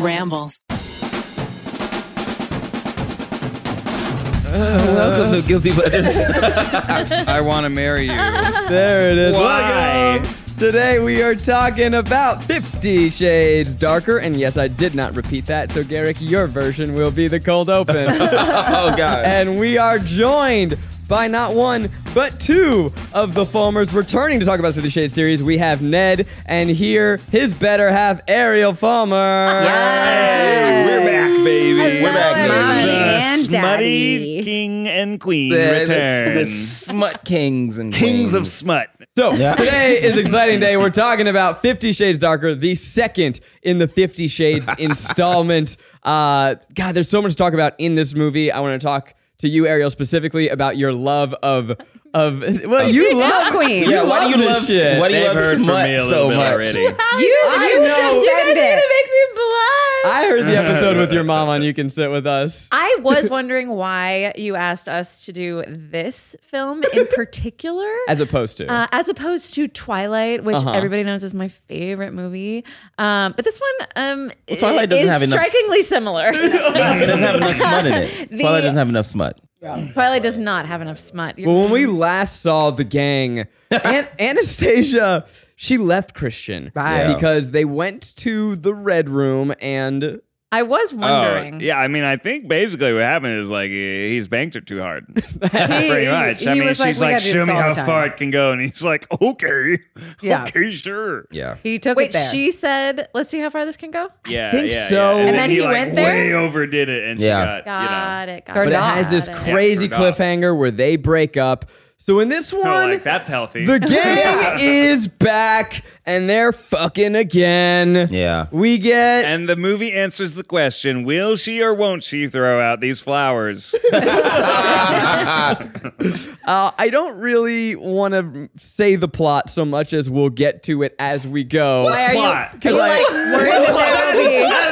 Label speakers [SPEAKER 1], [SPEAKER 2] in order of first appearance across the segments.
[SPEAKER 1] Ramble.
[SPEAKER 2] Welcome to Guilty Pleasures. I want to marry you.
[SPEAKER 3] There it is.
[SPEAKER 2] Why?
[SPEAKER 3] Welcome. Today we are talking about 50 Shades Darker, and yes, I did not repeat that. So, Garrick, your version will be the cold open.
[SPEAKER 2] Oh God.
[SPEAKER 3] and we are joined by not one, but two of the Fulmers returning to talk about 50 Shades series. We have Ned, and here, his better half, Ariel Fulmer.
[SPEAKER 4] Yes.
[SPEAKER 2] We're back, baby. We're back,
[SPEAKER 4] Hello,
[SPEAKER 2] baby.
[SPEAKER 4] mommy
[SPEAKER 2] The
[SPEAKER 4] and
[SPEAKER 5] smutty
[SPEAKER 4] daddy.
[SPEAKER 5] king and queen
[SPEAKER 2] the-
[SPEAKER 5] return.
[SPEAKER 2] the smut kings and
[SPEAKER 5] Kings of
[SPEAKER 2] queens.
[SPEAKER 5] smut.
[SPEAKER 3] So today is exciting day. We're talking about Fifty Shades Darker, the second in the Fifty Shades installment. Uh, God, there's so much to talk about in this movie. I want to talk to you, Ariel, specifically about your love of of well, you love
[SPEAKER 4] queen.
[SPEAKER 2] Yeah, why do you
[SPEAKER 3] this
[SPEAKER 2] love
[SPEAKER 3] shit.
[SPEAKER 2] why do you
[SPEAKER 5] They've
[SPEAKER 2] love
[SPEAKER 5] heard from
[SPEAKER 2] smut
[SPEAKER 5] me a
[SPEAKER 2] so
[SPEAKER 5] little bit
[SPEAKER 2] much?
[SPEAKER 5] already.
[SPEAKER 4] You, you
[SPEAKER 3] know.
[SPEAKER 4] defend
[SPEAKER 3] You
[SPEAKER 4] it.
[SPEAKER 3] I heard the episode with your mom on You Can Sit With Us.
[SPEAKER 6] I was wondering why you asked us to do this film in particular.
[SPEAKER 3] As opposed to.
[SPEAKER 6] uh, as opposed to Twilight, which everybody knows is my favorite movie, um, but this one um,
[SPEAKER 2] Twilight doesn't
[SPEAKER 6] is
[SPEAKER 2] have enough s-
[SPEAKER 6] strikingly similar.
[SPEAKER 2] It doesn't have enough smut in it.
[SPEAKER 6] The-
[SPEAKER 2] Twilight doesn't have enough smut.
[SPEAKER 6] Twilight does not have enough smut. You're-
[SPEAKER 3] Well, when we last saw the gang, An- Anastasia, she left Christian
[SPEAKER 2] Right.
[SPEAKER 3] because they went to the red room and
[SPEAKER 6] I was wondering.
[SPEAKER 5] Oh, yeah, I mean, I think basically what happened is like he- he's banked her too hard.
[SPEAKER 4] He-
[SPEAKER 5] Pretty
[SPEAKER 4] he-
[SPEAKER 5] much. I
[SPEAKER 4] he
[SPEAKER 5] mean,
[SPEAKER 4] was
[SPEAKER 5] she's
[SPEAKER 4] "We
[SPEAKER 5] like,
[SPEAKER 4] gotta do
[SPEAKER 5] show
[SPEAKER 4] this
[SPEAKER 5] me
[SPEAKER 4] all the
[SPEAKER 5] how
[SPEAKER 4] time."
[SPEAKER 5] far it can go. And he's like, okay.
[SPEAKER 4] Yeah.
[SPEAKER 5] Okay, sure.
[SPEAKER 2] Yeah.
[SPEAKER 4] He took
[SPEAKER 6] Wait,
[SPEAKER 4] it there.
[SPEAKER 6] she said, "Let's see how far this can go."
[SPEAKER 5] Yeah.
[SPEAKER 3] think
[SPEAKER 5] yeah,
[SPEAKER 3] so.
[SPEAKER 5] yeah.
[SPEAKER 3] And
[SPEAKER 6] then he
[SPEAKER 5] like,
[SPEAKER 6] went there?
[SPEAKER 5] way overdid it. And
[SPEAKER 2] Yeah.
[SPEAKER 5] she got,
[SPEAKER 6] Got it. Got
[SPEAKER 4] Or
[SPEAKER 6] it.
[SPEAKER 3] but it
[SPEAKER 4] not.
[SPEAKER 3] has this
[SPEAKER 6] Got it.
[SPEAKER 3] crazy
[SPEAKER 5] Yeah, sure
[SPEAKER 3] cliffhanger where they break up. So in this
[SPEAKER 5] you know,
[SPEAKER 3] one,
[SPEAKER 5] like, that's healthy.
[SPEAKER 3] the gang is back and they're fucking again.
[SPEAKER 2] Yeah.
[SPEAKER 3] We get
[SPEAKER 5] and the movie answers the question will she or won't she throw out these flowers?
[SPEAKER 3] uh, I don't really want to say the plot so much as we'll get to it as we go.
[SPEAKER 6] Why are
[SPEAKER 5] Plot.
[SPEAKER 6] you? Are you like worried that there will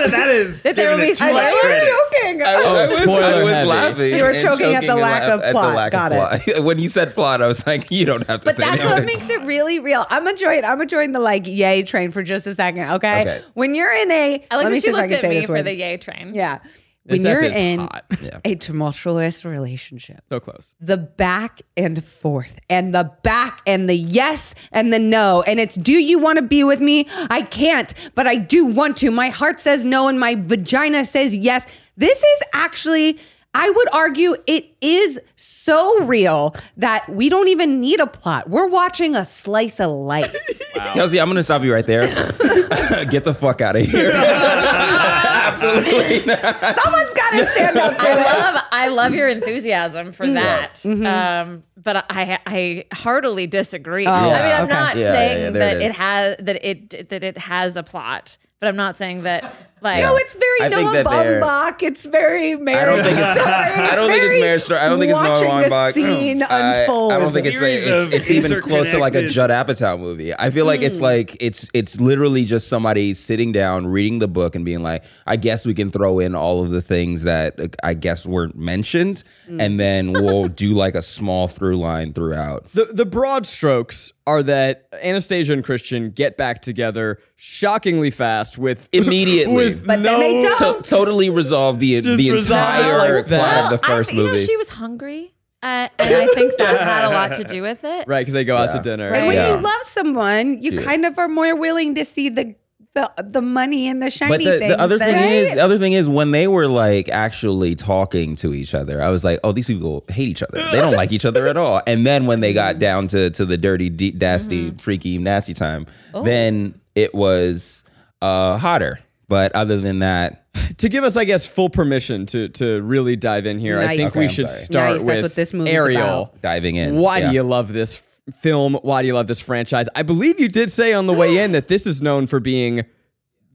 [SPEAKER 6] be?
[SPEAKER 5] that is.
[SPEAKER 6] That there
[SPEAKER 5] giving
[SPEAKER 6] will
[SPEAKER 5] it
[SPEAKER 6] be
[SPEAKER 5] too
[SPEAKER 6] smut.
[SPEAKER 5] much
[SPEAKER 4] you were
[SPEAKER 5] credit.
[SPEAKER 4] joking.
[SPEAKER 6] Oh.
[SPEAKER 2] I
[SPEAKER 3] was- I spoiler was heavy. laughing
[SPEAKER 4] You were and choking at the choking and lack la- of at the plot. lack of Got it.
[SPEAKER 2] when you said plot, I was like, you don't have to
[SPEAKER 4] But that's what makes it really real. I'm enjoying. I'm enjoying the like yay train for just a second. Okay.
[SPEAKER 2] Okay.
[SPEAKER 4] When you're in a,
[SPEAKER 6] I like
[SPEAKER 4] let
[SPEAKER 6] that
[SPEAKER 4] me see
[SPEAKER 6] she
[SPEAKER 4] if I
[SPEAKER 6] looked
[SPEAKER 4] can
[SPEAKER 6] at
[SPEAKER 4] say
[SPEAKER 6] me
[SPEAKER 4] this
[SPEAKER 6] for
[SPEAKER 4] word.
[SPEAKER 6] the yay train.
[SPEAKER 4] Yeah.
[SPEAKER 3] This
[SPEAKER 4] when you're
[SPEAKER 3] ep is
[SPEAKER 4] in
[SPEAKER 3] hot.
[SPEAKER 4] a tumultuous relationship,
[SPEAKER 3] So close.
[SPEAKER 4] the back and forth and the back and the yes and the no and it's do you want to be with me i can't but i do want to my heart says no and my vagina says yes this is actually i would argue it is so real that we don't even need a plot we're watching a slice of life
[SPEAKER 2] Kelsey, I'm going to stop you right there. Get the fuck out of here. Absolutely. not.
[SPEAKER 4] someone's got to stand up for
[SPEAKER 6] I
[SPEAKER 4] this.
[SPEAKER 6] love I love your enthusiasm
[SPEAKER 4] Mm-hmm.
[SPEAKER 6] for that. Um, but I I heartily disagree. I mean, I'm
[SPEAKER 4] Oh, okay.
[SPEAKER 6] not
[SPEAKER 2] Yeah, yeah,
[SPEAKER 6] saying
[SPEAKER 2] yeah, there it
[SPEAKER 6] that it,
[SPEAKER 2] is.
[SPEAKER 6] has that it that it has a plot, but I'm not saying that like
[SPEAKER 4] No, it's very
[SPEAKER 2] I think
[SPEAKER 4] Noah
[SPEAKER 2] that they're-
[SPEAKER 4] Baumbach. It's very marriage
[SPEAKER 2] think it's-
[SPEAKER 4] story.
[SPEAKER 2] I don't think it's
[SPEAKER 4] very
[SPEAKER 2] marriage story. I don't think it's Noah
[SPEAKER 4] watching the
[SPEAKER 2] Baumbach.
[SPEAKER 4] scene
[SPEAKER 2] I, I
[SPEAKER 4] unfold.
[SPEAKER 2] don't think it's, a,
[SPEAKER 5] Series
[SPEAKER 2] it's,
[SPEAKER 5] of
[SPEAKER 2] it's even close to like a
[SPEAKER 5] interconnected-
[SPEAKER 2] Judd Apatow movie. I feel like it's like it's it's literally just somebody sitting down, reading the book, and being like, I guess we can throw in all of the things that uh, I guess weren't mentioned, and then we'll do like a small through line throughout.
[SPEAKER 3] The, the broad strokes are that Anastasia and Christian get back together shockingly fast with
[SPEAKER 2] Immediately.
[SPEAKER 3] with
[SPEAKER 4] But
[SPEAKER 3] no
[SPEAKER 4] then they don't.
[SPEAKER 2] to- totally resolve the the
[SPEAKER 3] resolve
[SPEAKER 2] entire
[SPEAKER 3] like that.
[SPEAKER 2] plot of the
[SPEAKER 6] Well, I-
[SPEAKER 2] first
[SPEAKER 6] you know,
[SPEAKER 2] movie.
[SPEAKER 6] she was hungry, uh, and I think that had a lot to do with it.
[SPEAKER 3] right because they go out
[SPEAKER 2] Yeah.
[SPEAKER 3] to dinner.
[SPEAKER 4] And when
[SPEAKER 2] Yeah.
[SPEAKER 4] you love someone, you
[SPEAKER 2] Yeah.
[SPEAKER 4] kind of are more willing to see the the, the money and the shiny
[SPEAKER 2] but the,
[SPEAKER 4] things.
[SPEAKER 2] the other
[SPEAKER 4] than-
[SPEAKER 2] thing is, the other thing is when they were like actually talking to each other, I was like, oh, these people hate each other. They don't like each other at all. And then when they got down to to the dirty, deep,
[SPEAKER 6] Mm-hmm.
[SPEAKER 2] nasty, freaky, nasty time,
[SPEAKER 6] Oh.
[SPEAKER 2] then it was uh, hotter. But other than that,
[SPEAKER 3] to give us, I guess, full permission to to really dive in here, I
[SPEAKER 4] Nice.
[SPEAKER 3] think
[SPEAKER 4] Okay,
[SPEAKER 3] we
[SPEAKER 2] I'm
[SPEAKER 3] should
[SPEAKER 2] sorry.
[SPEAKER 3] start
[SPEAKER 4] Nice,
[SPEAKER 3] with
[SPEAKER 4] that's what this movie's
[SPEAKER 3] Ariel.
[SPEAKER 4] about.
[SPEAKER 2] diving in,
[SPEAKER 3] Why
[SPEAKER 2] yeah.
[SPEAKER 3] do you love this f- film? Why do you love this franchise? I believe you did say on the way in that this is known for being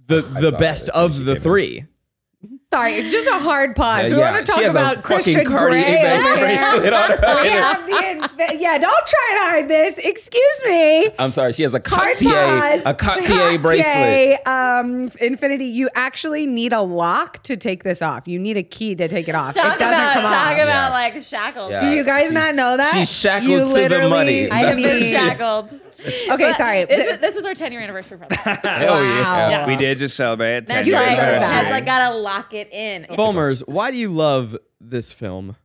[SPEAKER 3] the the
[SPEAKER 2] saw
[SPEAKER 3] best
[SPEAKER 2] that as soon as
[SPEAKER 3] of
[SPEAKER 2] you
[SPEAKER 3] the
[SPEAKER 2] came in.
[SPEAKER 3] three.
[SPEAKER 4] sorry, it's just a hard pause.
[SPEAKER 2] Yeah,
[SPEAKER 4] we
[SPEAKER 2] yeah.
[SPEAKER 4] want to
[SPEAKER 2] She
[SPEAKER 4] talk
[SPEAKER 2] has a
[SPEAKER 4] about
[SPEAKER 2] fucking
[SPEAKER 4] Christian
[SPEAKER 2] Cardi
[SPEAKER 4] Grey.
[SPEAKER 2] B
[SPEAKER 4] over
[SPEAKER 2] bracelet
[SPEAKER 4] there.
[SPEAKER 2] on her
[SPEAKER 4] yeah, I'm the inf- yeah, don't try and hide this. Excuse me.
[SPEAKER 2] I'm sorry, she has a
[SPEAKER 4] Hard
[SPEAKER 2] Cartier,
[SPEAKER 4] pause.
[SPEAKER 2] a Cartier bracelet.
[SPEAKER 4] Cartier, Um, Infinity, you actually need a lock to take this off. You need a key to take it off.
[SPEAKER 6] Talk
[SPEAKER 4] it doesn't
[SPEAKER 6] about
[SPEAKER 4] come
[SPEAKER 6] talk
[SPEAKER 4] off.
[SPEAKER 6] about
[SPEAKER 2] Yeah.
[SPEAKER 6] like shackled.
[SPEAKER 2] Yeah.
[SPEAKER 4] Do you guys
[SPEAKER 2] She's-
[SPEAKER 4] not know that?
[SPEAKER 2] she's shackled
[SPEAKER 4] You
[SPEAKER 2] to the
[SPEAKER 4] literally
[SPEAKER 2] money.
[SPEAKER 6] I have
[SPEAKER 2] That's what
[SPEAKER 6] been
[SPEAKER 2] she-
[SPEAKER 4] need-
[SPEAKER 6] shackled.
[SPEAKER 4] Okay,
[SPEAKER 6] But
[SPEAKER 4] sorry.
[SPEAKER 6] This, was- this was our 10 year anniversary present.
[SPEAKER 2] Hell yeah.
[SPEAKER 6] Yeah.
[SPEAKER 5] We did just celebrate.
[SPEAKER 6] That's
[SPEAKER 5] 10 years
[SPEAKER 4] right.
[SPEAKER 6] like,
[SPEAKER 4] anniversary.
[SPEAKER 6] that's like, gotta lock it in.
[SPEAKER 3] Bulmers, why do you love this film?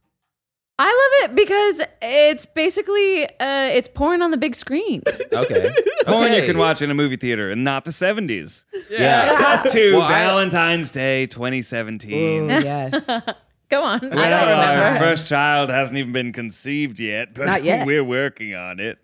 [SPEAKER 6] I love it because it's basically uh, it's porn on the big screen.
[SPEAKER 2] Okay.
[SPEAKER 5] Porn you
[SPEAKER 2] Okay.
[SPEAKER 5] can watch in a movie theater and not the 70s.
[SPEAKER 2] Yeah.
[SPEAKER 5] Cut to
[SPEAKER 2] Well, I-
[SPEAKER 5] Valentine's Day 2017.
[SPEAKER 4] yes.
[SPEAKER 6] Go on. I don't
[SPEAKER 5] Well,
[SPEAKER 6] remember.
[SPEAKER 5] Our first child hasn't even been conceived yet, but
[SPEAKER 4] Not yet.
[SPEAKER 5] we're working on it.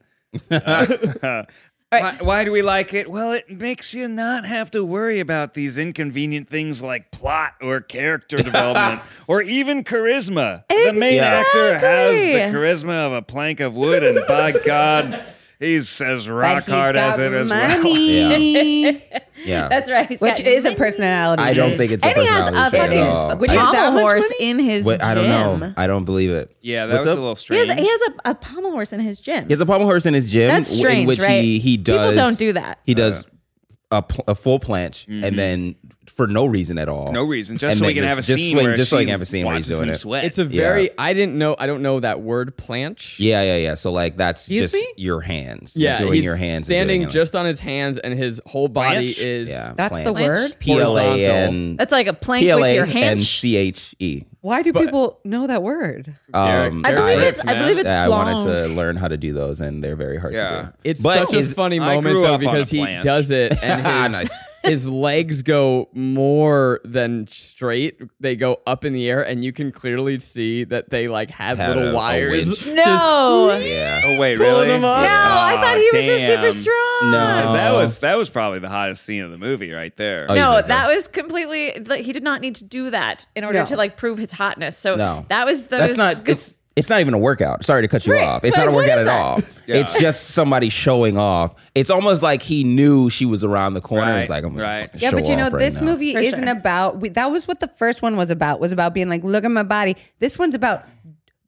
[SPEAKER 5] Uh, why, why do we like it? Well, it makes you not have to worry about these inconvenient things like plot or character development or even charisma. The main actor has the
[SPEAKER 6] Exactly.
[SPEAKER 5] charisma of a plank of wood, and by God, he's as rock hard as it is.
[SPEAKER 4] money,
[SPEAKER 2] Yeah.
[SPEAKER 6] That's right. he's
[SPEAKER 4] which
[SPEAKER 6] got
[SPEAKER 4] is a
[SPEAKER 6] mini-
[SPEAKER 4] personality.
[SPEAKER 2] I don't think it's a
[SPEAKER 6] And he has
[SPEAKER 2] personality
[SPEAKER 6] a
[SPEAKER 2] trait at all.
[SPEAKER 6] fucking
[SPEAKER 4] Which is
[SPEAKER 6] pommel
[SPEAKER 4] that much
[SPEAKER 6] horse
[SPEAKER 4] money?
[SPEAKER 6] in his
[SPEAKER 2] Wait,
[SPEAKER 6] gym.
[SPEAKER 2] I don't know. I don't believe it.
[SPEAKER 5] Yeah, that
[SPEAKER 2] What's
[SPEAKER 5] was
[SPEAKER 2] up?
[SPEAKER 5] a little
[SPEAKER 6] He has,
[SPEAKER 5] strange.
[SPEAKER 6] he has a, a pommel horse in his gym.
[SPEAKER 2] He has a pommel horse in his gym.
[SPEAKER 6] That's
[SPEAKER 2] w- in
[SPEAKER 6] strange,
[SPEAKER 2] which
[SPEAKER 6] right?
[SPEAKER 2] he, he
[SPEAKER 6] People
[SPEAKER 2] does.
[SPEAKER 6] don't do that.
[SPEAKER 2] He does a, pl- a full planche and then for no reason at all.
[SPEAKER 5] Mm-hmm. no reason, just
[SPEAKER 2] And
[SPEAKER 5] so we
[SPEAKER 2] then
[SPEAKER 5] can have a
[SPEAKER 2] just- just
[SPEAKER 5] scene
[SPEAKER 2] so-
[SPEAKER 5] where
[SPEAKER 2] just so
[SPEAKER 5] she
[SPEAKER 2] I can have a scene where he's
[SPEAKER 5] watches
[SPEAKER 2] doing
[SPEAKER 5] him
[SPEAKER 2] it.
[SPEAKER 5] Sweat.
[SPEAKER 3] It's a very I didn't know I don't know that word planche.
[SPEAKER 2] Yeah, yeah, yeah. So like that's
[SPEAKER 4] Excuse
[SPEAKER 2] just
[SPEAKER 4] me?
[SPEAKER 2] your hands. You're
[SPEAKER 3] Yeah,
[SPEAKER 2] doing
[SPEAKER 3] he's
[SPEAKER 2] your hands. and
[SPEAKER 3] standing
[SPEAKER 2] doing it.
[SPEAKER 3] just on his hands, and his whole body
[SPEAKER 5] Planche?
[SPEAKER 3] is
[SPEAKER 2] yeah.
[SPEAKER 4] That's the word?
[SPEAKER 2] P L A N.
[SPEAKER 6] That's like a plank
[SPEAKER 2] P L
[SPEAKER 6] with
[SPEAKER 2] A
[SPEAKER 6] your
[SPEAKER 2] N
[SPEAKER 6] hands.
[SPEAKER 2] C H E.
[SPEAKER 4] Why do people know that word?
[SPEAKER 2] Um,
[SPEAKER 6] I believe
[SPEAKER 3] Derek
[SPEAKER 6] it's I
[SPEAKER 3] Fritz,
[SPEAKER 6] believe
[SPEAKER 3] man.
[SPEAKER 6] it's
[SPEAKER 2] I wanted to
[SPEAKER 6] planche.
[SPEAKER 2] learn how to do those, and they're very hard
[SPEAKER 5] Yeah.
[SPEAKER 2] to do.
[SPEAKER 3] It's
[SPEAKER 2] But
[SPEAKER 3] such
[SPEAKER 2] is-
[SPEAKER 3] a funny
[SPEAKER 5] I
[SPEAKER 3] moment
[SPEAKER 5] grew
[SPEAKER 3] though
[SPEAKER 5] up on a
[SPEAKER 3] because he
[SPEAKER 5] planche.
[SPEAKER 3] does it and
[SPEAKER 2] Ah,
[SPEAKER 3] his,
[SPEAKER 2] nice.
[SPEAKER 3] his legs go more than straight. They go up in the air, and you can clearly see that they like had,
[SPEAKER 2] Had
[SPEAKER 3] little
[SPEAKER 2] a- a
[SPEAKER 3] wires.
[SPEAKER 2] winch.
[SPEAKER 6] No.
[SPEAKER 2] Yeah.
[SPEAKER 5] Oh wait,
[SPEAKER 3] Pulling
[SPEAKER 5] really?
[SPEAKER 3] him up.
[SPEAKER 6] No, I thought he was just super
[SPEAKER 5] damn.
[SPEAKER 6] strong.
[SPEAKER 2] No.
[SPEAKER 5] 'Cause That was that was probably the hottest scene of the movie right there.
[SPEAKER 2] Oh, you
[SPEAKER 6] No,
[SPEAKER 2] think so?
[SPEAKER 6] that was completely. Like, he did not need to do that in order
[SPEAKER 4] No.
[SPEAKER 6] to like prove his hotness. So
[SPEAKER 2] No.
[SPEAKER 6] that was that
[SPEAKER 2] That's
[SPEAKER 6] was
[SPEAKER 2] not.
[SPEAKER 6] good-
[SPEAKER 2] It's it's not even a workout. Sorry to cut you
[SPEAKER 6] Right,
[SPEAKER 2] off. It's
[SPEAKER 6] but
[SPEAKER 2] not a
[SPEAKER 6] what
[SPEAKER 2] workout
[SPEAKER 6] is
[SPEAKER 2] at
[SPEAKER 6] that?
[SPEAKER 2] all. It's just somebody showing off. It's almost like he knew she was around the corner. It's
[SPEAKER 5] Right,
[SPEAKER 2] like I'm gonna
[SPEAKER 5] right.
[SPEAKER 2] fucking
[SPEAKER 4] Yeah,
[SPEAKER 2] show
[SPEAKER 4] but you know
[SPEAKER 2] off right
[SPEAKER 4] this
[SPEAKER 2] now.
[SPEAKER 4] movie
[SPEAKER 6] For
[SPEAKER 4] isn't
[SPEAKER 6] sure.
[SPEAKER 4] about. We, that was what the first one was about. Was about being like, look at my body. This one's about.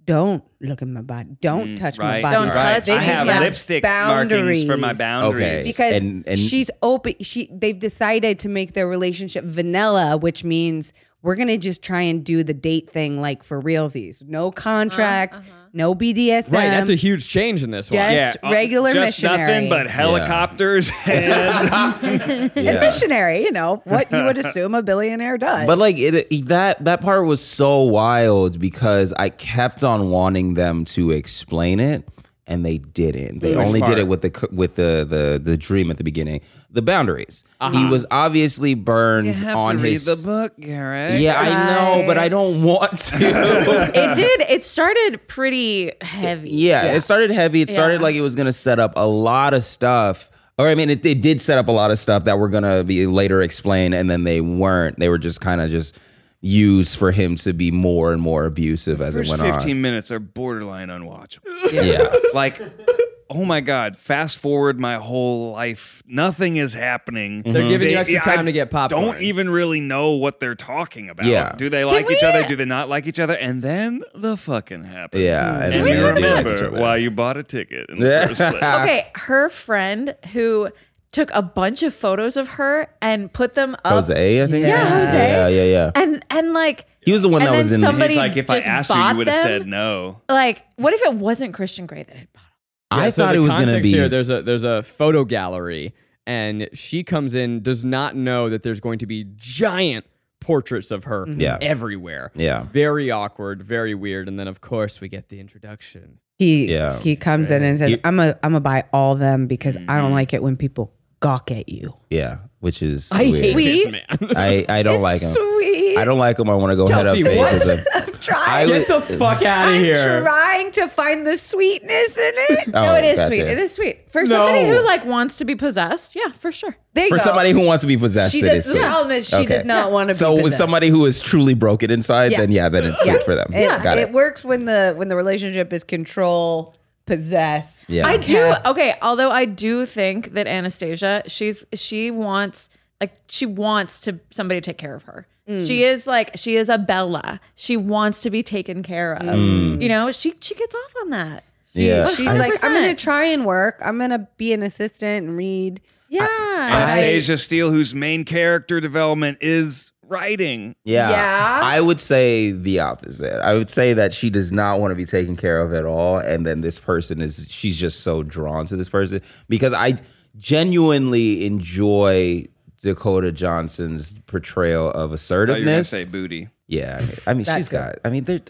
[SPEAKER 4] Don't look at my body. Don't touch
[SPEAKER 5] Mm, Right.
[SPEAKER 4] my body.
[SPEAKER 6] Don't touch
[SPEAKER 4] This
[SPEAKER 5] I
[SPEAKER 4] is
[SPEAKER 5] have
[SPEAKER 4] about
[SPEAKER 5] lipstick markings for my boundaries.
[SPEAKER 2] Okay.
[SPEAKER 4] because
[SPEAKER 2] And- and-
[SPEAKER 4] she's open she they've decided to make their relationship vanilla which means we're gonna just try and do the date thing like for realsies no contracts no bdsm
[SPEAKER 3] Right, that's a huge change in this one.
[SPEAKER 4] Yes.
[SPEAKER 5] Yeah,
[SPEAKER 4] Just regular
[SPEAKER 5] just
[SPEAKER 4] missionary.
[SPEAKER 5] nothing but helicopters and
[SPEAKER 4] And missionary you know what you would assume a billionaire does
[SPEAKER 2] But like it, it- that that part was so wild because I kept on wanting them to explain it, and they didn't. They only
[SPEAKER 5] part?
[SPEAKER 2] did it with the c- with the the the dream at the beginning. The boundaries. He
[SPEAKER 5] Uh-huh.
[SPEAKER 2] was obviously burned on his.
[SPEAKER 5] book, Garrett.
[SPEAKER 2] yeah, I know, but I don't want to.
[SPEAKER 6] it did. It started pretty heavy.
[SPEAKER 2] Yeah, it started heavy. It started like it was going to set up a lot of stuff. Or I mean, it, it did set up a lot of stuff that were going to be later explained, and then they weren't. They were just kind of just used for him to be more and more abusive as it
[SPEAKER 5] First
[SPEAKER 2] went
[SPEAKER 5] 15 minutes are borderline unwatchable.
[SPEAKER 2] on. Yeah,
[SPEAKER 5] like, oh my God, fast forward my whole life. Nothing is happening. Mm-hmm.
[SPEAKER 3] They're giving you
[SPEAKER 5] They-
[SPEAKER 3] extra
[SPEAKER 5] I
[SPEAKER 3] time to get popcorn.
[SPEAKER 5] Don't even really know what they're talking about.
[SPEAKER 2] Yeah.
[SPEAKER 5] Do they like each
[SPEAKER 6] we- uh,
[SPEAKER 5] other? Do they not like each other? And then the fucking happens.
[SPEAKER 2] yeah.
[SPEAKER 5] And,
[SPEAKER 2] then
[SPEAKER 5] we
[SPEAKER 2] they did like each
[SPEAKER 5] remember
[SPEAKER 2] other.
[SPEAKER 5] why you bought a ticket in the first place.
[SPEAKER 6] Okay, her friend who took a bunch of photos of her and put them up.
[SPEAKER 2] Jose, I think.
[SPEAKER 4] Oh. Yeah,
[SPEAKER 6] Jose.
[SPEAKER 2] Yeah, yeah, yeah.
[SPEAKER 6] And and like
[SPEAKER 2] He was the one
[SPEAKER 6] and
[SPEAKER 2] that
[SPEAKER 6] then
[SPEAKER 2] was in.
[SPEAKER 6] somebody-
[SPEAKER 5] He's like, if I
[SPEAKER 6] just
[SPEAKER 5] asked you, you
[SPEAKER 6] bought
[SPEAKER 5] would have
[SPEAKER 6] them?
[SPEAKER 5] said no.
[SPEAKER 6] like what if it wasn't Christian Grey that had bought
[SPEAKER 2] I
[SPEAKER 3] Yeah, so
[SPEAKER 2] thought it
[SPEAKER 3] the
[SPEAKER 2] was going to
[SPEAKER 3] context
[SPEAKER 2] be.
[SPEAKER 3] here, there's a there's a photo gallery, and she comes in, does not know that there's going to be giant portraits of her
[SPEAKER 2] Yeah.
[SPEAKER 3] everywhere.
[SPEAKER 2] Yeah.
[SPEAKER 3] Very awkward, very weird. And then of course we get the introduction.
[SPEAKER 4] he
[SPEAKER 2] Yeah.
[SPEAKER 4] he comes in and says
[SPEAKER 2] You-
[SPEAKER 4] i'm a i'm gonna buy all them because i
[SPEAKER 2] Mm-hmm.
[SPEAKER 4] don't like it when people gawk at you
[SPEAKER 2] yeah, which is.
[SPEAKER 3] I
[SPEAKER 2] weird.
[SPEAKER 3] hate
[SPEAKER 6] We-
[SPEAKER 3] this man.
[SPEAKER 2] I I don't like him.
[SPEAKER 4] sweet
[SPEAKER 2] I don't like him. I want to go
[SPEAKER 3] Kelsey,
[SPEAKER 2] head up
[SPEAKER 3] what?
[SPEAKER 2] face with him.
[SPEAKER 4] try
[SPEAKER 2] I
[SPEAKER 3] Get the
[SPEAKER 2] would-
[SPEAKER 3] fuck out of here.
[SPEAKER 4] trying to find the sweetness in it
[SPEAKER 6] no, it is
[SPEAKER 2] Oh, gotcha.
[SPEAKER 6] sweet. It is sweet. For
[SPEAKER 3] No.
[SPEAKER 2] Oh.
[SPEAKER 6] somebody who like wants to be possessed, yeah, for sure.
[SPEAKER 4] There you
[SPEAKER 2] For
[SPEAKER 4] go.
[SPEAKER 2] somebody who wants to be possessed,
[SPEAKER 4] she
[SPEAKER 2] it
[SPEAKER 4] does
[SPEAKER 2] is
[SPEAKER 4] the
[SPEAKER 2] sweet.
[SPEAKER 4] problem is she
[SPEAKER 2] Okay.
[SPEAKER 4] does not want to
[SPEAKER 2] So
[SPEAKER 4] be
[SPEAKER 2] with
[SPEAKER 4] possessed.
[SPEAKER 2] somebody who is truly broken inside,
[SPEAKER 4] Yeah.
[SPEAKER 2] then yeah, then it's sweet for them.
[SPEAKER 4] Yeah,
[SPEAKER 2] Got it.
[SPEAKER 4] it works when the when the relationship is control, possess.
[SPEAKER 2] Yeah.
[SPEAKER 6] I do.
[SPEAKER 4] Okay.
[SPEAKER 6] Okay, although I do think that Anastasia, she's she wants like she wants to somebody to take care of her.
[SPEAKER 2] Mm.
[SPEAKER 6] She is like she is a Bella. She wants to be taken care of.
[SPEAKER 2] Mm.
[SPEAKER 6] You know, she she gets off on that.
[SPEAKER 2] yeah.
[SPEAKER 4] She's
[SPEAKER 2] I-
[SPEAKER 4] like, I'm gonna
[SPEAKER 6] 100%.
[SPEAKER 4] try and work. I'm gonna be an assistant and read.
[SPEAKER 6] Yeah.
[SPEAKER 5] Anastasia Steele, whose main character development is writing.
[SPEAKER 2] Yeah.
[SPEAKER 4] Yeah.
[SPEAKER 2] I would say the opposite. I would say that she does not want to be taken care of at all. And then this person is, she's just so drawn to this person because I genuinely enjoy Dakota Johnson's portrayal of
[SPEAKER 5] Oh, you're gonna
[SPEAKER 2] assertiveness.
[SPEAKER 5] say booty.
[SPEAKER 2] yeah. I mean, she's got, I mean, they're,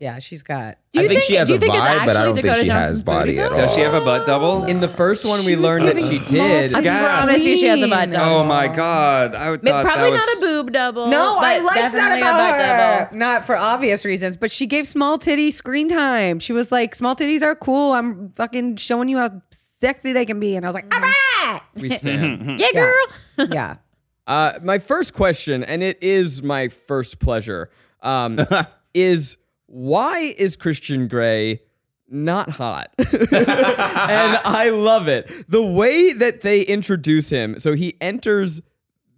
[SPEAKER 4] Yeah, she's got.
[SPEAKER 6] Do you
[SPEAKER 2] I think, she has a
[SPEAKER 6] do you think it's
[SPEAKER 2] vibe, but I
[SPEAKER 6] actually
[SPEAKER 2] don't think
[SPEAKER 6] Dakota
[SPEAKER 2] she
[SPEAKER 6] Johnson's
[SPEAKER 2] has
[SPEAKER 6] booty
[SPEAKER 2] body at
[SPEAKER 6] though?
[SPEAKER 2] all.
[SPEAKER 5] Does she have a butt double?
[SPEAKER 3] In the first one, we learned that
[SPEAKER 4] giving
[SPEAKER 3] she
[SPEAKER 4] small
[SPEAKER 3] did.
[SPEAKER 4] time.
[SPEAKER 6] I
[SPEAKER 5] Yes.
[SPEAKER 6] promise you, she has a butt double.
[SPEAKER 5] Oh my god! I would
[SPEAKER 6] Maybe-
[SPEAKER 5] thought that
[SPEAKER 6] probably
[SPEAKER 5] was,
[SPEAKER 6] not a boob double.
[SPEAKER 4] No, I
[SPEAKER 6] but
[SPEAKER 4] like that
[SPEAKER 6] definitely a
[SPEAKER 4] Oh, about
[SPEAKER 6] butt
[SPEAKER 4] her.
[SPEAKER 6] double.
[SPEAKER 4] Not for obvious reasons, but she gave small titty screen time. She was like, "Small titties are cool. I'm fucking showing you how sexy they can be." And I was like, "All right,
[SPEAKER 3] We stand.
[SPEAKER 6] Yeah, girl.
[SPEAKER 4] yeah."
[SPEAKER 3] uh, my first question, and it is my first pleasure, um, is why is Christian Grey not hot? and I love it. The way that they introduce him, so he enters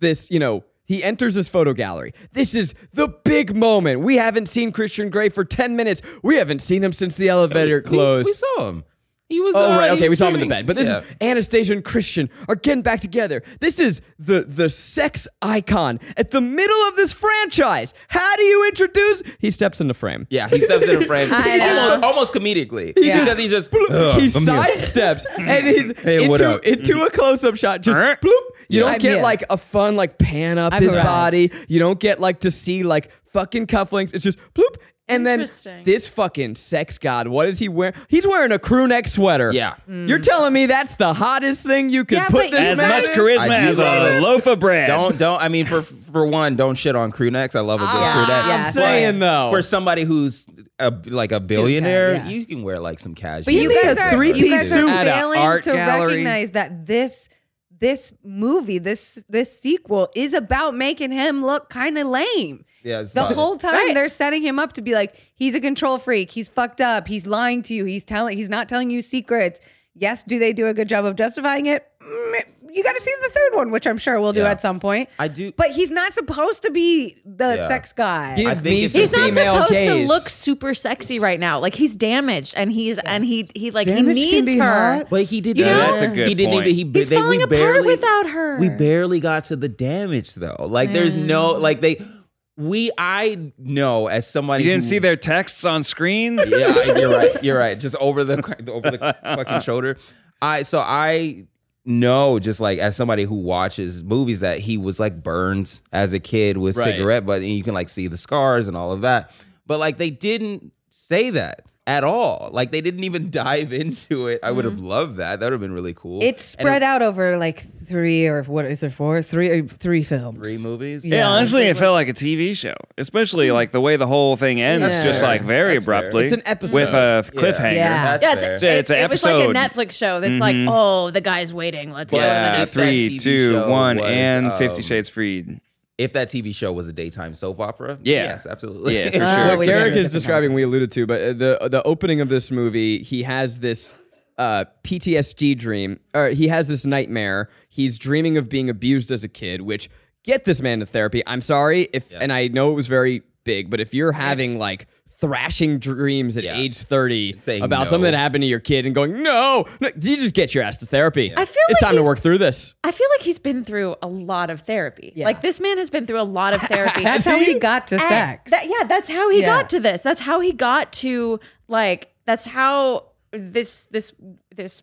[SPEAKER 3] this, you know, he enters this photo gallery. This is the big moment. We haven't seen Christian Grey for 10 minutes. We haven't seen him since the elevator
[SPEAKER 2] We-
[SPEAKER 3] closed.
[SPEAKER 2] We saw him. He was.
[SPEAKER 3] Oh
[SPEAKER 2] uh,
[SPEAKER 3] right,
[SPEAKER 2] he
[SPEAKER 3] okay, we
[SPEAKER 2] was
[SPEAKER 3] saw him in the
[SPEAKER 2] shooting.
[SPEAKER 3] bed. But this
[SPEAKER 2] Yeah.
[SPEAKER 3] is Anastasia and Christian are getting back together. This is the the sex icon at the middle of this franchise. How do you introduce? He steps into frame.
[SPEAKER 2] Yeah, he steps in a frame
[SPEAKER 6] I know.
[SPEAKER 2] almost, almost comedically
[SPEAKER 4] Yeah.
[SPEAKER 2] because he just "Ugh,
[SPEAKER 3] he
[SPEAKER 2] I'm here."
[SPEAKER 3] sidesteps and he's
[SPEAKER 2] Hey, what
[SPEAKER 3] into,
[SPEAKER 2] up?
[SPEAKER 3] into a close up shot. Just bloop. You don't
[SPEAKER 4] I'm
[SPEAKER 3] get
[SPEAKER 4] here.
[SPEAKER 3] like a fun like pan up
[SPEAKER 4] I've
[SPEAKER 3] his
[SPEAKER 4] arrived.
[SPEAKER 3] body. You don't get like to see like fucking cufflinks. It's just bloop. And then
[SPEAKER 6] Interesting.
[SPEAKER 3] this fucking sex god, what is he wearing? He's wearing a crew neck sweater.
[SPEAKER 2] Yeah.
[SPEAKER 3] You're telling me that's the hottest thing you could
[SPEAKER 4] Yeah,
[SPEAKER 3] put
[SPEAKER 4] but
[SPEAKER 3] this
[SPEAKER 5] as
[SPEAKER 4] you
[SPEAKER 3] man
[SPEAKER 5] much
[SPEAKER 4] know-
[SPEAKER 3] in?
[SPEAKER 5] charisma
[SPEAKER 2] I do
[SPEAKER 5] as
[SPEAKER 2] love
[SPEAKER 5] a
[SPEAKER 2] it.
[SPEAKER 5] loaf of bread.
[SPEAKER 2] Don't don't. I mean, for for one, don't shit on crew necks. I love a good crew neck.
[SPEAKER 4] Ah. yeah,
[SPEAKER 3] I'm
[SPEAKER 4] I'm
[SPEAKER 3] saying though.
[SPEAKER 2] For somebody who's a, like a billionaire,
[SPEAKER 4] yeah.
[SPEAKER 2] you can wear like some casual.
[SPEAKER 4] But you
[SPEAKER 3] need
[SPEAKER 4] guys
[SPEAKER 3] a
[SPEAKER 4] are you
[SPEAKER 3] three-piece
[SPEAKER 4] guys
[SPEAKER 3] suit
[SPEAKER 4] are
[SPEAKER 3] at a
[SPEAKER 4] failing
[SPEAKER 3] art
[SPEAKER 4] to
[SPEAKER 3] gallery.
[SPEAKER 4] recognize that this this movie, this this sequel, is about making him look kind of lame.
[SPEAKER 2] Yeah, it's
[SPEAKER 4] the
[SPEAKER 2] about it.
[SPEAKER 4] whole time
[SPEAKER 6] Right.
[SPEAKER 4] they're setting him up to be like he's a control freak. He's fucked up. He's lying to you. He's telling. He's not telling you secrets. Yes, do they do a good job of justifying it? Mm, You got to see the third one, which I'm sure we'll do
[SPEAKER 2] Yeah.
[SPEAKER 4] at some point.
[SPEAKER 2] I do-
[SPEAKER 4] but he's not supposed to be the
[SPEAKER 2] Yeah.
[SPEAKER 4] sex guy.
[SPEAKER 3] Give
[SPEAKER 2] I think
[SPEAKER 3] me
[SPEAKER 2] it's
[SPEAKER 3] some
[SPEAKER 2] just-
[SPEAKER 6] He's not
[SPEAKER 3] female
[SPEAKER 6] supposed to
[SPEAKER 3] gaze.
[SPEAKER 6] look super sexy right now. Like he's damaged, and he's and he he like
[SPEAKER 3] Damaged can
[SPEAKER 6] he needs
[SPEAKER 3] be
[SPEAKER 6] her.
[SPEAKER 3] hot.
[SPEAKER 2] But he didn't.
[SPEAKER 6] You know?
[SPEAKER 5] That's a good
[SPEAKER 2] he didn't
[SPEAKER 5] point.
[SPEAKER 2] even. He, ba-
[SPEAKER 6] He's
[SPEAKER 2] we
[SPEAKER 6] falling apart without her.
[SPEAKER 2] We barely got to the damage though. Like, there's no like they. We I know as somebody
[SPEAKER 5] you didn't
[SPEAKER 2] who-
[SPEAKER 5] see their texts on screen?
[SPEAKER 2] yeah, I- you're right. You're right. Just over the over the fucking shoulder. I so I know just like as somebody who watches movies that he was like burned as a kid with
[SPEAKER 3] Right.
[SPEAKER 2] cigarette butt, and you can like see the scars and all of that. But like they didn't say that at all. Like they didn't even dive into it. I would
[SPEAKER 5] Mm-hmm.
[SPEAKER 2] have loved that. That would have been really cool.
[SPEAKER 4] It's spread out over like three or what is there four? Three three films.
[SPEAKER 2] three movies.
[SPEAKER 5] Yeah, honestly, it felt like a TV show, especially like the way the whole thing ends,
[SPEAKER 3] Yeah.
[SPEAKER 5] just like very
[SPEAKER 2] That's fair.
[SPEAKER 5] abruptly.
[SPEAKER 3] It's an episode.
[SPEAKER 5] with a cliffhanger.
[SPEAKER 4] Yeah.
[SPEAKER 2] That's
[SPEAKER 6] Yeah,
[SPEAKER 2] fair.
[SPEAKER 6] it's,
[SPEAKER 5] fair. It's
[SPEAKER 6] it,
[SPEAKER 5] an
[SPEAKER 6] it was like a
[SPEAKER 5] episode.
[SPEAKER 6] Netflix show that's like, oh, the guy's waiting. Let's go to
[SPEAKER 2] Mm-hmm. Yeah,
[SPEAKER 6] the next
[SPEAKER 2] three-
[SPEAKER 6] thing.
[SPEAKER 5] Three,
[SPEAKER 2] TV
[SPEAKER 5] two,
[SPEAKER 2] show
[SPEAKER 5] one,
[SPEAKER 2] was,
[SPEAKER 5] and
[SPEAKER 2] um,
[SPEAKER 5] Fifty Shades Freed.
[SPEAKER 2] if that TV show was a daytime soap opera,
[SPEAKER 5] Yeah.
[SPEAKER 2] yes, absolutely.
[SPEAKER 5] Yeah, for
[SPEAKER 4] Oh,
[SPEAKER 5] sure.
[SPEAKER 4] we
[SPEAKER 3] what Derek
[SPEAKER 4] did.
[SPEAKER 3] is describing, we alluded to, but uh, the the opening of this movie, he has this uh, PTSD dream, or he has this nightmare. He's dreaming of being abused as a kid, which get this man to therapy. I'm sorry if, and I know it was very big, but if you're having like thrashing dreams at
[SPEAKER 2] Yeah.
[SPEAKER 3] age 30
[SPEAKER 2] saying
[SPEAKER 3] about
[SPEAKER 2] no.
[SPEAKER 3] something that happened to your kid and going, no, no you just get your ass to therapy.
[SPEAKER 6] I feel
[SPEAKER 3] it's
[SPEAKER 6] like
[SPEAKER 3] time to
[SPEAKER 6] he's-
[SPEAKER 3] work through this.
[SPEAKER 6] I feel like he's been through a lot of therapy.
[SPEAKER 4] Yeah.
[SPEAKER 6] Like this man has been through a lot of therapy.
[SPEAKER 4] That's how he got to
[SPEAKER 6] And
[SPEAKER 4] sex.
[SPEAKER 6] that- yeah, that's how he
[SPEAKER 4] Yeah.
[SPEAKER 6] got to this. That's how he got to like. That's how this this this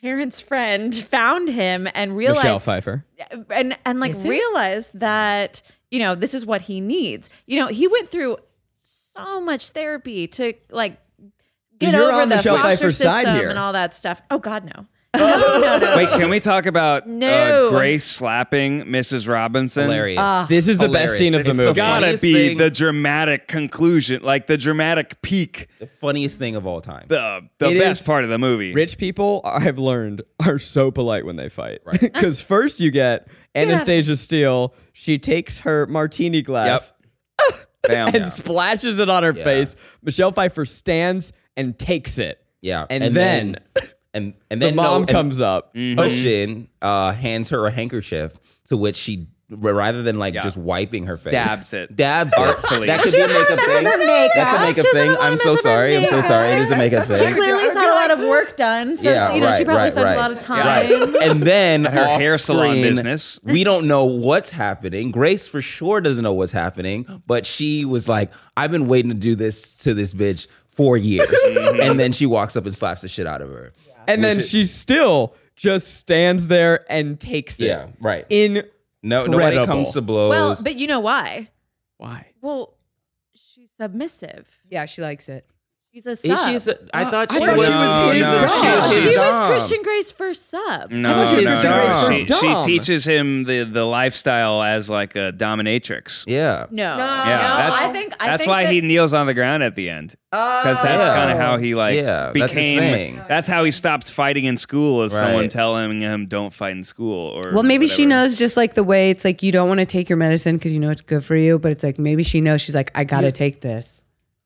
[SPEAKER 6] parent's friend found him and realized
[SPEAKER 3] Michelle Pfeiffer.
[SPEAKER 6] and and like realize that you know this is what he needs. You know, he went through so much therapy to like get
[SPEAKER 3] You're
[SPEAKER 6] over
[SPEAKER 3] on
[SPEAKER 6] the
[SPEAKER 3] Michelle
[SPEAKER 6] foster
[SPEAKER 3] Pfeiffer's
[SPEAKER 6] system
[SPEAKER 3] side here.
[SPEAKER 6] and all that stuff. Oh God, no.
[SPEAKER 5] Wait, can we talk about
[SPEAKER 6] No.
[SPEAKER 5] uh, Grace slapping Mrs. Robinson?
[SPEAKER 2] Hilarious.
[SPEAKER 4] Uh,
[SPEAKER 3] This is the
[SPEAKER 2] Hilarious.
[SPEAKER 3] best scene of the
[SPEAKER 2] It's
[SPEAKER 3] movie.
[SPEAKER 5] Gotta
[SPEAKER 2] funniest
[SPEAKER 5] be
[SPEAKER 2] thing-
[SPEAKER 5] the dramatic conclusion, like the dramatic peak,
[SPEAKER 2] the funniest thing of all time.
[SPEAKER 5] the the
[SPEAKER 3] It
[SPEAKER 5] best
[SPEAKER 3] is
[SPEAKER 5] part of the movie.
[SPEAKER 3] Rich people, I've learned, are so polite when they fight. Right. Because first you get Anastasia Steele, she takes her martini glass
[SPEAKER 5] Bam.
[SPEAKER 3] and splashes it on her face. Michelle Pfeiffer stands and takes it.
[SPEAKER 2] Yeah,
[SPEAKER 3] And, then,
[SPEAKER 2] and and Mm.
[SPEAKER 3] the
[SPEAKER 2] then
[SPEAKER 3] mom
[SPEAKER 2] no, and
[SPEAKER 3] comes up.
[SPEAKER 2] Ocean uh, hands her a handkerchief, to which she r- rather than like just wiping her face.
[SPEAKER 5] Dabs it.
[SPEAKER 2] Dabs
[SPEAKER 5] Artfully.
[SPEAKER 2] it. That could be a makeup thing.
[SPEAKER 4] makeup.
[SPEAKER 2] That's a makeup
[SPEAKER 6] Doesn't
[SPEAKER 2] thing.
[SPEAKER 6] wanna
[SPEAKER 2] I'm
[SPEAKER 6] mess
[SPEAKER 2] so
[SPEAKER 6] up her
[SPEAKER 2] sorry. I'm so
[SPEAKER 6] makeup.
[SPEAKER 2] sorry. It is a makeup
[SPEAKER 6] She
[SPEAKER 2] thing.
[SPEAKER 6] clearly has had a lot of work done, so
[SPEAKER 2] Yeah,
[SPEAKER 6] she, you know
[SPEAKER 2] right,
[SPEAKER 6] she probably
[SPEAKER 2] right,
[SPEAKER 6] spends
[SPEAKER 2] right.
[SPEAKER 6] a lot of time.
[SPEAKER 2] Right. And then
[SPEAKER 5] At her
[SPEAKER 2] off
[SPEAKER 5] hair salon
[SPEAKER 2] screen,
[SPEAKER 5] business.
[SPEAKER 2] We don't know what's happening. Grace for sure doesn't know what's happening, but she was like, I've been waiting to do this to this bitch for years.
[SPEAKER 5] Mm-hmm.
[SPEAKER 2] and then she walks up and slaps the shit out of her.
[SPEAKER 3] and then she still just stands there and takes it.
[SPEAKER 2] Yeah, right.
[SPEAKER 3] In
[SPEAKER 2] No, nobody
[SPEAKER 3] Incredible.
[SPEAKER 2] comes to blows.
[SPEAKER 6] Well, but you know why?
[SPEAKER 3] why?
[SPEAKER 6] Well, she's submissive.
[SPEAKER 4] Yeah, she likes it.
[SPEAKER 6] She's a sub.
[SPEAKER 2] Is she a sub- I
[SPEAKER 6] Uh,
[SPEAKER 2] thought she
[SPEAKER 3] thought
[SPEAKER 2] was.
[SPEAKER 3] she
[SPEAKER 2] she's
[SPEAKER 5] was his
[SPEAKER 2] a-
[SPEAKER 5] dog.
[SPEAKER 2] she was
[SPEAKER 6] Oh,
[SPEAKER 2] his
[SPEAKER 6] she was
[SPEAKER 2] dom.
[SPEAKER 6] Christian Gray's first
[SPEAKER 2] Mm.
[SPEAKER 6] sub.
[SPEAKER 5] No,
[SPEAKER 3] thought she was the
[SPEAKER 5] no, no.
[SPEAKER 3] first
[SPEAKER 5] She,
[SPEAKER 3] dom.
[SPEAKER 5] she teaches him the, the lifestyle as like a dominatrix.
[SPEAKER 2] Oh, Yeah.
[SPEAKER 6] No, no,
[SPEAKER 5] that's,
[SPEAKER 6] I think I
[SPEAKER 5] that's
[SPEAKER 6] think
[SPEAKER 5] why
[SPEAKER 6] that- Oh.
[SPEAKER 5] he kneels on the ground at the end. Because that's
[SPEAKER 4] Oh.
[SPEAKER 2] Yeah.
[SPEAKER 5] kind of how he like
[SPEAKER 2] Yeah, that's his
[SPEAKER 5] became.
[SPEAKER 2] thing.
[SPEAKER 5] That's how he stopped fighting in school. Is someone
[SPEAKER 2] Right.
[SPEAKER 5] telling him don't fight in school? Or
[SPEAKER 4] Well, maybe she
[SPEAKER 5] whatever.
[SPEAKER 4] knows just like the way it's like you don't want to take your medicine because you know it's good for you, but it's like maybe she knows she's like, I gotta take this.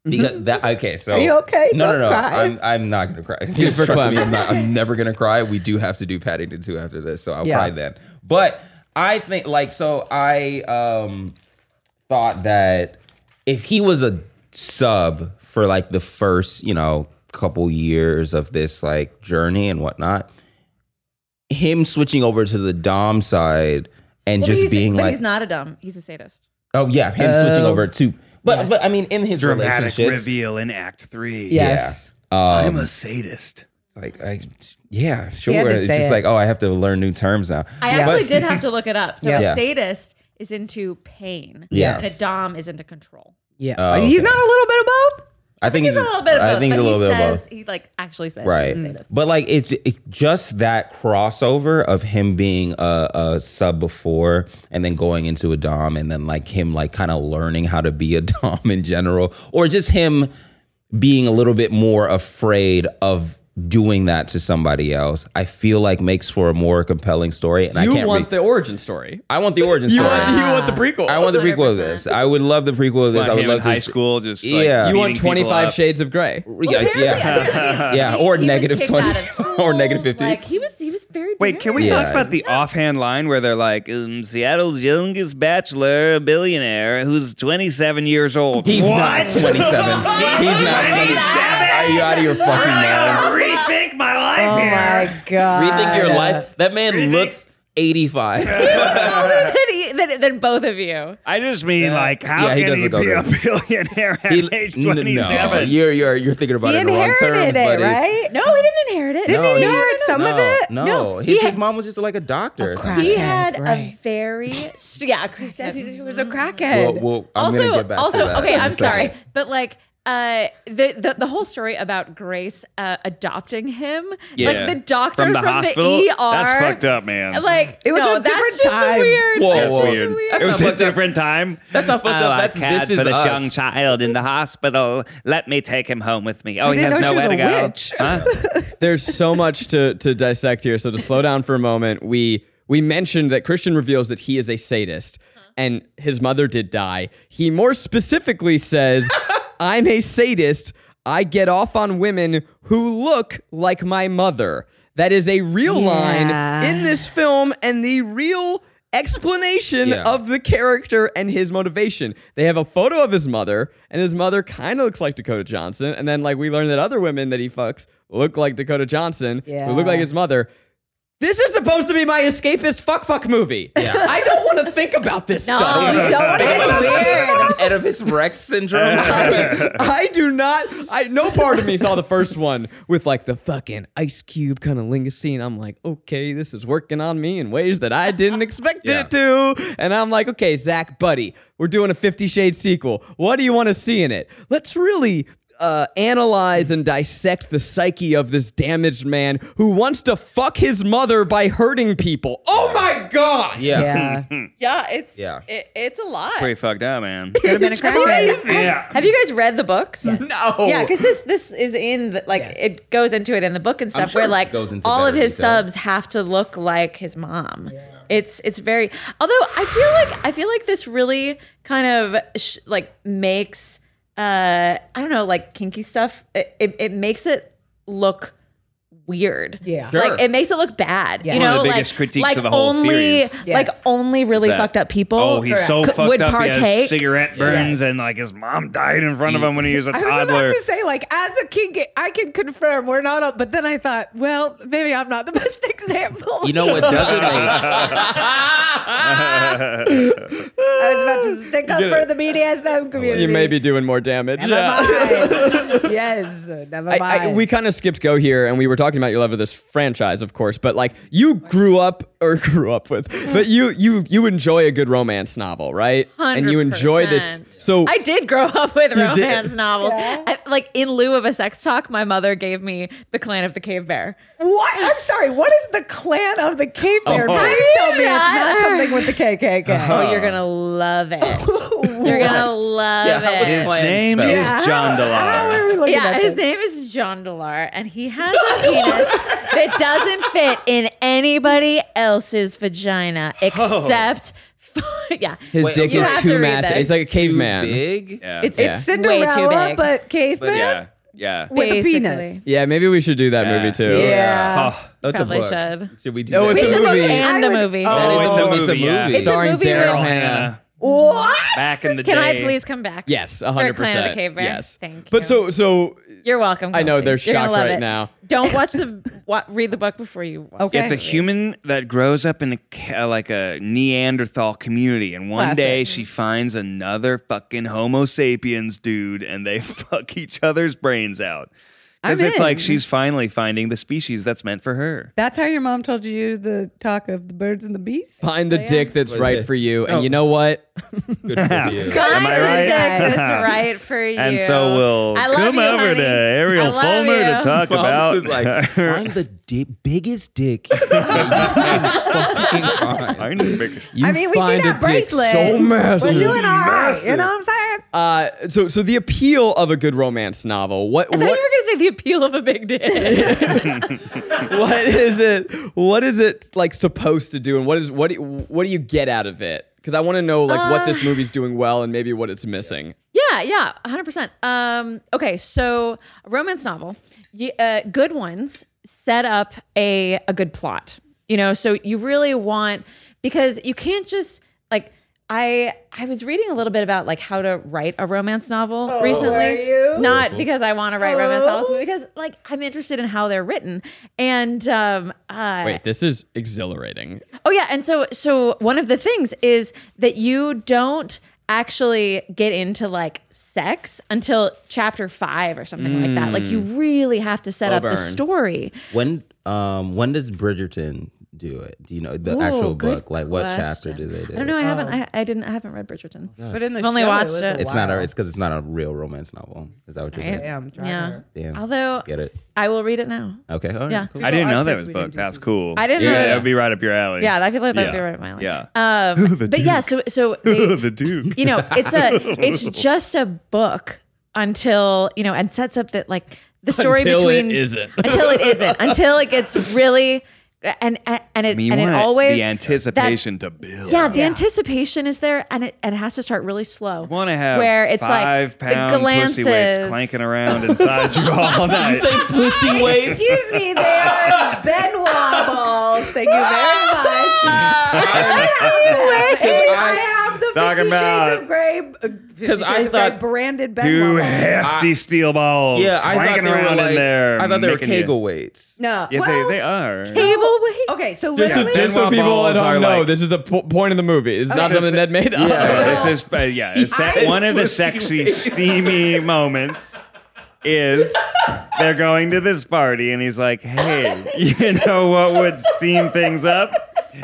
[SPEAKER 5] Mm-hmm.
[SPEAKER 2] Because that okay, so
[SPEAKER 4] Are you okay?
[SPEAKER 2] No,
[SPEAKER 4] Don't
[SPEAKER 2] no, no.
[SPEAKER 4] cry.
[SPEAKER 2] I'm, I'm not gonna cry.
[SPEAKER 3] for
[SPEAKER 2] Trust me,
[SPEAKER 3] Clem.
[SPEAKER 2] I'm, not, I'm never gonna cry. We do have to do Paddington two after this, so I'll
[SPEAKER 4] Yeah.
[SPEAKER 2] cry then. But I think like so I um thought that if he was a sub for like the first you know couple years of this like journey and whatnot, him switching over to the dom side and
[SPEAKER 6] Well, but
[SPEAKER 2] just
[SPEAKER 6] he's-
[SPEAKER 2] being
[SPEAKER 6] but
[SPEAKER 2] like
[SPEAKER 6] he's not a dumb. He's a sadist.
[SPEAKER 2] oh yeah him
[SPEAKER 4] Uh,
[SPEAKER 2] switching over to but but I mean in his
[SPEAKER 5] dramatic
[SPEAKER 2] relationships Um,
[SPEAKER 5] reveal in Act Three.
[SPEAKER 4] Yes.
[SPEAKER 5] I'm a sadist.
[SPEAKER 2] like I, yeah, sure.
[SPEAKER 4] had to
[SPEAKER 2] It's
[SPEAKER 4] say
[SPEAKER 2] just
[SPEAKER 4] it.
[SPEAKER 2] like, oh, I have to learn new terms now.
[SPEAKER 6] I
[SPEAKER 4] Yeah.
[SPEAKER 6] actually
[SPEAKER 2] But-
[SPEAKER 6] did have to look it up. So
[SPEAKER 2] Yeah.
[SPEAKER 6] a sadist is into pain.
[SPEAKER 2] Yes.
[SPEAKER 6] And a dom is into control.
[SPEAKER 4] Yeah.
[SPEAKER 2] Oh,
[SPEAKER 4] Like, He's
[SPEAKER 2] okay.
[SPEAKER 4] not a little bit of both.
[SPEAKER 2] I think
[SPEAKER 6] He's a little bit of both.
[SPEAKER 2] I think he's
[SPEAKER 6] but
[SPEAKER 2] a little
[SPEAKER 6] he
[SPEAKER 2] bit of
[SPEAKER 6] says,
[SPEAKER 2] both.
[SPEAKER 6] He like actually says
[SPEAKER 2] Right,
[SPEAKER 6] he's a sadist.
[SPEAKER 2] but like it's it, just that crossover of him being a, a sub before, and then going into a dom, and then like him like kind of learning how to be a dom in general, or just him being a little bit more afraid of doing that to somebody else. I feel like makes for a more compelling story, and I
[SPEAKER 3] You
[SPEAKER 2] can't.
[SPEAKER 3] want
[SPEAKER 2] re-
[SPEAKER 3] the origin story.
[SPEAKER 2] I want the origin
[SPEAKER 3] You
[SPEAKER 2] story.
[SPEAKER 3] want, you want the prequel.
[SPEAKER 2] I want the prequel of
[SPEAKER 6] 100%.
[SPEAKER 2] this. I would love the prequel of this.
[SPEAKER 5] Like
[SPEAKER 2] I would
[SPEAKER 5] him
[SPEAKER 2] love
[SPEAKER 5] in
[SPEAKER 2] to
[SPEAKER 5] high
[SPEAKER 2] s-
[SPEAKER 5] school. Just like,
[SPEAKER 2] Yeah.
[SPEAKER 3] you
[SPEAKER 5] beating
[SPEAKER 3] want
[SPEAKER 5] people
[SPEAKER 3] 25
[SPEAKER 5] up.
[SPEAKER 3] Shades of Gray.
[SPEAKER 2] Yeah, it's-
[SPEAKER 6] Apparently-
[SPEAKER 2] yeah.
[SPEAKER 6] apparently
[SPEAKER 2] Yeah,
[SPEAKER 6] he-
[SPEAKER 2] or
[SPEAKER 6] he was
[SPEAKER 2] negative
[SPEAKER 6] kicked
[SPEAKER 2] 20,
[SPEAKER 6] out of school.
[SPEAKER 2] or negative 50.
[SPEAKER 6] Like he was, he was very.
[SPEAKER 5] Wait, can we
[SPEAKER 6] daring.
[SPEAKER 5] talk about the offhand line where they're like, um, Seattle's youngest bachelor, a billionaire, who's 27 years old?
[SPEAKER 2] He's
[SPEAKER 5] what?
[SPEAKER 2] not 27. He's not 27. Are you out of your fucking mind?
[SPEAKER 5] rethink my life
[SPEAKER 4] Oh my god.
[SPEAKER 2] Rethink your life. That man looks 85.
[SPEAKER 6] Older than, he, than, than both of you.
[SPEAKER 5] I just mean, like, how
[SPEAKER 2] Yeah, he
[SPEAKER 5] can he,
[SPEAKER 2] doesn't
[SPEAKER 5] be
[SPEAKER 2] go
[SPEAKER 5] a billionaire at
[SPEAKER 2] He-
[SPEAKER 5] age
[SPEAKER 2] n- no,
[SPEAKER 5] 27?
[SPEAKER 2] you're, you're, you're thinking about
[SPEAKER 4] He
[SPEAKER 2] it in the wrong terms,
[SPEAKER 4] inherited it,
[SPEAKER 2] buddy.
[SPEAKER 4] right?
[SPEAKER 6] No, he didn't inherit it.
[SPEAKER 2] No,
[SPEAKER 4] he
[SPEAKER 2] he-
[SPEAKER 4] inherit some
[SPEAKER 2] no,
[SPEAKER 4] of it?
[SPEAKER 2] No,
[SPEAKER 6] No,
[SPEAKER 2] his,
[SPEAKER 6] he had-
[SPEAKER 2] his mom was just like a doctor. or something.
[SPEAKER 4] crap.
[SPEAKER 6] He
[SPEAKER 4] Crackhead,
[SPEAKER 6] had a
[SPEAKER 4] right.
[SPEAKER 6] very yeah. Chris says he was a crackhead.
[SPEAKER 2] Well, well, I'm
[SPEAKER 6] also,
[SPEAKER 2] gonna get back to
[SPEAKER 6] also,
[SPEAKER 2] that
[SPEAKER 6] okay.
[SPEAKER 2] in a
[SPEAKER 6] I'm sorry,
[SPEAKER 2] second.
[SPEAKER 6] but like uh, the, the the whole story about Grace uh, adopting him, like the doctor
[SPEAKER 5] from the hospital.
[SPEAKER 6] ER,
[SPEAKER 5] That's fucked up,
[SPEAKER 2] E
[SPEAKER 5] man.
[SPEAKER 6] Like
[SPEAKER 4] It was
[SPEAKER 6] no,
[SPEAKER 4] a
[SPEAKER 6] that's
[SPEAKER 4] different
[SPEAKER 6] just
[SPEAKER 4] time.
[SPEAKER 6] Weird.
[SPEAKER 2] Whoa,
[SPEAKER 5] That's
[SPEAKER 6] Oh, That's
[SPEAKER 2] whoa.
[SPEAKER 5] weird.
[SPEAKER 6] Just weird.
[SPEAKER 5] it
[SPEAKER 2] That's
[SPEAKER 5] was
[SPEAKER 2] not
[SPEAKER 5] a
[SPEAKER 2] fucked up.
[SPEAKER 5] different time. Oh,
[SPEAKER 2] That's not fucked
[SPEAKER 5] I
[SPEAKER 2] up.
[SPEAKER 5] like
[SPEAKER 2] That's-
[SPEAKER 5] had
[SPEAKER 2] this is
[SPEAKER 5] for this
[SPEAKER 2] us.
[SPEAKER 5] young child in the hospital. Let me take him home with me. Oh, he has
[SPEAKER 4] didn't know she
[SPEAKER 5] nowhere to
[SPEAKER 4] was a
[SPEAKER 5] go.
[SPEAKER 4] witch.
[SPEAKER 5] Huh?
[SPEAKER 3] There's so much to to dissect here. So to slow down for a moment, we we mentioned that Christian reveals that he is a sadist and his mother did die. He more specifically says, "I'm a sadist. I get off on women who look like my mother." That is a real
[SPEAKER 4] Yeah.
[SPEAKER 3] line in this film and the real explanation
[SPEAKER 2] Yeah.
[SPEAKER 3] of the character and his motivation. They have a photo of his mother, and his mother kind of looks like Dakota Johnson. And then, like, we learn that other women that he fucks look like Dakota Johnson,
[SPEAKER 4] Yeah.
[SPEAKER 3] who look like his mother. This is supposed to be my escapist fuck fuck movie.
[SPEAKER 2] Yeah.
[SPEAKER 3] I don't want to think about this
[SPEAKER 6] no,
[SPEAKER 3] stuff.
[SPEAKER 6] you don't. It's weird.
[SPEAKER 2] Oedipus Rex syndrome.
[SPEAKER 3] I do not. I no part of me saw the first one with like the fucking ice cube kind of linguist and I'm like, okay, this is working on me in ways that I didn't expect it to. And I'm like, okay, Zach, buddy, we're doing a Fifty Shades sequel. What do you want to see in it? Let's really. Uh, analyze and dissect the psyche of this damaged man who wants to fuck his mother by hurting people. Oh my god!
[SPEAKER 2] yeah.
[SPEAKER 4] Yeah.
[SPEAKER 6] Yeah, it's
[SPEAKER 2] Yeah.
[SPEAKER 6] it, it's a lot.
[SPEAKER 5] Pretty fucked up, man.
[SPEAKER 6] Could have been a crackhead.
[SPEAKER 5] Yeah.
[SPEAKER 6] Have you guys read the books?
[SPEAKER 3] No.
[SPEAKER 6] Yeah, because this this is in the, like it goes into it in the book and stuff
[SPEAKER 2] sure
[SPEAKER 6] where
[SPEAKER 2] it
[SPEAKER 6] like
[SPEAKER 2] goes into
[SPEAKER 6] all
[SPEAKER 2] better
[SPEAKER 6] of his
[SPEAKER 2] detail.
[SPEAKER 6] subs have to look like his mom. It's it's very although I feel like I feel like this really kind of sh- like makes uh I don't know like kinky stuff it it, it makes it look weird.
[SPEAKER 7] Yeah.
[SPEAKER 3] Sure.
[SPEAKER 6] Like it makes it look bad.
[SPEAKER 7] Yeah.
[SPEAKER 6] You
[SPEAKER 7] One
[SPEAKER 6] know,
[SPEAKER 5] of the biggest
[SPEAKER 6] like,
[SPEAKER 5] critiques
[SPEAKER 6] like
[SPEAKER 5] of the whole
[SPEAKER 6] only,
[SPEAKER 5] series.
[SPEAKER 6] Like
[SPEAKER 7] Yes.
[SPEAKER 6] only really
[SPEAKER 5] that-
[SPEAKER 6] fucked up people.
[SPEAKER 5] Oh, he's so
[SPEAKER 6] could-
[SPEAKER 5] fucked
[SPEAKER 6] would
[SPEAKER 5] up. He has
[SPEAKER 6] partake.
[SPEAKER 5] cigarette burns, and like his mom died in front of him when he was a
[SPEAKER 4] I was
[SPEAKER 5] toddler.
[SPEAKER 4] about to say, like, as a kink, I can confirm we're not. all- But then I thought, well, maybe I'm not the best example.
[SPEAKER 2] You know what doesn't make
[SPEAKER 7] I was about to stick up
[SPEAKER 3] get
[SPEAKER 7] for
[SPEAKER 3] it.
[SPEAKER 7] the BDSM community.
[SPEAKER 3] You may be doing more damage. Yeah.
[SPEAKER 7] Never mind. yes, never mind.
[SPEAKER 3] I, I, we kind of skipped go here, and we were talking about your love of this franchise, of course. But like, you grew up or grew up with, but you you you enjoy a good romance novel, right? And you enjoy this.
[SPEAKER 6] 100%.
[SPEAKER 3] So
[SPEAKER 6] I did grow up with
[SPEAKER 3] You did.
[SPEAKER 6] romance novels. I- like in lieu of a sex talk, my mother gave me The Clan of the Cave Bear.
[SPEAKER 4] what? I'm sorry. What is the clan of the Cape Bear?
[SPEAKER 5] Oh.
[SPEAKER 4] Please tell me it's not
[SPEAKER 6] Yeah.
[SPEAKER 4] something with the KKK.
[SPEAKER 3] Uh-huh.
[SPEAKER 6] Oh, you're gonna love it. you're gonna love
[SPEAKER 2] Yeah, how was
[SPEAKER 6] it.
[SPEAKER 5] His
[SPEAKER 2] Plan
[SPEAKER 5] name
[SPEAKER 2] spell.
[SPEAKER 5] is John
[SPEAKER 4] How are
[SPEAKER 5] Delar.
[SPEAKER 4] we looking
[SPEAKER 6] Yeah,
[SPEAKER 4] at
[SPEAKER 6] his
[SPEAKER 4] this?
[SPEAKER 6] name is John Delar, and he has a penis that doesn't fit in anybody else's vagina except, for, yeah,
[SPEAKER 3] his
[SPEAKER 2] Wait,
[SPEAKER 3] dick
[SPEAKER 6] you
[SPEAKER 3] is
[SPEAKER 6] have to
[SPEAKER 3] too
[SPEAKER 6] read
[SPEAKER 3] massive.
[SPEAKER 6] this.
[SPEAKER 3] He's like a
[SPEAKER 2] too
[SPEAKER 3] caveman.
[SPEAKER 2] big.
[SPEAKER 5] Yeah.
[SPEAKER 6] it's
[SPEAKER 3] Yeah.
[SPEAKER 6] way too
[SPEAKER 4] Cinderella,
[SPEAKER 6] big.
[SPEAKER 4] but caveman.
[SPEAKER 5] yeah, yeah.
[SPEAKER 4] With a
[SPEAKER 6] Basically.
[SPEAKER 4] penis.
[SPEAKER 3] Yeah, maybe we should do that
[SPEAKER 5] Yeah.
[SPEAKER 3] movie too.
[SPEAKER 4] Yeah.
[SPEAKER 2] Oh, that's
[SPEAKER 6] Probably
[SPEAKER 2] a book.
[SPEAKER 6] should.
[SPEAKER 2] Should we do?
[SPEAKER 3] Oh,
[SPEAKER 2] that?
[SPEAKER 3] it's a
[SPEAKER 6] It's a
[SPEAKER 3] movie.
[SPEAKER 6] movie and
[SPEAKER 4] I
[SPEAKER 6] a
[SPEAKER 4] would-
[SPEAKER 6] movie.
[SPEAKER 5] Oh,
[SPEAKER 6] That is
[SPEAKER 5] it's
[SPEAKER 6] a
[SPEAKER 5] a
[SPEAKER 6] movie.
[SPEAKER 5] movie. yeah.
[SPEAKER 6] It's a
[SPEAKER 3] starring
[SPEAKER 6] movie
[SPEAKER 3] Daryl
[SPEAKER 6] with-
[SPEAKER 3] Hannah.
[SPEAKER 4] What?
[SPEAKER 5] Back in the
[SPEAKER 6] Can I
[SPEAKER 5] day.
[SPEAKER 6] please come back?
[SPEAKER 3] Yes,
[SPEAKER 6] For
[SPEAKER 3] hundred
[SPEAKER 6] Clan of
[SPEAKER 3] percent.
[SPEAKER 6] the Cave Bear?
[SPEAKER 3] Yes,
[SPEAKER 6] Thank
[SPEAKER 3] But
[SPEAKER 6] you.
[SPEAKER 3] so so
[SPEAKER 6] You're welcome.
[SPEAKER 3] I know
[SPEAKER 6] Kelsey.
[SPEAKER 3] they're
[SPEAKER 6] You're gonna
[SPEAKER 3] shocked
[SPEAKER 6] love
[SPEAKER 3] right
[SPEAKER 6] it.
[SPEAKER 3] now.
[SPEAKER 6] Don't watch the wa- read the book before you watch.
[SPEAKER 4] Okay.
[SPEAKER 6] it.
[SPEAKER 5] It's a human that grows up in a ca- uh, like a Neanderthal community, and one
[SPEAKER 4] Classic.
[SPEAKER 5] day she finds another fucking Homo sapiens dude, and they fuck each other's brains out. Because
[SPEAKER 7] I'm
[SPEAKER 5] it's
[SPEAKER 7] in.
[SPEAKER 5] like she's finally finding the species that's meant for her.
[SPEAKER 4] That's how your mom told you the talk of the birds and the bees?
[SPEAKER 3] find
[SPEAKER 6] Oh,
[SPEAKER 3] the dick that's right for you, and you know what?
[SPEAKER 2] Good for you.
[SPEAKER 6] Find
[SPEAKER 5] Am I
[SPEAKER 6] the
[SPEAKER 5] right?
[SPEAKER 6] dick that's right for you.
[SPEAKER 5] And so we'll
[SPEAKER 6] I love
[SPEAKER 5] come
[SPEAKER 6] you,
[SPEAKER 5] over
[SPEAKER 6] honey.
[SPEAKER 5] to Ariel
[SPEAKER 6] I love
[SPEAKER 5] Fulmer
[SPEAKER 6] you.
[SPEAKER 5] to talk
[SPEAKER 2] Well,
[SPEAKER 5] about.
[SPEAKER 2] this was like, I'm the di- biggest dick that you can fucking find.
[SPEAKER 5] I'm the biggest.
[SPEAKER 3] You
[SPEAKER 4] I mean, we
[SPEAKER 3] find
[SPEAKER 4] see
[SPEAKER 3] a
[SPEAKER 4] that
[SPEAKER 3] dick
[SPEAKER 4] bracelet.
[SPEAKER 3] so
[SPEAKER 4] We're
[SPEAKER 3] massive.
[SPEAKER 4] doing all right. You know what I'm saying?
[SPEAKER 3] Uh, so so the appeal of a good romance novel. What
[SPEAKER 6] I
[SPEAKER 3] what,
[SPEAKER 6] thought you were gonna say the appeal of a big dick.
[SPEAKER 3] what is it? What is it like supposed to do? And what is what do, what do you get out of it? Because I want to know like what
[SPEAKER 4] Uh.
[SPEAKER 3] this movie's doing well and maybe what it's missing.
[SPEAKER 6] yeah, yeah, hundred percent. Um, okay, so romance novel, y- uh, good ones set up a a good plot. You know, so you really want because you can't just like. I I was reading a little bit about like how to write a romance novel recently.
[SPEAKER 4] Oh, you?
[SPEAKER 6] Not because I want to write romance
[SPEAKER 4] Oh.
[SPEAKER 6] novels, but because like I'm interested in how they're written. And um, uh,
[SPEAKER 3] Wait, this is exhilarating.
[SPEAKER 6] Oh yeah, and so so one of the things is that you don't actually get into like sex until chapter 5 or something like that. Like you
[SPEAKER 2] Mm.
[SPEAKER 6] really have to set
[SPEAKER 3] Slow
[SPEAKER 6] up the
[SPEAKER 3] burn.
[SPEAKER 6] story.
[SPEAKER 2] When um when does Bridgerton do it? Do you know the actual
[SPEAKER 6] Ooh, good
[SPEAKER 2] book? Like what chapter do
[SPEAKER 6] question.
[SPEAKER 2] they do? Oh.
[SPEAKER 6] I don't know, I haven't I, I didn't I haven't read Bridgerton.
[SPEAKER 4] But in the
[SPEAKER 6] I've only
[SPEAKER 4] show,
[SPEAKER 6] watched
[SPEAKER 4] was
[SPEAKER 6] it.
[SPEAKER 4] a
[SPEAKER 2] It's not a.
[SPEAKER 4] while.
[SPEAKER 2] It's because it's not a real romance novel. Is that what you're saying?
[SPEAKER 4] Damn, driver.
[SPEAKER 6] Yeah.
[SPEAKER 2] Damn.
[SPEAKER 6] Although
[SPEAKER 2] Get it?
[SPEAKER 6] I will read it now.
[SPEAKER 2] Okay. All right.
[SPEAKER 6] Yeah.
[SPEAKER 2] Cool.
[SPEAKER 5] I didn't
[SPEAKER 4] our
[SPEAKER 5] know that
[SPEAKER 4] place
[SPEAKER 5] was
[SPEAKER 4] we didn't
[SPEAKER 5] booked.
[SPEAKER 4] do
[SPEAKER 5] That's
[SPEAKER 4] this.
[SPEAKER 5] cool.
[SPEAKER 6] I didn't
[SPEAKER 5] yeah,
[SPEAKER 6] know that.
[SPEAKER 5] that would be right up your alley.
[SPEAKER 6] Yeah, I feel like that'd be
[SPEAKER 5] Yeah.
[SPEAKER 6] right up my alley.
[SPEAKER 5] Yeah.
[SPEAKER 6] Um, but yeah, so so they,
[SPEAKER 5] the Duke.
[SPEAKER 6] you know it's a it's just a book until you know and sets up that like the story
[SPEAKER 3] Until
[SPEAKER 6] between
[SPEAKER 3] it isn't.
[SPEAKER 6] until it isn't until it gets really and and, and it
[SPEAKER 5] You
[SPEAKER 6] and it
[SPEAKER 5] want
[SPEAKER 6] always
[SPEAKER 5] the anticipation to build.
[SPEAKER 6] yeah, the anticipation is there, and it and it has to start really slow.
[SPEAKER 5] want to have
[SPEAKER 6] where it's
[SPEAKER 5] five
[SPEAKER 6] like
[SPEAKER 5] pound
[SPEAKER 6] the glances
[SPEAKER 5] pussy weights clanking around inside you all night.
[SPEAKER 2] Pussy waves.
[SPEAKER 4] Excuse me, they are Benoit balls. Thank you very much. I have the, I have the
[SPEAKER 5] Talking
[SPEAKER 4] 50
[SPEAKER 5] about-
[SPEAKER 4] Shades of uh, Grey, because
[SPEAKER 2] I thought-
[SPEAKER 4] branded
[SPEAKER 5] Two
[SPEAKER 4] Benoit balls.
[SPEAKER 5] hefty steel balls.
[SPEAKER 2] Yeah, I thought
[SPEAKER 5] clanking
[SPEAKER 2] they were
[SPEAKER 5] around
[SPEAKER 2] like,
[SPEAKER 5] in there.
[SPEAKER 2] I thought they were
[SPEAKER 5] making you-
[SPEAKER 2] Kegel weights.
[SPEAKER 4] No,
[SPEAKER 5] Yeah,
[SPEAKER 4] well,
[SPEAKER 5] they, they are.
[SPEAKER 6] Cable wait.
[SPEAKER 7] okay, so
[SPEAKER 3] Just, so,
[SPEAKER 7] literally,
[SPEAKER 5] Benoit
[SPEAKER 3] just so people
[SPEAKER 5] balls
[SPEAKER 3] at
[SPEAKER 5] are
[SPEAKER 3] home know,
[SPEAKER 5] like-
[SPEAKER 3] this is the po- point of the movie. It's not
[SPEAKER 5] This is-
[SPEAKER 3] something Ned made up.
[SPEAKER 5] Yeah, this is uh, yeah. it's that- one of the sexy, steamy moments is they're going to this party, and he's like, "Hey, you know what would steam things up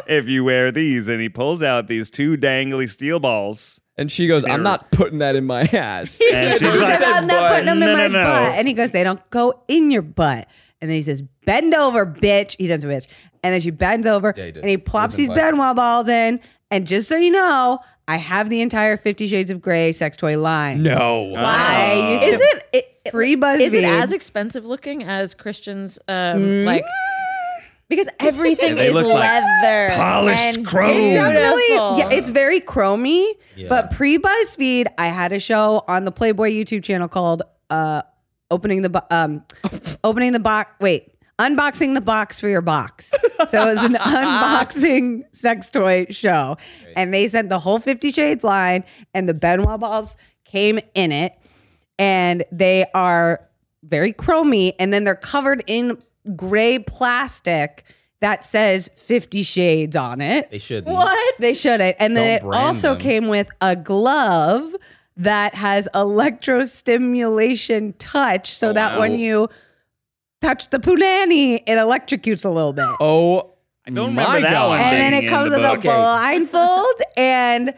[SPEAKER 5] if you wear these?" And he pulls out these two dangly steel balls,
[SPEAKER 3] And she goes, "I'm not putting that in my ass."
[SPEAKER 5] and she's
[SPEAKER 4] He
[SPEAKER 5] like,
[SPEAKER 4] said, I'm not
[SPEAKER 5] "But
[SPEAKER 4] putting them
[SPEAKER 5] no,
[SPEAKER 4] in my
[SPEAKER 5] no, no.
[SPEAKER 4] butt. And he goes, they don't go in your butt. And then he says, bend over, bitch. He does a bitch. And then she bends over
[SPEAKER 2] he did.
[SPEAKER 4] and he plops these Benoit balls in. And just so you know, I have the entire Fifty Shades of Grey sex toy line.
[SPEAKER 3] No.
[SPEAKER 4] I used
[SPEAKER 6] Is
[SPEAKER 4] to
[SPEAKER 6] it, it it-
[SPEAKER 4] free BuzzFeed.
[SPEAKER 6] is it as expensive looking as Christian's um, like? Because everything
[SPEAKER 5] Mm. They
[SPEAKER 6] is
[SPEAKER 5] look like
[SPEAKER 6] leather,
[SPEAKER 5] polished
[SPEAKER 6] and
[SPEAKER 5] chrome.
[SPEAKER 6] beautiful.
[SPEAKER 4] Definitely, yeah, it's very chromy. But pre BuzzFeed, I had a show on the Playboy YouTube channel called uh, "Opening the Bo- um, Opening the Box." Wait, unboxing the box for your box. So it was an unboxing sex toy show. And they sent the whole 50 Shades line, and the Benoit balls came in it. And they are very chromy, and then they're covered in gray plastic that says 50 Shades on it.
[SPEAKER 2] They shouldn't.
[SPEAKER 6] What?
[SPEAKER 4] They shouldn't. And
[SPEAKER 2] Don't
[SPEAKER 4] then it
[SPEAKER 2] brand
[SPEAKER 4] also
[SPEAKER 2] them.
[SPEAKER 4] came with a glove that has electrostimulation touch so that
[SPEAKER 5] wow.
[SPEAKER 4] when you touch the punani, it electrocutes a little bit.
[SPEAKER 3] Oh, I
[SPEAKER 5] don't
[SPEAKER 3] my
[SPEAKER 5] remember that
[SPEAKER 3] God.
[SPEAKER 5] one.
[SPEAKER 4] and then
[SPEAKER 5] banging
[SPEAKER 4] it comes
[SPEAKER 5] in the
[SPEAKER 4] with a
[SPEAKER 5] book. Okay.
[SPEAKER 4] blindfold and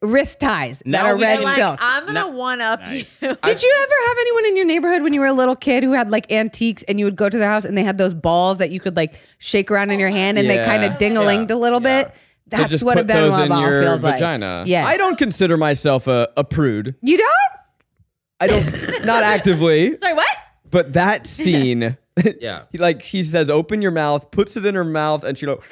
[SPEAKER 4] wrist ties
[SPEAKER 2] Now
[SPEAKER 4] that are
[SPEAKER 2] we
[SPEAKER 4] red
[SPEAKER 2] can-
[SPEAKER 6] like,
[SPEAKER 4] silk.
[SPEAKER 6] I'm gonna one up you.
[SPEAKER 4] Did you ever have anyone in your neighborhood when you were a little kid who had like antiques and you would go to their house and they had those balls that you could like shake around in your hand and
[SPEAKER 3] Yeah.
[SPEAKER 4] they kind of ding a linged
[SPEAKER 2] Yeah.
[SPEAKER 4] a little bit?
[SPEAKER 3] They
[SPEAKER 4] That's
[SPEAKER 3] just
[SPEAKER 4] what a
[SPEAKER 3] put those
[SPEAKER 4] Benoit
[SPEAKER 3] in
[SPEAKER 4] ball
[SPEAKER 3] your
[SPEAKER 4] feels
[SPEAKER 3] vagina.
[SPEAKER 4] like. Yes.
[SPEAKER 3] I don't consider myself a, a prude.
[SPEAKER 4] You don't?
[SPEAKER 3] I don't, not actively,
[SPEAKER 6] Sorry, what?
[SPEAKER 3] but that scene.
[SPEAKER 2] Yeah.
[SPEAKER 3] He like he says, "Open your mouth," puts it in her mouth, and she like,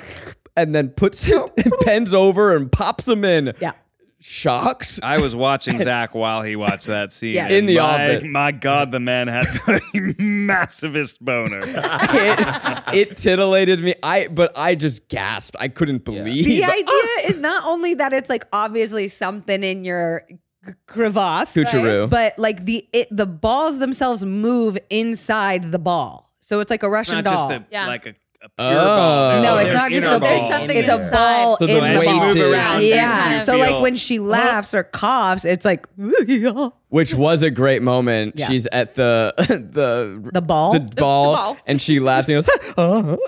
[SPEAKER 3] and then puts it, and bends over and pops them in.
[SPEAKER 4] Yeah.
[SPEAKER 3] Shocked.
[SPEAKER 5] I was watching Zach while he watched that scene.
[SPEAKER 4] Yeah.
[SPEAKER 5] and
[SPEAKER 3] In the
[SPEAKER 5] my,
[SPEAKER 3] office.
[SPEAKER 5] My God, the man had the massivest boner.
[SPEAKER 3] it, it titillated me. I but I just gasped. I couldn't believe.
[SPEAKER 4] The
[SPEAKER 2] oh!
[SPEAKER 4] idea is not only that it's like obviously something in your c- crevasse,
[SPEAKER 3] Kucharoo.
[SPEAKER 4] but like the it, the balls themselves move inside the ball, so it's like a Russian
[SPEAKER 5] Not
[SPEAKER 4] doll.
[SPEAKER 5] just a,
[SPEAKER 6] Yeah.
[SPEAKER 5] like a, a pure
[SPEAKER 3] Oh.
[SPEAKER 5] ball.
[SPEAKER 4] no,
[SPEAKER 5] There's
[SPEAKER 4] it's
[SPEAKER 5] an
[SPEAKER 4] not just
[SPEAKER 5] inner
[SPEAKER 4] a
[SPEAKER 5] ball.
[SPEAKER 6] There's
[SPEAKER 4] ball.
[SPEAKER 6] something
[SPEAKER 4] It's a
[SPEAKER 6] inside.
[SPEAKER 4] ball
[SPEAKER 3] So the
[SPEAKER 4] in the
[SPEAKER 3] weight
[SPEAKER 4] ball.
[SPEAKER 3] is- Move around,
[SPEAKER 5] you
[SPEAKER 4] yeah.
[SPEAKER 5] can
[SPEAKER 4] So
[SPEAKER 5] feel-
[SPEAKER 4] like when she laughs or coughs, it's like
[SPEAKER 3] Which was a great moment.
[SPEAKER 4] Yeah.
[SPEAKER 3] She's at the the
[SPEAKER 4] the ball.
[SPEAKER 3] the ball,
[SPEAKER 6] ball.
[SPEAKER 3] and she laughs and goes,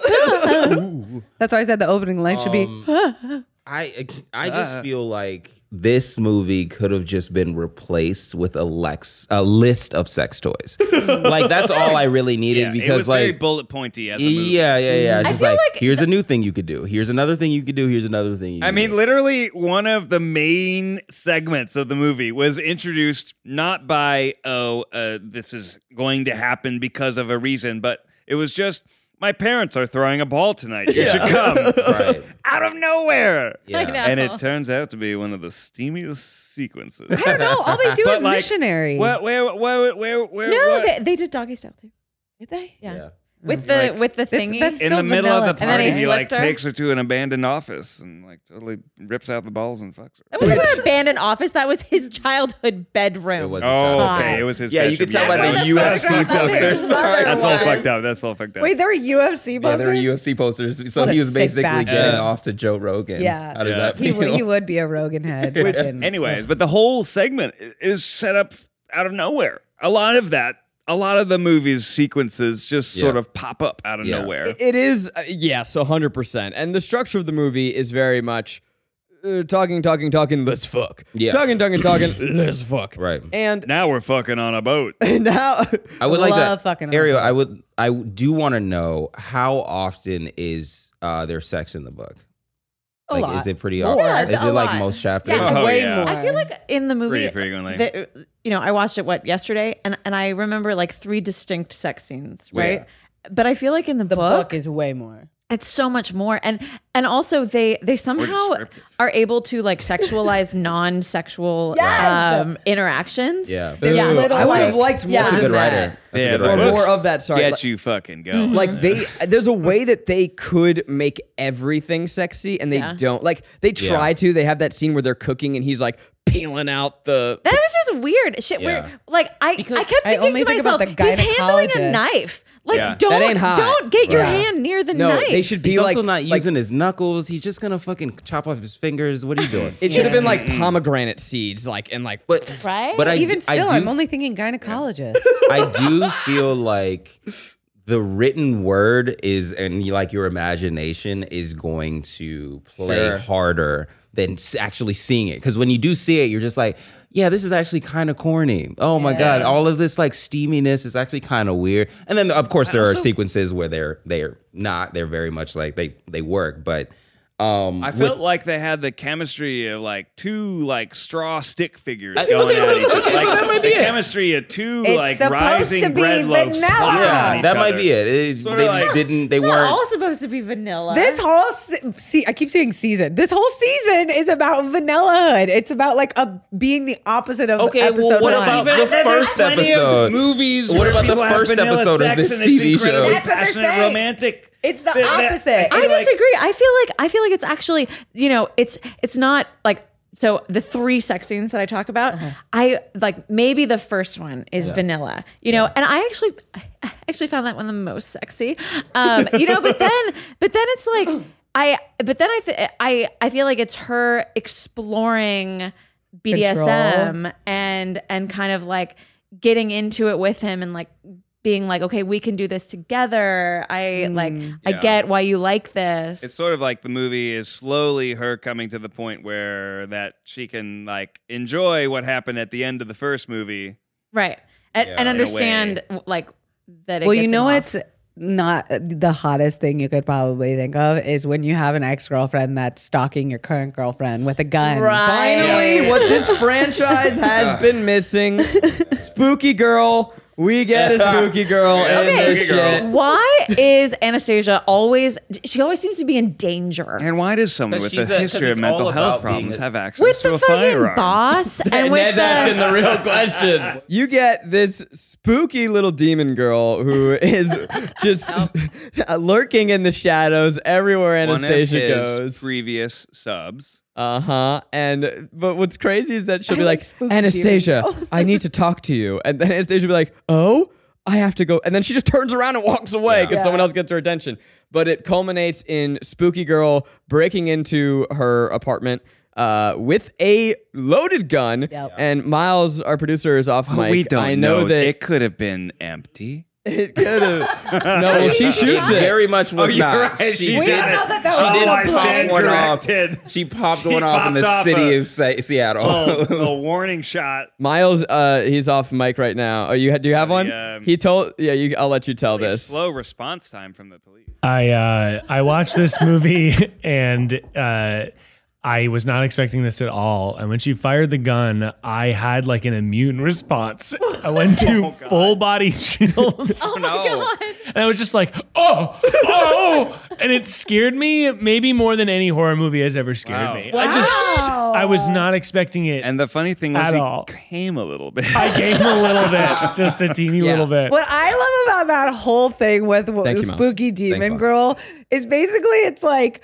[SPEAKER 4] That's why I said the opening line should be.
[SPEAKER 5] Um,
[SPEAKER 2] I
[SPEAKER 4] Uh,
[SPEAKER 2] I just feel like this movie could have just been replaced with a lex a list of sex toys. like that's all I really needed
[SPEAKER 5] Yeah,
[SPEAKER 2] because
[SPEAKER 5] it was very
[SPEAKER 2] like
[SPEAKER 5] bullet pointy as a movie.
[SPEAKER 2] yeah, yeah,
[SPEAKER 4] Mm-hmm.
[SPEAKER 2] yeah. Just
[SPEAKER 6] feel
[SPEAKER 2] like,
[SPEAKER 6] like-
[SPEAKER 2] here's a new thing you could do. Here's another thing you could do. Here's another thing. You
[SPEAKER 5] I
[SPEAKER 2] could
[SPEAKER 5] mean,
[SPEAKER 2] do.
[SPEAKER 5] literally, one of the main segments of the movie was introduced not by, oh, uh, this is going to happen because of a reason, but it was just, my parents are throwing a ball tonight. You should come.
[SPEAKER 2] right?
[SPEAKER 5] Out of nowhere.
[SPEAKER 2] Yeah.
[SPEAKER 6] I know.
[SPEAKER 5] And it turns out to be one of the steamiest sequences.
[SPEAKER 4] I don't know. All they do
[SPEAKER 5] But,
[SPEAKER 4] is
[SPEAKER 5] like,
[SPEAKER 4] missionary.
[SPEAKER 5] Where, where, where, where, where?
[SPEAKER 6] No,
[SPEAKER 5] what?
[SPEAKER 6] they, they did doggy style too.
[SPEAKER 4] Did they? Oh.
[SPEAKER 6] Yeah.
[SPEAKER 2] Yeah.
[SPEAKER 6] With the
[SPEAKER 5] Like-
[SPEAKER 6] with the thingy.
[SPEAKER 4] that's-
[SPEAKER 5] in
[SPEAKER 4] Still
[SPEAKER 5] the middle of the
[SPEAKER 4] vanilla.
[SPEAKER 6] And
[SPEAKER 5] party,
[SPEAKER 6] then he
[SPEAKER 5] he like
[SPEAKER 6] flipped her?
[SPEAKER 5] takes her to an abandoned office and like totally rips out the balls and fucks her.
[SPEAKER 6] That wasn't an abandoned office. That was his childhood bedroom.
[SPEAKER 2] It was.
[SPEAKER 5] Oh,
[SPEAKER 4] Hi.
[SPEAKER 5] okay. It was his.
[SPEAKER 2] Yeah, you could
[SPEAKER 5] bedroom.
[SPEAKER 2] tell by
[SPEAKER 5] Yeah,
[SPEAKER 2] the
[SPEAKER 5] that's-
[SPEAKER 2] UFC
[SPEAKER 5] that's-
[SPEAKER 2] posters.
[SPEAKER 5] That's all fucked up. That's all fucked up.
[SPEAKER 4] Wait, there were UFC
[SPEAKER 2] Yeah, there
[SPEAKER 4] posters.
[SPEAKER 2] were UFC posters. So
[SPEAKER 4] What a
[SPEAKER 2] he was
[SPEAKER 4] sick
[SPEAKER 2] basically
[SPEAKER 4] bastard.
[SPEAKER 2] getting
[SPEAKER 5] Yeah.
[SPEAKER 2] off to Joe Rogan.
[SPEAKER 4] Yeah.
[SPEAKER 2] How does
[SPEAKER 5] Yeah.
[SPEAKER 2] that
[SPEAKER 4] he,
[SPEAKER 2] feel?
[SPEAKER 4] would, he would be a Rogan head. watching-
[SPEAKER 5] Anyways, but the whole segment i- is set up out of nowhere. A lot of that, a lot of the movie's sequences just sort
[SPEAKER 2] Yeah.
[SPEAKER 5] of pop up out of
[SPEAKER 2] Yeah.
[SPEAKER 5] nowhere.
[SPEAKER 3] It is, uh, yes, 100%. And the structure of the movie is very much uh, talking, talking, talking, let's fuck.
[SPEAKER 2] Yeah.
[SPEAKER 3] Talking, talking, talking, let's fuck.
[SPEAKER 2] Right.
[SPEAKER 3] And
[SPEAKER 5] Now we're fucking on a boat.
[SPEAKER 3] now,
[SPEAKER 2] I would
[SPEAKER 4] Love
[SPEAKER 2] like to
[SPEAKER 4] fucking
[SPEAKER 2] Ariel.
[SPEAKER 4] Oprah.
[SPEAKER 2] I would. I do want to know how often is uh, there sex in the book?
[SPEAKER 4] A
[SPEAKER 2] like,
[SPEAKER 4] lot.
[SPEAKER 2] is it pretty
[SPEAKER 4] More.
[SPEAKER 2] often?
[SPEAKER 6] Yeah,
[SPEAKER 2] is
[SPEAKER 6] a
[SPEAKER 2] it like
[SPEAKER 6] lot.
[SPEAKER 2] most chapters?
[SPEAKER 4] Yeah, it's
[SPEAKER 5] Oh,
[SPEAKER 4] way
[SPEAKER 5] yeah.
[SPEAKER 4] more.
[SPEAKER 6] I feel like in the movie,
[SPEAKER 5] Pretty frequently.
[SPEAKER 6] the- you know, I watched it what yesterday, and and I remember like three distinct sex scenes, right? But I feel like in the,
[SPEAKER 4] the
[SPEAKER 6] book,
[SPEAKER 4] book is way more.
[SPEAKER 6] it's so much more, and and also they they somehow
[SPEAKER 5] descriptive.
[SPEAKER 6] are able to like sexualize non-sexual
[SPEAKER 4] Yes!
[SPEAKER 6] um, interactions.
[SPEAKER 2] Yeah.
[SPEAKER 3] Ooh,
[SPEAKER 4] Yeah, little
[SPEAKER 3] I would have
[SPEAKER 4] like-
[SPEAKER 3] liked more
[SPEAKER 4] Yeah.
[SPEAKER 2] That's a
[SPEAKER 3] than
[SPEAKER 2] good
[SPEAKER 3] that.
[SPEAKER 2] writer. That's
[SPEAKER 5] Yeah,
[SPEAKER 2] a good
[SPEAKER 5] but
[SPEAKER 3] Or
[SPEAKER 2] writer.
[SPEAKER 5] Books
[SPEAKER 3] more of that, sorry.
[SPEAKER 5] Get
[SPEAKER 3] like-
[SPEAKER 5] you fucking go.
[SPEAKER 3] like they
[SPEAKER 2] Mm-hmm.
[SPEAKER 3] there's a way that they could make everything sexy and they
[SPEAKER 6] Yeah.
[SPEAKER 3] don't like they try
[SPEAKER 2] Yeah.
[SPEAKER 3] to they have that scene where they're cooking and he's like peeling out the
[SPEAKER 6] That was just weird shit.
[SPEAKER 2] Yeah.
[SPEAKER 6] Where like I, I kept
[SPEAKER 4] I
[SPEAKER 6] thinking
[SPEAKER 4] only
[SPEAKER 6] to
[SPEAKER 4] think about
[SPEAKER 6] myself,
[SPEAKER 4] the
[SPEAKER 6] he's handling
[SPEAKER 4] gynecologist.
[SPEAKER 6] a knife. Like
[SPEAKER 5] Yeah. That
[SPEAKER 6] don't
[SPEAKER 3] ain't hot.
[SPEAKER 6] don't get your
[SPEAKER 2] Right.
[SPEAKER 6] hand near the
[SPEAKER 3] no
[SPEAKER 6] knife.
[SPEAKER 3] they should be
[SPEAKER 2] He's
[SPEAKER 3] like
[SPEAKER 2] also not
[SPEAKER 3] like,
[SPEAKER 2] using his knuckles. He's just gonna fucking chop off his fingers. What are you doing?
[SPEAKER 3] it should have been like pomegranate seeds like and
[SPEAKER 2] Mm-hmm.
[SPEAKER 3] like
[SPEAKER 2] but
[SPEAKER 6] Right?
[SPEAKER 2] But I
[SPEAKER 4] Even
[SPEAKER 2] I
[SPEAKER 4] still,
[SPEAKER 2] do
[SPEAKER 4] I'm only thinking gynecologist.
[SPEAKER 2] I do feel like the written word is and you- like your imagination is going to play harder than s- actually seeing it because when you do see it you're just like yeah this is actually kind of corny oh my god all of this like steaminess is actually kind of weird and then of course there are sequences where they're they're not they're very much like they they work but Um,
[SPEAKER 5] I
[SPEAKER 2] with-
[SPEAKER 5] felt like they had the chemistry of like two like straw stick figures
[SPEAKER 2] I-
[SPEAKER 5] going
[SPEAKER 2] okay,
[SPEAKER 5] at
[SPEAKER 2] so-
[SPEAKER 5] each other.
[SPEAKER 2] okay, so
[SPEAKER 5] like,
[SPEAKER 2] that might be
[SPEAKER 5] the
[SPEAKER 2] it.
[SPEAKER 5] chemistry of two
[SPEAKER 4] It's
[SPEAKER 5] like
[SPEAKER 4] supposed
[SPEAKER 5] rising
[SPEAKER 4] to be
[SPEAKER 5] bread loaves.
[SPEAKER 4] vanilla.
[SPEAKER 5] slapping
[SPEAKER 2] yeah,
[SPEAKER 5] at each
[SPEAKER 2] that might
[SPEAKER 5] other.
[SPEAKER 2] be it. It-
[SPEAKER 5] Sorta
[SPEAKER 2] they
[SPEAKER 5] like-
[SPEAKER 2] just didn't. They
[SPEAKER 6] We're
[SPEAKER 2] weren't.
[SPEAKER 6] all supposed to be vanilla.
[SPEAKER 4] This whole se- see, I keep saying season. This whole season is about vanillahood. It's about like a being the opposite of
[SPEAKER 2] Okay, well,
[SPEAKER 4] episode
[SPEAKER 2] what
[SPEAKER 4] one.
[SPEAKER 2] about
[SPEAKER 4] I-
[SPEAKER 2] the
[SPEAKER 5] There's
[SPEAKER 2] first
[SPEAKER 5] plenty of
[SPEAKER 2] episode?
[SPEAKER 8] movies.
[SPEAKER 2] What
[SPEAKER 8] where
[SPEAKER 2] about the
[SPEAKER 5] People have
[SPEAKER 2] first
[SPEAKER 5] vanilla
[SPEAKER 2] episode of
[SPEAKER 5] sex
[SPEAKER 2] this
[SPEAKER 5] and it's
[SPEAKER 2] TV show?
[SPEAKER 5] incredibly
[SPEAKER 4] That's what they're
[SPEAKER 5] passionate,
[SPEAKER 4] saying.
[SPEAKER 5] romantic.
[SPEAKER 4] It's the
[SPEAKER 5] Th- that-
[SPEAKER 4] opposite.
[SPEAKER 5] and,
[SPEAKER 6] I
[SPEAKER 5] like,
[SPEAKER 6] disagree. I feel like I feel like it's actually you know it's it's not like so the three sex scenes that I talk about.
[SPEAKER 5] Uh-huh.
[SPEAKER 6] I like maybe the first one is vanilla, you know, and I actually I actually found that one the most sexy, um, you know. But then but then it's like I but then I fe- I I feel like it's her exploring BDSM and and kind of like getting into it with him and like being like okay we can do this together i
[SPEAKER 4] Mm.
[SPEAKER 6] like i
[SPEAKER 5] Yeah.
[SPEAKER 6] get why you like this
[SPEAKER 5] It's sort of like the movie is slowly her coming to the point where that she can like enjoy what happened at the end of the first movie.
[SPEAKER 6] right and, and
[SPEAKER 5] way.
[SPEAKER 6] understand w- like that it
[SPEAKER 4] well,
[SPEAKER 6] gets
[SPEAKER 4] you
[SPEAKER 6] him
[SPEAKER 4] know
[SPEAKER 6] off.
[SPEAKER 4] what's not the hottest thing you could probably think of is when you have an ex girlfriend that's stalking your current girlfriend with a gun.
[SPEAKER 6] Right.
[SPEAKER 3] Finally, what this franchise has been missing: spooky girl. We get a spooky girl in
[SPEAKER 6] Okay,
[SPEAKER 3] this shit.
[SPEAKER 6] why is Anastasia always? She always seems to be in danger.
[SPEAKER 5] And why does someone
[SPEAKER 2] 'Cause
[SPEAKER 5] with a
[SPEAKER 2] she's a- 'cause
[SPEAKER 5] history of
[SPEAKER 2] it's
[SPEAKER 5] mental
[SPEAKER 2] all
[SPEAKER 5] health
[SPEAKER 2] about being
[SPEAKER 5] problems
[SPEAKER 2] a-
[SPEAKER 5] have access
[SPEAKER 6] With
[SPEAKER 5] to
[SPEAKER 6] the
[SPEAKER 5] a
[SPEAKER 6] fucking
[SPEAKER 5] firearm?
[SPEAKER 6] boss and with
[SPEAKER 3] Ned's asking
[SPEAKER 6] the
[SPEAKER 3] the real questions. You get this spooky little demon girl who is just lurking in the shadows everywhere
[SPEAKER 5] One of
[SPEAKER 3] Anastasia
[SPEAKER 5] his
[SPEAKER 3] goes.
[SPEAKER 5] previous subs.
[SPEAKER 3] Uh huh. And but what's crazy is that she'll
[SPEAKER 4] I
[SPEAKER 3] be
[SPEAKER 4] like
[SPEAKER 3] like,
[SPEAKER 4] spooky
[SPEAKER 3] Anastasia, I need to talk to you, and then Anastasia will be like, Oh, I have to go, and then she just turns around and walks away because someone else gets her attention. But it culminates in Spooky Girl breaking into her apartment. Uh, with a loaded gun,
[SPEAKER 4] Yep.
[SPEAKER 3] and Miles, our producer, is off mic.
[SPEAKER 5] Oh, we don't
[SPEAKER 3] I know, that
[SPEAKER 5] it could have been empty.
[SPEAKER 3] it could have.
[SPEAKER 2] Oh,
[SPEAKER 3] no, she shoots it.
[SPEAKER 2] Very much was
[SPEAKER 5] you're
[SPEAKER 2] not.
[SPEAKER 5] right, she
[SPEAKER 2] did-
[SPEAKER 5] did it.
[SPEAKER 4] that that
[SPEAKER 2] she
[SPEAKER 4] was
[SPEAKER 2] did
[SPEAKER 4] all
[SPEAKER 2] pop
[SPEAKER 5] planned.
[SPEAKER 2] one
[SPEAKER 5] Corrected.
[SPEAKER 2] off. She popped
[SPEAKER 5] She
[SPEAKER 2] one off in
[SPEAKER 5] popped
[SPEAKER 2] the
[SPEAKER 5] off
[SPEAKER 2] city
[SPEAKER 5] a-
[SPEAKER 2] of Se- Seattle.
[SPEAKER 5] Oh, a warning shot.
[SPEAKER 3] Miles, uh, he's off mic right now. Oh, you ha- do you have one?
[SPEAKER 5] um,
[SPEAKER 3] he told. Yeah, you, I'll let you tell
[SPEAKER 5] Pretty
[SPEAKER 3] this.
[SPEAKER 5] Slow response time from the police.
[SPEAKER 8] I uh, I watched this movie and uh, I was not expecting this at all. And when she fired the gun, I had like an immune response. I went to
[SPEAKER 5] Oh,
[SPEAKER 8] full body chills,
[SPEAKER 6] Oh
[SPEAKER 5] no.
[SPEAKER 8] and I was just like, oh, oh, and it scared me maybe more than any horror movie has ever scared
[SPEAKER 5] Wow.
[SPEAKER 8] me. I just I was not expecting it.
[SPEAKER 5] And the funny thing was,
[SPEAKER 8] At
[SPEAKER 5] he
[SPEAKER 8] all.
[SPEAKER 5] came a little bit.
[SPEAKER 8] I gave him a little bit, just a teeny little bit.
[SPEAKER 4] What I love about that whole thing with
[SPEAKER 3] Thank
[SPEAKER 4] the
[SPEAKER 3] you, Mouse.
[SPEAKER 4] spooky demon
[SPEAKER 2] Thanks, Mouse.
[SPEAKER 4] girl is basically it's like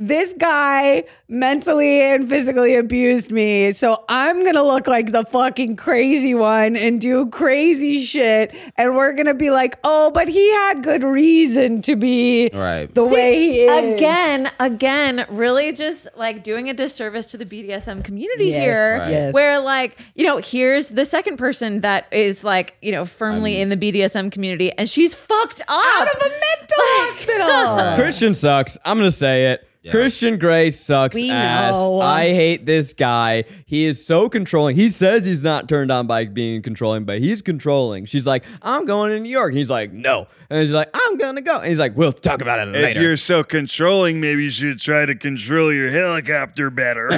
[SPEAKER 4] this guy mentally and physically abused me, so I'm gonna look like the fucking crazy one and do crazy shit, and we're gonna be like, oh, but he had good reason to be
[SPEAKER 2] Right.
[SPEAKER 4] the way he is
[SPEAKER 6] again, again, really just like doing a disservice to the BDSM community
[SPEAKER 4] Yes,
[SPEAKER 6] here.
[SPEAKER 4] Right. yes.
[SPEAKER 6] Where like, you know, here's the second person that is like, you know, firmly in the BDSM community and she's fucked up.
[SPEAKER 4] out of a mental
[SPEAKER 6] Uh,
[SPEAKER 4] hospital.
[SPEAKER 3] Christian sucks. I'm gonna say it. Christian Gray sucks
[SPEAKER 4] We
[SPEAKER 3] ass.
[SPEAKER 4] know.
[SPEAKER 3] I hate this guy. He is so controlling. He says he's not turned on by being controlling, but he's controlling. She's like, I'm going to New York. he's like, no. And she's like, I'm gonna go. And he's like, we'll talk about it
[SPEAKER 5] If
[SPEAKER 3] later.
[SPEAKER 5] you're so controlling, maybe you should try to control your helicopter better.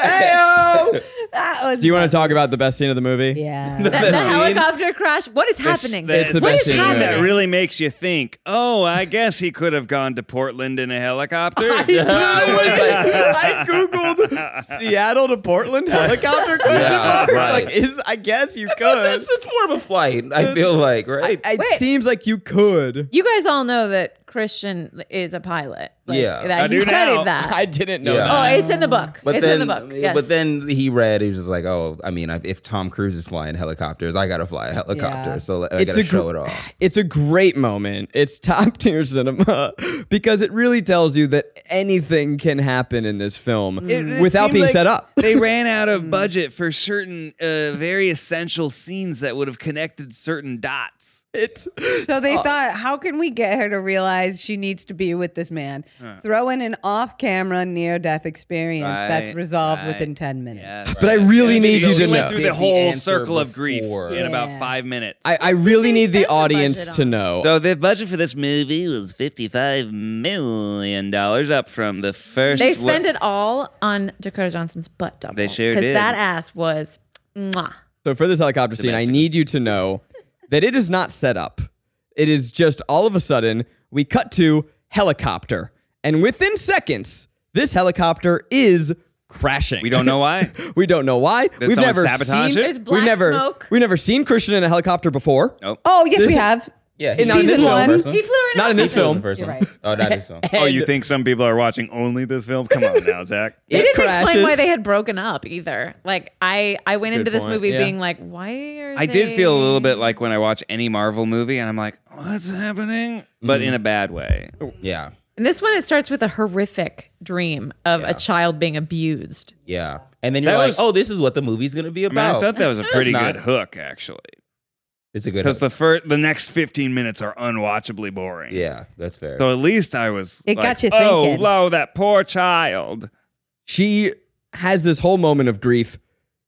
[SPEAKER 3] Heyo!
[SPEAKER 4] That was
[SPEAKER 3] Do you want to talk about the best scene of the movie?
[SPEAKER 4] yeah.
[SPEAKER 6] The, the helicopter crash. What is
[SPEAKER 5] This-
[SPEAKER 6] happening?
[SPEAKER 5] that-
[SPEAKER 3] It's the
[SPEAKER 6] What
[SPEAKER 3] best
[SPEAKER 6] is
[SPEAKER 3] scene in the movie.
[SPEAKER 5] that
[SPEAKER 6] happening?
[SPEAKER 5] really makes you think. Oh, I guess he could have gone to Portland in a helicopter.
[SPEAKER 3] I was like, I googled Seattle to Portland helicopter question
[SPEAKER 2] Yeah,
[SPEAKER 3] mark.
[SPEAKER 2] right.
[SPEAKER 3] Like, is I guess you could.
[SPEAKER 2] It's, it's- it's more of a flight. I feel like right.
[SPEAKER 3] it
[SPEAKER 6] Wait.
[SPEAKER 3] seems like you could.
[SPEAKER 6] You guys all know that Christian is a pilot. Like,
[SPEAKER 2] Yeah.
[SPEAKER 6] that
[SPEAKER 5] I
[SPEAKER 6] he
[SPEAKER 5] do
[SPEAKER 6] studied
[SPEAKER 5] now.
[SPEAKER 6] that.
[SPEAKER 3] I didn't know
[SPEAKER 2] Yeah.
[SPEAKER 3] that.
[SPEAKER 6] oh, it's in the book.
[SPEAKER 2] but
[SPEAKER 6] it's
[SPEAKER 2] then,
[SPEAKER 6] in the book. Yes.
[SPEAKER 2] but then he read. He was just like, "Oh, I mean, if- if Tom Cruise is flying helicopters, I gotta fly a helicopter.
[SPEAKER 4] Yeah.
[SPEAKER 2] So I gotta
[SPEAKER 3] a gr-
[SPEAKER 2] show it off."
[SPEAKER 3] It's a great moment. It's top tier cinema because it really tells you that anything can happen in this film
[SPEAKER 5] It- it
[SPEAKER 3] without
[SPEAKER 5] seemed
[SPEAKER 3] being
[SPEAKER 5] like
[SPEAKER 3] set up. Hmm.
[SPEAKER 5] they ran out of budget for certain uh, very essential scenes that would have connected certain dots.
[SPEAKER 3] It's
[SPEAKER 4] So they
[SPEAKER 5] Uh,
[SPEAKER 4] thought, how can we get her to realize she needs to be with this man? Throw in an off camera near death experience that's
[SPEAKER 5] Right,
[SPEAKER 4] resolved
[SPEAKER 5] right.
[SPEAKER 4] within 10 minutes.
[SPEAKER 3] But I really
[SPEAKER 5] Uh, And
[SPEAKER 3] need
[SPEAKER 5] she
[SPEAKER 3] you to
[SPEAKER 5] went
[SPEAKER 3] know.
[SPEAKER 5] through
[SPEAKER 2] Did
[SPEAKER 5] the
[SPEAKER 2] the
[SPEAKER 5] whole
[SPEAKER 2] answer
[SPEAKER 5] circle of grief
[SPEAKER 2] before.
[SPEAKER 5] in about
[SPEAKER 4] Yeah.
[SPEAKER 5] five minutes.
[SPEAKER 3] I, I really need the
[SPEAKER 6] spend the
[SPEAKER 3] audience
[SPEAKER 6] budget
[SPEAKER 3] to
[SPEAKER 6] on?
[SPEAKER 3] know.
[SPEAKER 5] so the budget for this movie was fifty-five million dollars, up from the first.
[SPEAKER 6] They spend
[SPEAKER 5] one-
[SPEAKER 6] it all on Dakota Johnson's butt double.
[SPEAKER 5] They sure did.
[SPEAKER 6] Because that ass was. Mwah.
[SPEAKER 3] So for this helicopter scene, I
[SPEAKER 5] Domestic.
[SPEAKER 3] need you to know that it is not set up. It is just all of a sudden we cut to helicopter, and within seconds, this helicopter is crashing.
[SPEAKER 5] We don't know why.
[SPEAKER 3] We don't know why. we've
[SPEAKER 5] someone
[SPEAKER 3] never
[SPEAKER 5] sabotage
[SPEAKER 3] seen.
[SPEAKER 5] it?
[SPEAKER 6] There's black
[SPEAKER 3] we've never.
[SPEAKER 6] smoke.
[SPEAKER 3] We've never seen Christian in a helicopter before.
[SPEAKER 5] Nope.
[SPEAKER 4] Oh, yes, we have.
[SPEAKER 2] Yeah,
[SPEAKER 3] Not in this
[SPEAKER 4] Season
[SPEAKER 3] film.
[SPEAKER 4] one.
[SPEAKER 2] First one?
[SPEAKER 6] He flew in.
[SPEAKER 3] Not in this
[SPEAKER 2] That was the
[SPEAKER 3] film.
[SPEAKER 2] first
[SPEAKER 4] You're
[SPEAKER 2] one.
[SPEAKER 4] right.
[SPEAKER 2] Oh, not this one.
[SPEAKER 5] Oh, you
[SPEAKER 3] And
[SPEAKER 5] think some people are watching only this film? Come on now, Zach.
[SPEAKER 6] They
[SPEAKER 3] it
[SPEAKER 6] didn't
[SPEAKER 3] crashes.
[SPEAKER 6] explain why they had broken up either. Like I, I went into this
[SPEAKER 3] point,
[SPEAKER 6] movie
[SPEAKER 3] yeah.
[SPEAKER 6] being like, why are
[SPEAKER 5] I did feel a
[SPEAKER 6] they-
[SPEAKER 5] little bit like when I watch any Marvel movie, and I'm like, "What's happening?" But in a bad way.
[SPEAKER 2] Yeah,
[SPEAKER 6] And this one, it starts with a horrific dream of a child being abused.
[SPEAKER 2] yeah. And then you're
[SPEAKER 5] That
[SPEAKER 2] like,
[SPEAKER 5] was-
[SPEAKER 2] oh, this is what the movie's gonna be
[SPEAKER 5] I mean, I
[SPEAKER 2] about.
[SPEAKER 5] thought that was a pretty
[SPEAKER 2] not-
[SPEAKER 5] good hook, actually,
[SPEAKER 2] it's a good.
[SPEAKER 5] because the first, the next 15 minutes are unwatchably boring.
[SPEAKER 2] yeah, that's fair.
[SPEAKER 5] So at least I was.
[SPEAKER 4] It
[SPEAKER 5] like,
[SPEAKER 4] got you
[SPEAKER 5] Oh,
[SPEAKER 4] thinking."
[SPEAKER 5] lo, that poor child.
[SPEAKER 3] She has this whole moment of grief.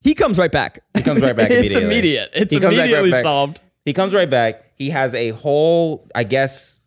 [SPEAKER 3] He comes right back. He
[SPEAKER 2] comes right back
[SPEAKER 3] it's
[SPEAKER 2] immediately.
[SPEAKER 3] immediate. It's
[SPEAKER 2] He comes right
[SPEAKER 3] immediately
[SPEAKER 2] back.
[SPEAKER 3] solved.
[SPEAKER 2] He comes right back. He has a whole, I guess,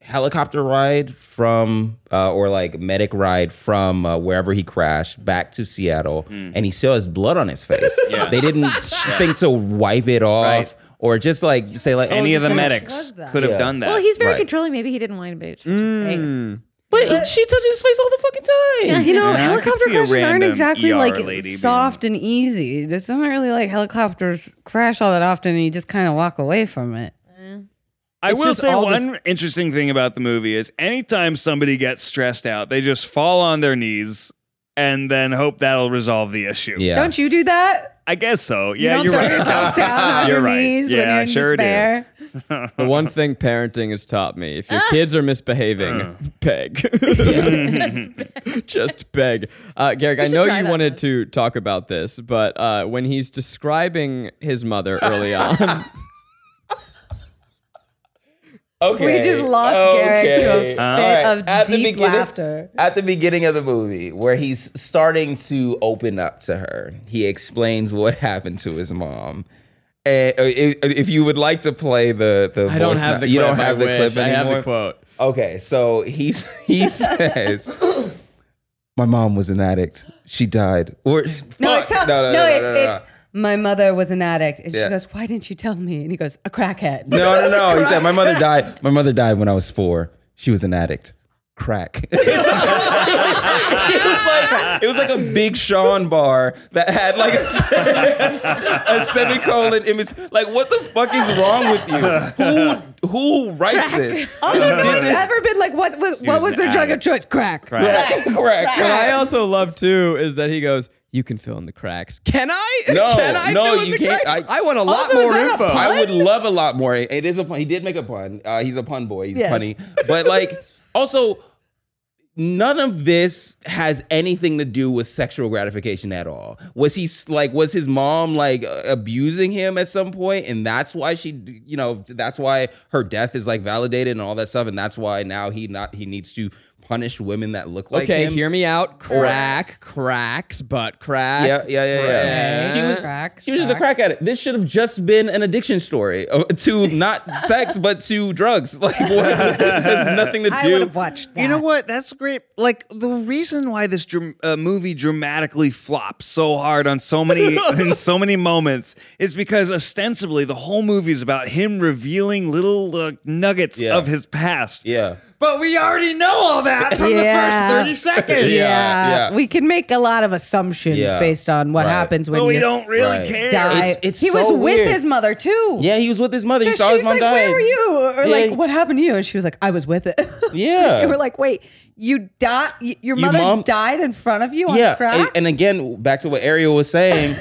[SPEAKER 2] helicopter ride from, uh, or like medic ride from uh, wherever he crashed back to Seattle, and he still has blood on his face.
[SPEAKER 5] Hmm. Yeah.
[SPEAKER 2] They didn't think to wipe it off
[SPEAKER 5] Right.
[SPEAKER 2] or just like say like oh,
[SPEAKER 5] Any of
[SPEAKER 2] just
[SPEAKER 5] the
[SPEAKER 2] gonna-
[SPEAKER 5] medics
[SPEAKER 4] does that?
[SPEAKER 5] could have
[SPEAKER 2] Yeah.
[SPEAKER 5] done that.
[SPEAKER 6] Well, he's very
[SPEAKER 2] Right.
[SPEAKER 6] controlling. Maybe he didn't want anybody to touch his face.
[SPEAKER 2] But he- she touches his face all the fucking time.
[SPEAKER 4] You
[SPEAKER 5] Yeah,
[SPEAKER 4] know,
[SPEAKER 5] I could
[SPEAKER 4] helicopter
[SPEAKER 5] see a
[SPEAKER 4] crashes aren't
[SPEAKER 5] random
[SPEAKER 4] exactly
[SPEAKER 5] ER lady
[SPEAKER 4] like
[SPEAKER 5] being-
[SPEAKER 4] soft and easy. It's not really like helicopters crash all that often and you just kind of walk away from it.
[SPEAKER 5] I
[SPEAKER 3] It's
[SPEAKER 5] will
[SPEAKER 3] just
[SPEAKER 5] say
[SPEAKER 3] all
[SPEAKER 5] one interesting thing about the movie is anytime somebody gets stressed out, they just fall on their knees and then hope that'll resolve the issue.
[SPEAKER 2] oh, Yeah.
[SPEAKER 4] Don't you do that?
[SPEAKER 5] I guess so.
[SPEAKER 4] You
[SPEAKER 5] Yeah,
[SPEAKER 4] don't
[SPEAKER 5] you
[SPEAKER 4] throw
[SPEAKER 5] are right.
[SPEAKER 4] yourself down on
[SPEAKER 5] You're
[SPEAKER 4] your
[SPEAKER 5] right.
[SPEAKER 4] knees
[SPEAKER 5] Yeah,
[SPEAKER 4] when you're
[SPEAKER 5] I
[SPEAKER 4] in
[SPEAKER 5] sure do.
[SPEAKER 4] despair.
[SPEAKER 3] The one thing parenting has taught me: if
[SPEAKER 2] Ah.
[SPEAKER 3] your kids are
[SPEAKER 2] Uh.
[SPEAKER 3] misbehaving, peg. Just peg. Uh, Garrick, I
[SPEAKER 6] should
[SPEAKER 3] know
[SPEAKER 6] try
[SPEAKER 3] you
[SPEAKER 6] that
[SPEAKER 3] wanted
[SPEAKER 6] one.
[SPEAKER 3] to talk about this, but uh, when he's describing his mother early on,
[SPEAKER 2] Okay.
[SPEAKER 4] We just lost Garrick to a fit
[SPEAKER 2] Alright,
[SPEAKER 4] of
[SPEAKER 2] at the
[SPEAKER 4] deep
[SPEAKER 2] beginning-
[SPEAKER 4] laughter.
[SPEAKER 2] At the beginning of the movie, where he's starting to open up to her, he explains what happened to his mom. And uh, if, if you would like to play the the
[SPEAKER 3] I don't
[SPEAKER 2] voice
[SPEAKER 3] have
[SPEAKER 2] no-
[SPEAKER 3] the.
[SPEAKER 2] you
[SPEAKER 3] clip.
[SPEAKER 2] don't have
[SPEAKER 3] I
[SPEAKER 2] the
[SPEAKER 3] wish.
[SPEAKER 2] clip anymore.
[SPEAKER 3] I have the quote.
[SPEAKER 2] Okay, so he's he says, "My mom was an addict. She died." Or
[SPEAKER 4] No,
[SPEAKER 2] fuck.
[SPEAKER 4] it's no, no, it's, it's my mother was an addict, and
[SPEAKER 2] Yeah.
[SPEAKER 4] she goes, "Why didn't you tell me?" And he goes, "A crackhead."
[SPEAKER 2] No, no, no. He said, "My mother died. My mother died when I was four. She was an addict. Crack." it was like it was like a Big Sean bar that had like a, a semicolon image. Like, what the fuck is wrong with you? Who who writes this?
[SPEAKER 4] Also, have you ever been like, what was
[SPEAKER 5] was
[SPEAKER 4] what was
[SPEAKER 5] an
[SPEAKER 4] their drug of
[SPEAKER 5] addict.
[SPEAKER 4] choice? Crack.
[SPEAKER 2] Crack. Crack.
[SPEAKER 3] What I also love too is that he goes, "You can fill in the cracks." Can I?
[SPEAKER 2] No,
[SPEAKER 3] can I
[SPEAKER 2] no,
[SPEAKER 3] fill in
[SPEAKER 2] you
[SPEAKER 3] the
[SPEAKER 2] can't.
[SPEAKER 3] cracks?
[SPEAKER 2] I-
[SPEAKER 3] I want a lot
[SPEAKER 4] Also, is
[SPEAKER 3] more
[SPEAKER 4] that a
[SPEAKER 3] info.
[SPEAKER 4] pun?
[SPEAKER 2] I would love a lot more. It is a pun. He did make a pun. Uh, he's a pun boy. He's
[SPEAKER 4] Yes.
[SPEAKER 2] punny. But like, also, none of this has anything to do with sexual gratification at all. Was he s- like? Was his mom like uh, abusing him at some point, and that's why she, you know, that's why her death is like validated and all that stuff, and that's why now he not he needs to punish women that look like
[SPEAKER 3] okay,
[SPEAKER 2] him.
[SPEAKER 3] hear me out. Crack, cracks, butt crack.
[SPEAKER 2] Yeah, yeah, yeah, yeah.
[SPEAKER 3] Crack.
[SPEAKER 2] She was
[SPEAKER 4] Crack,
[SPEAKER 2] she was just a crack at it. This should have just been an addiction story uh, to not sex but to drugs. Like what? this has nothing to do.
[SPEAKER 4] I would have watched that.
[SPEAKER 5] You know what? That's great. Like the reason why this dram- uh, movie dramatically flops so hard on so many in so many moments is because ostensibly the whole movie is about him revealing little uh, nuggets
[SPEAKER 2] Yeah.
[SPEAKER 5] of his past.
[SPEAKER 2] Yeah.
[SPEAKER 9] But we already know all that from
[SPEAKER 4] Yeah.
[SPEAKER 9] the first 30 seconds.
[SPEAKER 2] Yeah,
[SPEAKER 4] Yeah,
[SPEAKER 2] yeah.
[SPEAKER 4] we can make a lot of assumptions
[SPEAKER 2] Yeah.
[SPEAKER 4] based on what
[SPEAKER 2] Right.
[SPEAKER 4] happens when
[SPEAKER 5] So we
[SPEAKER 4] you
[SPEAKER 5] don't really
[SPEAKER 2] Right.
[SPEAKER 5] care.
[SPEAKER 4] die.
[SPEAKER 2] It's- it's
[SPEAKER 4] he
[SPEAKER 2] so
[SPEAKER 4] was with
[SPEAKER 2] weird.
[SPEAKER 4] his mother too.
[SPEAKER 2] Yeah, he was with his mother. He
[SPEAKER 4] She's
[SPEAKER 2] saw his mom
[SPEAKER 4] like,
[SPEAKER 2] die.
[SPEAKER 4] "Where were you?" Or
[SPEAKER 2] Yeah.
[SPEAKER 4] like, "What happened to you?" And she was like, "I was with it."
[SPEAKER 2] Yeah.
[SPEAKER 4] you were like, "Wait, you died?
[SPEAKER 2] You
[SPEAKER 4] Your mother
[SPEAKER 2] mom-
[SPEAKER 4] died in front of you on
[SPEAKER 2] yeah
[SPEAKER 4] crack?"
[SPEAKER 2] and, and again back to what ariel was saying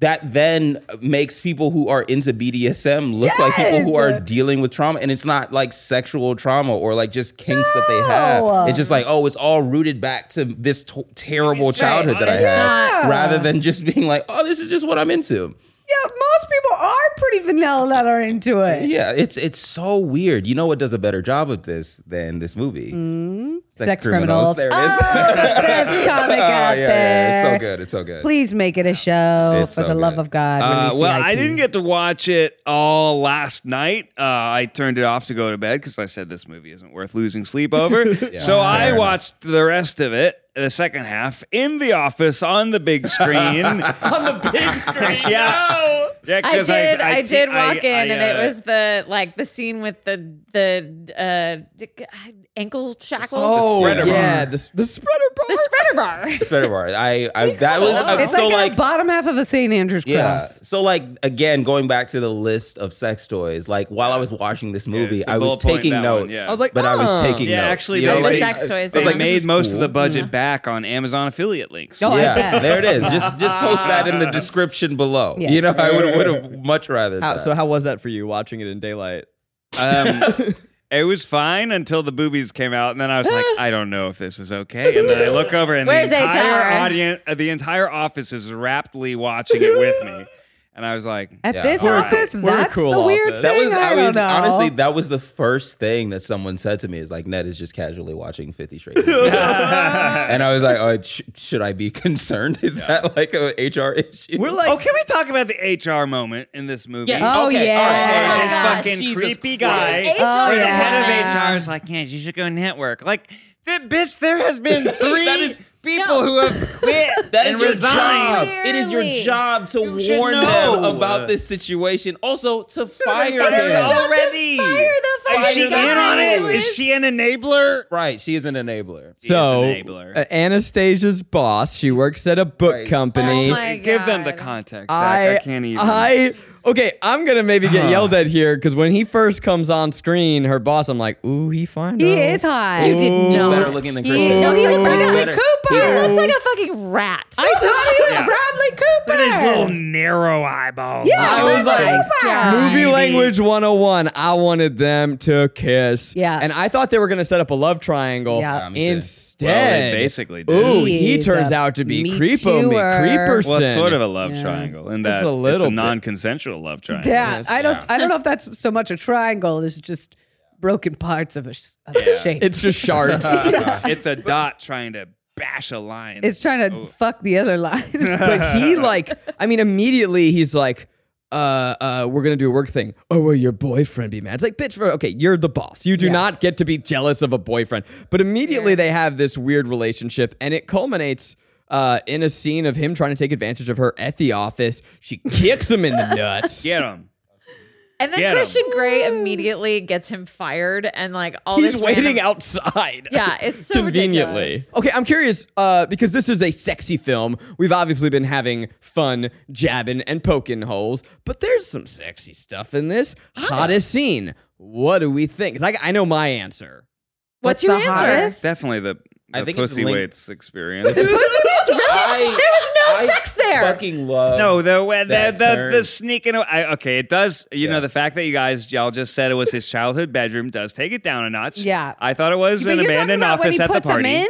[SPEAKER 2] that then makes people who are into bdsm look like people who are
[SPEAKER 4] Yes.
[SPEAKER 2] dealing with trauma and it's not like sexual trauma or like just kinks that they have
[SPEAKER 4] No.
[SPEAKER 2] it's just like oh it's all rooted back to this t- terrible childhood that i
[SPEAKER 5] It's
[SPEAKER 2] had
[SPEAKER 6] not-
[SPEAKER 2] rather than just being like oh this is just what i'm into
[SPEAKER 4] Yeah, most people people are pretty vanilla that are into it.
[SPEAKER 2] Yeah, it's it's so weird. You know what does a better job of this than this movie?
[SPEAKER 4] Mm-hmm. Sex criminals.
[SPEAKER 2] There it is.
[SPEAKER 4] Oh, the best comic
[SPEAKER 2] Oh,
[SPEAKER 4] out
[SPEAKER 2] yeah, yeah,
[SPEAKER 4] there.
[SPEAKER 2] It's so good. It's so good.
[SPEAKER 4] Please make it a show
[SPEAKER 2] It's
[SPEAKER 4] for
[SPEAKER 2] so
[SPEAKER 4] the love
[SPEAKER 2] good.
[SPEAKER 4] of God.
[SPEAKER 5] Uh,
[SPEAKER 4] Release the
[SPEAKER 5] well, I
[SPEAKER 4] IP.
[SPEAKER 5] didn't get to watch it all last night. Uh, I turned it off to go to bed because I said this movie isn't worth losing sleep over. so
[SPEAKER 2] fair
[SPEAKER 5] I
[SPEAKER 2] enough.
[SPEAKER 5] watched the rest of it, the second half, in the office on the big screen.
[SPEAKER 8] on the big screen.
[SPEAKER 5] yeah. Yeah,
[SPEAKER 6] I
[SPEAKER 5] 'cause
[SPEAKER 6] did. I,
[SPEAKER 5] I
[SPEAKER 6] did
[SPEAKER 5] I-
[SPEAKER 6] walk in,
[SPEAKER 5] I,
[SPEAKER 6] and
[SPEAKER 5] uh,
[SPEAKER 6] it was the like the scene with the the uh, d- ankle shackles.
[SPEAKER 5] Oh,
[SPEAKER 2] spreader bar.
[SPEAKER 3] yeah, the, the spreader bar.
[SPEAKER 6] the spreader bar. Oh
[SPEAKER 2] Spreader bar. I, I that was uh,
[SPEAKER 4] It's
[SPEAKER 2] so
[SPEAKER 4] like,
[SPEAKER 2] like,
[SPEAKER 4] the bottom half of a St. Andrew's
[SPEAKER 2] yeah.
[SPEAKER 4] cross.
[SPEAKER 2] So like again, going back to the list of sex toys. Like while I was watching this movie,
[SPEAKER 5] it's the
[SPEAKER 2] I was
[SPEAKER 5] bullet point,
[SPEAKER 2] taking
[SPEAKER 5] that
[SPEAKER 2] notes.
[SPEAKER 5] one, yeah.
[SPEAKER 3] I was like,
[SPEAKER 2] but I was
[SPEAKER 3] oh.
[SPEAKER 2] taking
[SPEAKER 5] Yeah,
[SPEAKER 2] notes.
[SPEAKER 5] actually,
[SPEAKER 2] you
[SPEAKER 5] they,
[SPEAKER 2] know,
[SPEAKER 5] they-
[SPEAKER 2] like,
[SPEAKER 6] sex toys.
[SPEAKER 5] they
[SPEAKER 6] I was like,
[SPEAKER 5] made
[SPEAKER 2] this is
[SPEAKER 5] most of
[SPEAKER 2] cool.
[SPEAKER 5] the budget back on Amazon affiliate links.
[SPEAKER 4] Oh, I
[SPEAKER 2] yeah,
[SPEAKER 4] bet.
[SPEAKER 2] there it is. Just just post that in the description below. You know, I would would have much rather.
[SPEAKER 3] How,
[SPEAKER 2] that.
[SPEAKER 3] so how was that for you watching it in daylight?
[SPEAKER 5] Um, it was fine until the boobies came out, and then I was like, I don't know if this is okay. And then I look over, and
[SPEAKER 6] Where's
[SPEAKER 5] the entire
[SPEAKER 6] HR?
[SPEAKER 5] audience, uh, the entire office is raptly watching it with me, and I was like,
[SPEAKER 4] At
[SPEAKER 2] Yeah.
[SPEAKER 4] this
[SPEAKER 2] All right.
[SPEAKER 4] office,
[SPEAKER 3] We're a
[SPEAKER 4] that's
[SPEAKER 3] cool
[SPEAKER 4] the weird
[SPEAKER 3] office.
[SPEAKER 4] thing.
[SPEAKER 2] That was
[SPEAKER 4] I
[SPEAKER 2] I
[SPEAKER 4] don't
[SPEAKER 2] was
[SPEAKER 4] know.
[SPEAKER 2] honestly that was the first thing that someone said to me is like Ned is just casually watching Fifty Shades, of Grey." and I was like, oh, sh- should I be concerned? Is that like a HR issue?
[SPEAKER 3] We're like,
[SPEAKER 5] Oh, can we talk about the HR moment in this movie?
[SPEAKER 4] Oh, yeah.
[SPEAKER 5] All right,
[SPEAKER 6] Oh,
[SPEAKER 5] this
[SPEAKER 6] my gosh.
[SPEAKER 5] fucking
[SPEAKER 2] Jesus
[SPEAKER 5] creepy
[SPEAKER 2] Christ.
[SPEAKER 5] guy.
[SPEAKER 4] Oh,
[SPEAKER 5] where the
[SPEAKER 4] yeah.
[SPEAKER 5] head of HR is like, yeah, you should go network. Like, that bitch, there has been three
[SPEAKER 2] That is-
[SPEAKER 5] people who have quit
[SPEAKER 2] That
[SPEAKER 5] and
[SPEAKER 2] is your job.
[SPEAKER 5] resigned.
[SPEAKER 2] It is your
[SPEAKER 6] Clearly.
[SPEAKER 2] job to
[SPEAKER 9] should
[SPEAKER 2] warn them
[SPEAKER 9] know.
[SPEAKER 2] about this situation. Also to
[SPEAKER 5] They're
[SPEAKER 2] fire
[SPEAKER 5] fired
[SPEAKER 2] him.
[SPEAKER 5] already.
[SPEAKER 6] Fire the fucking
[SPEAKER 5] Is she in
[SPEAKER 6] guy
[SPEAKER 5] on it?
[SPEAKER 6] who
[SPEAKER 5] Is she an enabler?
[SPEAKER 2] Right, she is an enabler.
[SPEAKER 3] so
[SPEAKER 5] He is enabler.
[SPEAKER 3] uh, Anastasia's boss. She works at a book
[SPEAKER 2] Christ.
[SPEAKER 3] company.
[SPEAKER 6] Oh my
[SPEAKER 5] Give them the
[SPEAKER 6] God.
[SPEAKER 5] context.
[SPEAKER 3] I,
[SPEAKER 5] Zach. I can't even.
[SPEAKER 3] I okay. I'm gonna maybe get yelled at here because when he first comes on screen, her boss. I'm like, ooh, he fine.
[SPEAKER 4] He
[SPEAKER 3] though.
[SPEAKER 4] is hot.
[SPEAKER 3] You
[SPEAKER 4] You
[SPEAKER 3] did
[SPEAKER 4] did
[SPEAKER 3] He's
[SPEAKER 2] He's
[SPEAKER 3] not.
[SPEAKER 4] not.
[SPEAKER 2] better looking than Chris.
[SPEAKER 4] He- no, he looks like
[SPEAKER 2] He's
[SPEAKER 4] Bradley
[SPEAKER 2] better- he's-
[SPEAKER 6] Cooper. He looks like a fucking rat.
[SPEAKER 4] I thought he was
[SPEAKER 5] Yeah.
[SPEAKER 4] Bradley Cooper.
[SPEAKER 5] Look at his little narrow eyeballs.
[SPEAKER 4] Yeah,
[SPEAKER 3] I
[SPEAKER 4] Bradley
[SPEAKER 3] was like,
[SPEAKER 4] Cooper.
[SPEAKER 3] Movie
[SPEAKER 5] Maybe.
[SPEAKER 3] language 101. I wanted them to kiss.
[SPEAKER 4] Yeah.
[SPEAKER 3] And I thought they were going to set up a love triangle.
[SPEAKER 4] Yeah.
[SPEAKER 2] Yeah, me too.
[SPEAKER 5] Well,
[SPEAKER 3] Instead,
[SPEAKER 5] they basically did.
[SPEAKER 3] Ooh, he
[SPEAKER 4] He's
[SPEAKER 3] turns
[SPEAKER 4] a
[SPEAKER 3] out to be
[SPEAKER 4] me
[SPEAKER 3] creepo me
[SPEAKER 4] too-er.
[SPEAKER 3] creeperson.
[SPEAKER 5] Well, it's sort of a love triangle, and
[SPEAKER 3] Just
[SPEAKER 5] that
[SPEAKER 3] a
[SPEAKER 5] it's
[SPEAKER 3] little
[SPEAKER 5] a
[SPEAKER 3] bit.
[SPEAKER 5] non-consensual love triangle.
[SPEAKER 4] Yeah,
[SPEAKER 3] Yes.
[SPEAKER 4] I don't. I don't know if that's so much a triangle. It's just broken parts of a, sh- of a shape.
[SPEAKER 3] It's just shards.
[SPEAKER 5] it's a dot trying to bash a line.
[SPEAKER 4] It's trying
[SPEAKER 2] Oh.
[SPEAKER 4] to fuck the other line.
[SPEAKER 3] but he like, I mean, immediately he's like, uh, uh, we're gonna do a work thing. Oh, will your boyfriend be mad? It's like, bitch, for, okay, you're the boss. You do
[SPEAKER 4] Yeah.
[SPEAKER 3] not get to be jealous of a boyfriend. But immediately they have this weird relationship, and it culminates uh, in a scene of him trying to take advantage of her at the office. She kicks him in the nuts.
[SPEAKER 5] Get him.
[SPEAKER 6] and then
[SPEAKER 5] Get him.
[SPEAKER 6] Christian Grey immediately gets him fired, and like all
[SPEAKER 3] He's
[SPEAKER 6] this
[SPEAKER 3] waiting
[SPEAKER 6] random-
[SPEAKER 3] outside.
[SPEAKER 6] Yeah, it's so
[SPEAKER 3] conveniently.
[SPEAKER 6] ridiculous.
[SPEAKER 3] Okay, I'm curious uh, because this is a sexy film. We've obviously been having fun jabbing and poking holes, but there's some sexy stuff in this.
[SPEAKER 6] Ah.
[SPEAKER 3] Hottest scene. What do we think? 'Cause I, I know my answer.
[SPEAKER 6] What's
[SPEAKER 4] What's
[SPEAKER 6] your
[SPEAKER 4] the
[SPEAKER 6] answer?
[SPEAKER 4] hottest?
[SPEAKER 5] Definitely the, the
[SPEAKER 2] I think it's
[SPEAKER 5] pussy
[SPEAKER 2] linked-
[SPEAKER 5] weights experience.
[SPEAKER 2] I-
[SPEAKER 6] There was no
[SPEAKER 2] I
[SPEAKER 6] sex there.
[SPEAKER 2] Fucking love.
[SPEAKER 5] No, the way- the
[SPEAKER 2] Uh, That
[SPEAKER 5] the,
[SPEAKER 2] turn.
[SPEAKER 5] the sneaking. aw- I, okay, it does. You
[SPEAKER 2] Yeah.
[SPEAKER 5] know, the fact that you guys y'all just said it was his childhood bedroom does take it down a notch.
[SPEAKER 4] Yeah.
[SPEAKER 5] I thought it was
[SPEAKER 4] But
[SPEAKER 5] an
[SPEAKER 4] you're talking
[SPEAKER 5] abandoned
[SPEAKER 4] about when
[SPEAKER 5] office
[SPEAKER 4] he
[SPEAKER 5] at the
[SPEAKER 4] puts 'em
[SPEAKER 5] party.
[SPEAKER 4] in?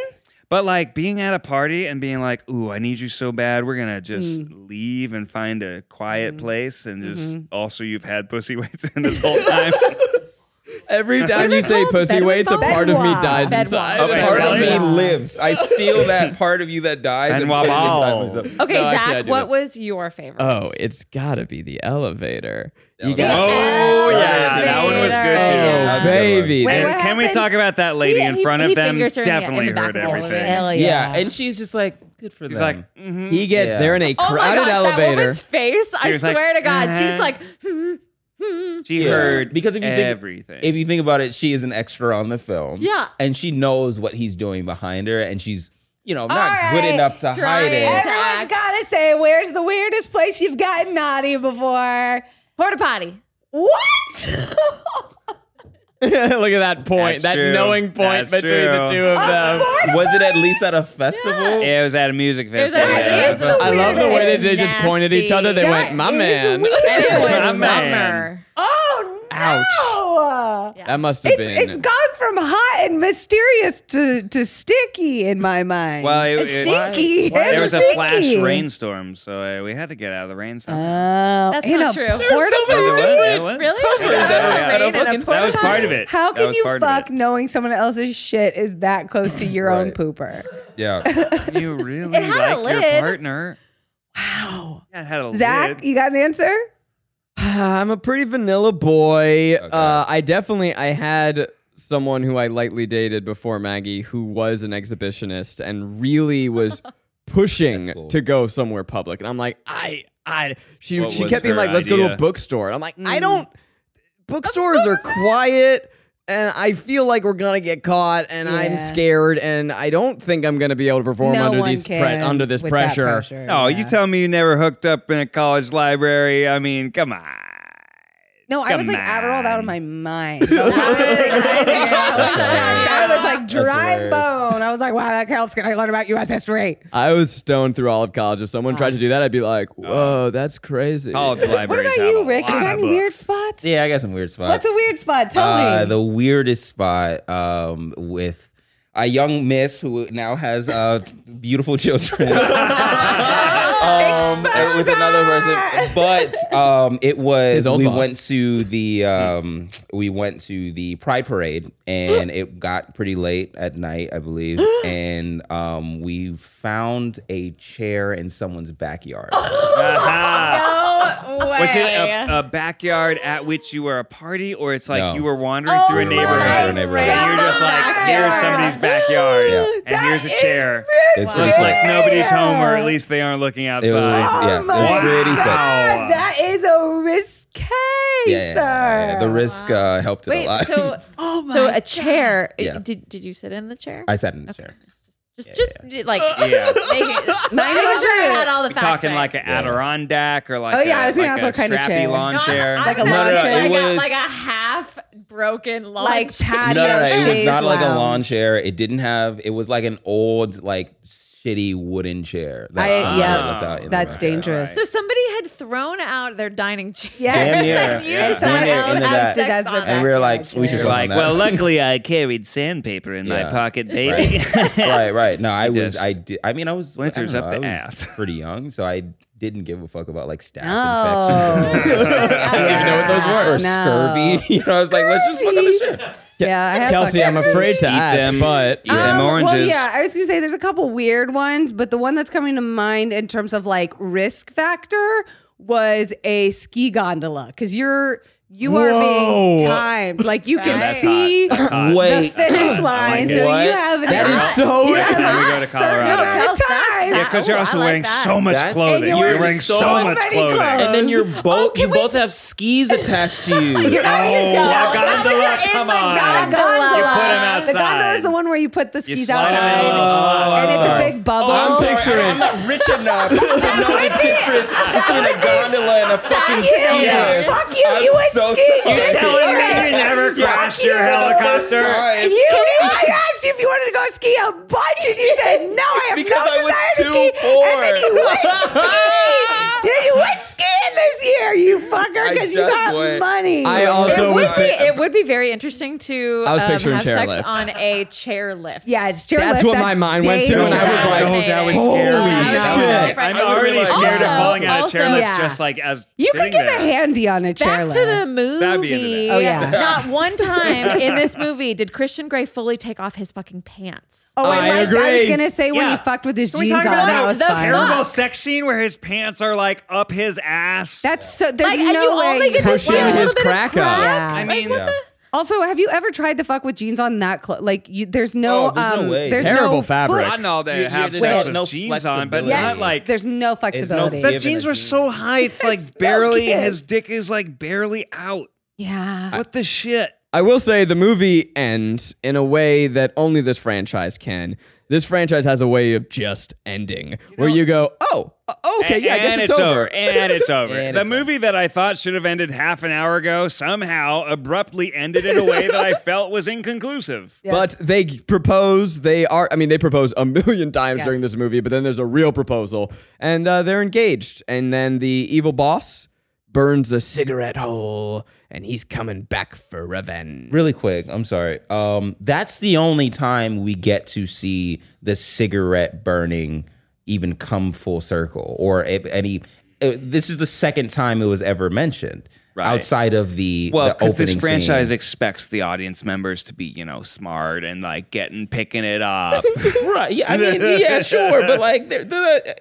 [SPEAKER 5] But like being at a party and being like, "Ooh, I need you so bad. We're gonna just
[SPEAKER 4] Mm.
[SPEAKER 5] leave and find a quiet
[SPEAKER 4] Mm-hmm.
[SPEAKER 5] place and just." Also, you've had pussy weights in this whole time.
[SPEAKER 3] Every time you say
[SPEAKER 6] called?
[SPEAKER 3] pussy
[SPEAKER 6] Bedouin
[SPEAKER 3] weights, a
[SPEAKER 6] balls?
[SPEAKER 3] part of me
[SPEAKER 4] Bedouin.
[SPEAKER 3] dies
[SPEAKER 6] Bedouin.
[SPEAKER 3] inside.
[SPEAKER 2] A
[SPEAKER 5] Okay,
[SPEAKER 2] part of
[SPEAKER 5] really?
[SPEAKER 2] me
[SPEAKER 5] Yeah.
[SPEAKER 2] lives. I steal that part of you that dies
[SPEAKER 5] And Oh,
[SPEAKER 2] and put it inside
[SPEAKER 5] wabal.
[SPEAKER 2] myself.
[SPEAKER 6] Okay,
[SPEAKER 3] No, actually, I
[SPEAKER 6] Zach,
[SPEAKER 3] do
[SPEAKER 6] what
[SPEAKER 3] it.
[SPEAKER 6] was your favorite?
[SPEAKER 3] Oh, it's gotta be the elevator. You
[SPEAKER 2] Elevator.
[SPEAKER 3] got-
[SPEAKER 5] oh yeah,
[SPEAKER 6] elevator.
[SPEAKER 5] that one was good too.
[SPEAKER 2] That
[SPEAKER 3] Oh,
[SPEAKER 2] was a good one.
[SPEAKER 3] baby.
[SPEAKER 6] Wait,
[SPEAKER 5] And
[SPEAKER 6] what
[SPEAKER 5] can we
[SPEAKER 6] happens?
[SPEAKER 5] talk about that lady
[SPEAKER 6] He-
[SPEAKER 5] in
[SPEAKER 6] he-
[SPEAKER 5] front of
[SPEAKER 6] he
[SPEAKER 5] them?
[SPEAKER 6] fingers her in the- in
[SPEAKER 5] Definitely
[SPEAKER 6] the back
[SPEAKER 5] heard
[SPEAKER 6] of all of it.
[SPEAKER 5] everything.
[SPEAKER 4] Hell yeah.
[SPEAKER 2] Yeah, and she's just like, good for them.
[SPEAKER 5] He's like, mm-hmm.
[SPEAKER 3] He gets
[SPEAKER 2] Yeah.
[SPEAKER 3] there in a
[SPEAKER 6] Oh my
[SPEAKER 3] crowded
[SPEAKER 6] gosh, that
[SPEAKER 3] elevator.
[SPEAKER 6] woman's face. I
[SPEAKER 5] Here's like,
[SPEAKER 6] swear to God.
[SPEAKER 5] uh-huh.
[SPEAKER 6] She's like, "Hmm."
[SPEAKER 5] she
[SPEAKER 2] Yeah.
[SPEAKER 5] heard
[SPEAKER 2] Because if you think-
[SPEAKER 5] everything.
[SPEAKER 2] if you think about it, she is an extra on the film.
[SPEAKER 6] Yeah.
[SPEAKER 2] and she knows what he's doing behind her, and she's you know not
[SPEAKER 4] All
[SPEAKER 2] good
[SPEAKER 4] right,
[SPEAKER 2] enough to
[SPEAKER 6] try
[SPEAKER 2] hide it.
[SPEAKER 6] it.
[SPEAKER 4] Everyone's gotta say, where's the weirdest place you've gotten naughty before?
[SPEAKER 6] porta potty.
[SPEAKER 4] What?
[SPEAKER 3] Look at that point,
[SPEAKER 5] That's
[SPEAKER 3] that
[SPEAKER 5] true.
[SPEAKER 3] knowing point
[SPEAKER 5] That's
[SPEAKER 3] between the
[SPEAKER 5] true.
[SPEAKER 3] two of
[SPEAKER 5] Uh,
[SPEAKER 3] them.
[SPEAKER 2] Was it at least at a festival?
[SPEAKER 5] Yeah, it was at a music
[SPEAKER 6] was
[SPEAKER 5] festival.
[SPEAKER 6] at a
[SPEAKER 5] yeah.
[SPEAKER 6] music
[SPEAKER 3] I love the way that they just
[SPEAKER 6] Nasty.
[SPEAKER 3] pointed at each other. They
[SPEAKER 6] That
[SPEAKER 3] went, my
[SPEAKER 4] is
[SPEAKER 3] man.
[SPEAKER 4] weird.
[SPEAKER 6] And it was
[SPEAKER 5] My
[SPEAKER 6] summer.
[SPEAKER 5] man.
[SPEAKER 4] oh, no.
[SPEAKER 3] Ouch.
[SPEAKER 4] Oh,
[SPEAKER 6] Yeah.
[SPEAKER 3] That must have
[SPEAKER 4] it's,
[SPEAKER 3] been.
[SPEAKER 4] it's gone from hot and mysterious to, to stinky in my mind.
[SPEAKER 5] Well, it,
[SPEAKER 6] It's
[SPEAKER 5] it-
[SPEAKER 6] stinky.
[SPEAKER 5] Why- There was a
[SPEAKER 4] It's
[SPEAKER 5] flash
[SPEAKER 4] stinky.
[SPEAKER 5] rainstorm, so uh, we had to get out of the rain somehow.
[SPEAKER 4] Oh,
[SPEAKER 6] That's
[SPEAKER 4] in
[SPEAKER 6] not
[SPEAKER 4] a
[SPEAKER 6] true.
[SPEAKER 4] porta
[SPEAKER 6] There's so
[SPEAKER 5] Yeah,
[SPEAKER 4] potty?
[SPEAKER 5] there was- there was.
[SPEAKER 6] Uh, Really?
[SPEAKER 5] Yeah, yeah,
[SPEAKER 6] Rain in a
[SPEAKER 5] That was- that was
[SPEAKER 6] porta
[SPEAKER 5] part of it.
[SPEAKER 4] How
[SPEAKER 5] That
[SPEAKER 4] can
[SPEAKER 5] was
[SPEAKER 4] you
[SPEAKER 5] part of
[SPEAKER 4] fuck
[SPEAKER 5] it.
[SPEAKER 4] knowing someone else's shit is that close to your own
[SPEAKER 2] Right.
[SPEAKER 4] pooper?
[SPEAKER 2] Yeah.
[SPEAKER 5] You really
[SPEAKER 6] It had
[SPEAKER 5] like
[SPEAKER 6] a
[SPEAKER 5] your
[SPEAKER 6] lid.
[SPEAKER 5] partner.
[SPEAKER 4] Wow.
[SPEAKER 5] That had a
[SPEAKER 4] Zach,
[SPEAKER 5] lid.
[SPEAKER 4] you got an answer?
[SPEAKER 3] I'm a pretty vanilla boy.
[SPEAKER 2] Okay.
[SPEAKER 3] Uh, I definitely I had someone who I lightly dated before Maggie who was an exhibitionist and really was pushing
[SPEAKER 2] That's cool.
[SPEAKER 3] to go somewhere public. And I'm like, I I she
[SPEAKER 5] What
[SPEAKER 3] she
[SPEAKER 5] was
[SPEAKER 3] kept being
[SPEAKER 5] her
[SPEAKER 3] like, let's go to a
[SPEAKER 5] idea?
[SPEAKER 3] bookstore. And I'm like, I don't bookstores are quiet and I feel like we're gonna get caught and I'm
[SPEAKER 4] Yeah.
[SPEAKER 3] scared and I don't think I'm gonna be able to perform
[SPEAKER 4] no
[SPEAKER 3] under
[SPEAKER 4] one
[SPEAKER 3] these pre-
[SPEAKER 4] can
[SPEAKER 3] under this
[SPEAKER 4] with that
[SPEAKER 3] pressure.
[SPEAKER 5] No, Oh, you
[SPEAKER 4] yeah.
[SPEAKER 5] tell me you never hooked up in a college library. I mean, come on.
[SPEAKER 4] No, I was like
[SPEAKER 5] Come
[SPEAKER 4] Adderall out of
[SPEAKER 5] on.
[SPEAKER 4] my mind. I was like, I was like dry as
[SPEAKER 2] hilarious.
[SPEAKER 4] bone. I was like, wow, that counts. Can I learn about U.S. history?
[SPEAKER 3] I was stoned through all of college. If someone tried to do that, I'd be like, "Whoa, that's crazy."
[SPEAKER 5] College libraries.
[SPEAKER 4] What about
[SPEAKER 5] have a
[SPEAKER 4] you, Rick? You
[SPEAKER 5] lot
[SPEAKER 4] got
[SPEAKER 5] of
[SPEAKER 4] any weird
[SPEAKER 5] books.
[SPEAKER 4] spots?
[SPEAKER 2] yeah, I got some weird spots.
[SPEAKER 4] What's a weird spot? Tell
[SPEAKER 2] Uh,
[SPEAKER 4] me.
[SPEAKER 2] the weirdest spot um, with a young miss who now has uh, beautiful children. um, it was another person, but um, it was
[SPEAKER 3] His old
[SPEAKER 2] we
[SPEAKER 3] boss.
[SPEAKER 2] went to the um, we went to the Pride Parade, and it got pretty late at night, I believe, and um, we found a chair in someone's backyard.
[SPEAKER 6] Oh,
[SPEAKER 5] Aha.
[SPEAKER 6] No way.
[SPEAKER 5] Was uh, it a, a backyard at which you were a party, or it's like
[SPEAKER 2] No.
[SPEAKER 5] you were wandering through a
[SPEAKER 2] Neighborhood,
[SPEAKER 5] neighborhood?
[SPEAKER 2] neighborhood.
[SPEAKER 5] And you're just like, here's somebody's backyard,
[SPEAKER 2] Yeah.
[SPEAKER 5] and here's a chair.
[SPEAKER 2] It's
[SPEAKER 4] Wow.
[SPEAKER 2] pretty
[SPEAKER 5] Looks
[SPEAKER 2] sick.
[SPEAKER 5] like nobody's home, or at least they aren't looking outside.
[SPEAKER 2] It was yeah, it was
[SPEAKER 5] my
[SPEAKER 2] pretty sick.
[SPEAKER 5] God.
[SPEAKER 4] Oh God, that is a risque,
[SPEAKER 2] Yeah, yeah, yeah, yeah.
[SPEAKER 4] sir.
[SPEAKER 2] the risk uh, helped it a
[SPEAKER 6] Wait,
[SPEAKER 2] lot.
[SPEAKER 6] so so a chair.
[SPEAKER 2] Yeah.
[SPEAKER 6] Did did you sit in the chair?
[SPEAKER 2] I sat in the chair.
[SPEAKER 6] just just like
[SPEAKER 5] Yeah.
[SPEAKER 6] make it.
[SPEAKER 4] Mine
[SPEAKER 6] I
[SPEAKER 4] was
[SPEAKER 6] was sure I had
[SPEAKER 4] a-
[SPEAKER 6] all the facts.
[SPEAKER 5] talking
[SPEAKER 6] right.
[SPEAKER 5] like an Adirondack or like
[SPEAKER 4] Oh, yeah,
[SPEAKER 5] a,
[SPEAKER 4] I was gonna
[SPEAKER 5] like
[SPEAKER 4] ask what
[SPEAKER 5] a
[SPEAKER 4] kind of
[SPEAKER 5] strappy
[SPEAKER 4] chair.
[SPEAKER 5] lawn
[SPEAKER 6] No, I'm-
[SPEAKER 5] chair.
[SPEAKER 6] I'm
[SPEAKER 4] Like a
[SPEAKER 6] not-
[SPEAKER 4] lawn
[SPEAKER 6] like
[SPEAKER 2] chair?
[SPEAKER 6] a-
[SPEAKER 2] It was-
[SPEAKER 6] like a half broken lawn
[SPEAKER 4] like
[SPEAKER 6] chair.
[SPEAKER 4] patio
[SPEAKER 2] no, no, no, it was
[SPEAKER 4] chaise
[SPEAKER 2] not like a
[SPEAKER 4] lounge.
[SPEAKER 2] lawn chair. It didn't have. It was like an old, like shitty wooden chair. That
[SPEAKER 4] I-
[SPEAKER 2] somebody
[SPEAKER 4] yeah,
[SPEAKER 2] left out in the
[SPEAKER 4] That's
[SPEAKER 2] backyard.
[SPEAKER 4] dangerous.
[SPEAKER 6] So somebody had thrown out their dining chair.
[SPEAKER 4] Yeah.
[SPEAKER 2] Damn near.
[SPEAKER 6] and you
[SPEAKER 2] Yeah.
[SPEAKER 6] and someone
[SPEAKER 2] Damn near
[SPEAKER 6] else
[SPEAKER 2] into
[SPEAKER 6] had
[SPEAKER 2] that.
[SPEAKER 6] sex on
[SPEAKER 2] And we
[SPEAKER 6] it.
[SPEAKER 2] were like, we should
[SPEAKER 5] You're
[SPEAKER 2] fuck
[SPEAKER 5] like,
[SPEAKER 2] on that.
[SPEAKER 5] well, luckily I carried sandpaper in
[SPEAKER 2] Yeah.
[SPEAKER 5] my pocket, baby.
[SPEAKER 2] Right. right, right. No, I was,
[SPEAKER 5] Just
[SPEAKER 2] I did. I mean, I was, I
[SPEAKER 5] splinters
[SPEAKER 2] don't
[SPEAKER 5] up
[SPEAKER 2] know,
[SPEAKER 5] the
[SPEAKER 2] I was
[SPEAKER 5] ass.
[SPEAKER 2] pretty young, so I didn't give a fuck about like staph
[SPEAKER 4] No.
[SPEAKER 2] infections.
[SPEAKER 4] I
[SPEAKER 3] don't even know what those were.
[SPEAKER 2] Or scurvy. You know, I was like, let's just fuck on the chair.
[SPEAKER 4] Yeah, I have
[SPEAKER 3] Kelsey, I'm afraid to
[SPEAKER 5] Eat
[SPEAKER 3] ask,
[SPEAKER 5] them.
[SPEAKER 3] but
[SPEAKER 5] Eat them oranges.
[SPEAKER 4] Um, Well, yeah, I was gonna say there's a couple weird ones, but the one that's coming to mind in terms of like risk factor was a ski gondola because you're you are
[SPEAKER 3] Whoa.
[SPEAKER 4] being timed, like you
[SPEAKER 5] Yeah,
[SPEAKER 4] can
[SPEAKER 5] that's
[SPEAKER 4] see
[SPEAKER 5] hot. That's hot.
[SPEAKER 4] the
[SPEAKER 2] Wait.
[SPEAKER 4] finish line,
[SPEAKER 5] it.
[SPEAKER 4] so you
[SPEAKER 2] What?
[SPEAKER 4] have
[SPEAKER 3] that
[SPEAKER 4] an
[SPEAKER 3] is so.
[SPEAKER 4] You
[SPEAKER 5] Next
[SPEAKER 4] have
[SPEAKER 5] time we
[SPEAKER 4] a
[SPEAKER 5] go to
[SPEAKER 4] certain
[SPEAKER 5] Colorado.
[SPEAKER 4] amount of
[SPEAKER 6] That's- that's-
[SPEAKER 4] time.
[SPEAKER 5] Yeah, because you're
[SPEAKER 6] Ooh, I
[SPEAKER 5] also
[SPEAKER 6] like
[SPEAKER 5] wearing
[SPEAKER 6] that.
[SPEAKER 5] so much
[SPEAKER 2] That's-
[SPEAKER 5] clothing.
[SPEAKER 4] And
[SPEAKER 5] You're
[SPEAKER 4] you're
[SPEAKER 5] wearing
[SPEAKER 4] wearing
[SPEAKER 5] so,
[SPEAKER 4] so
[SPEAKER 5] much
[SPEAKER 4] many
[SPEAKER 5] clothing.
[SPEAKER 4] clothes.
[SPEAKER 2] And then you're both, you both have skis attached to you.
[SPEAKER 4] You're not
[SPEAKER 5] Oh,
[SPEAKER 4] even going.
[SPEAKER 5] a gondola, come on.
[SPEAKER 4] gondola.
[SPEAKER 5] You put them outside.
[SPEAKER 4] The gondola is the one where you put the
[SPEAKER 5] You
[SPEAKER 4] skis
[SPEAKER 5] slide 'em in
[SPEAKER 4] outside,
[SPEAKER 5] and slide.
[SPEAKER 4] and
[SPEAKER 2] Oh,
[SPEAKER 4] it's
[SPEAKER 2] I'm
[SPEAKER 4] a big bubble.
[SPEAKER 2] I'm
[SPEAKER 3] sorry.
[SPEAKER 2] picturing. I'm not rich enough to know the difference between a gondola and a fucking ski.
[SPEAKER 5] Yeah.
[SPEAKER 4] Fuck you,
[SPEAKER 2] I'm
[SPEAKER 4] you would
[SPEAKER 2] so
[SPEAKER 4] ski.
[SPEAKER 2] sorry.
[SPEAKER 4] You
[SPEAKER 2] You're
[SPEAKER 5] Telling me
[SPEAKER 4] Okay.
[SPEAKER 5] you never crashed your helicopter.
[SPEAKER 2] Sorry.
[SPEAKER 4] You, I asked you if you wanted to go ski a bunch, and you said no. I have
[SPEAKER 2] Because
[SPEAKER 4] no
[SPEAKER 2] I was
[SPEAKER 4] desire to
[SPEAKER 2] too
[SPEAKER 4] ski. And then
[SPEAKER 2] poor.
[SPEAKER 4] you went skiing. Then you went skiing this year, you fucker,
[SPEAKER 2] I
[SPEAKER 4] because you
[SPEAKER 2] just
[SPEAKER 4] got
[SPEAKER 2] went.
[SPEAKER 4] money.
[SPEAKER 3] I also
[SPEAKER 6] it
[SPEAKER 3] was.
[SPEAKER 6] would be
[SPEAKER 3] pic-
[SPEAKER 6] it would be very interesting to
[SPEAKER 3] I was
[SPEAKER 6] um,
[SPEAKER 3] picturing
[SPEAKER 6] have sex
[SPEAKER 3] chairlift.
[SPEAKER 6] on a chairlift.
[SPEAKER 4] yeah, it's chairlift.
[SPEAKER 3] That's what my mind went to, and I was like,
[SPEAKER 5] no, that was
[SPEAKER 3] Holy
[SPEAKER 5] scary.
[SPEAKER 3] shit.
[SPEAKER 5] That was- I'm
[SPEAKER 6] I would
[SPEAKER 5] already
[SPEAKER 6] realize-
[SPEAKER 5] scared of
[SPEAKER 6] Also-
[SPEAKER 5] falling out of
[SPEAKER 6] also-
[SPEAKER 5] chairlifts
[SPEAKER 4] Yeah.
[SPEAKER 5] just like as
[SPEAKER 4] you could
[SPEAKER 5] sitting
[SPEAKER 4] get
[SPEAKER 5] there.
[SPEAKER 4] a handy on a
[SPEAKER 6] Back
[SPEAKER 4] chairlift.
[SPEAKER 6] to the movie.
[SPEAKER 5] That'd be into that.
[SPEAKER 4] Oh, yeah.
[SPEAKER 6] Not one time in this movie did Christian Grey fully take off his fucking pants.
[SPEAKER 4] Oh, I,
[SPEAKER 3] I
[SPEAKER 4] liked, I was
[SPEAKER 3] agree.
[SPEAKER 4] gonna say when
[SPEAKER 5] Yeah.
[SPEAKER 4] he fucked with his
[SPEAKER 5] Can we
[SPEAKER 4] jeans on,
[SPEAKER 5] talk about
[SPEAKER 4] that
[SPEAKER 5] the-
[SPEAKER 4] was
[SPEAKER 6] the
[SPEAKER 4] fun.
[SPEAKER 6] fuck?
[SPEAKER 5] terrible sex scene where his pants are like up his ass.
[SPEAKER 4] That's so. There's
[SPEAKER 6] Like,
[SPEAKER 4] no
[SPEAKER 6] and you
[SPEAKER 4] way.
[SPEAKER 6] only get this
[SPEAKER 3] Pushing his
[SPEAKER 6] one little bit of
[SPEAKER 3] crack up.
[SPEAKER 4] Yeah.
[SPEAKER 5] I
[SPEAKER 6] Like,
[SPEAKER 5] mean,
[SPEAKER 6] what
[SPEAKER 2] Yeah.
[SPEAKER 6] the-
[SPEAKER 4] Also, have you ever tried to fuck with jeans on that close? Like, you, there's no,
[SPEAKER 2] Oh, there's no
[SPEAKER 4] um,
[SPEAKER 2] way.
[SPEAKER 4] there's
[SPEAKER 3] Terrible
[SPEAKER 4] no
[SPEAKER 3] fabric.
[SPEAKER 5] I
[SPEAKER 4] foot-
[SPEAKER 5] know they
[SPEAKER 2] Yeah,
[SPEAKER 5] have
[SPEAKER 2] there's
[SPEAKER 5] sex
[SPEAKER 2] no-
[SPEAKER 5] with
[SPEAKER 2] no
[SPEAKER 5] jeans on, but
[SPEAKER 2] flexibility.
[SPEAKER 5] not like
[SPEAKER 4] there's no flexibility.
[SPEAKER 5] the
[SPEAKER 2] Given
[SPEAKER 5] jeans
[SPEAKER 2] a
[SPEAKER 5] were
[SPEAKER 2] jean.
[SPEAKER 5] so high. It's like barely his dick is like barely out.
[SPEAKER 4] yeah.
[SPEAKER 5] What the shit?
[SPEAKER 3] I will say the movie ends in a way that only this franchise can. This franchise has a way of just ending, where you go, "Oh, uh, okay, yeah, I guess
[SPEAKER 5] and
[SPEAKER 3] it's, over."
[SPEAKER 5] And it's over.
[SPEAKER 2] And
[SPEAKER 5] the
[SPEAKER 2] it's
[SPEAKER 5] movie that I thought should have ended half an hour ago somehow abruptly ended in a way that I felt was inconclusive.
[SPEAKER 3] But they propose, they are, I mean, they propose a million times
[SPEAKER 4] Yes.
[SPEAKER 3] during this movie, but then there's a real proposal and uh, they're engaged. And then the evil boss burns a cigarette hole and he's coming back for revenge.
[SPEAKER 2] really quick i'm sorry um that's the only time we get to see the cigarette burning even come full circle or if any uh, this is the second time it was ever mentioned
[SPEAKER 5] Right.
[SPEAKER 2] outside of the
[SPEAKER 5] Well,
[SPEAKER 2] because
[SPEAKER 5] because this franchise expects the audience members to be, you know, smart and like getting picking it up.
[SPEAKER 2] right yeah i mean yeah sure but like they're, the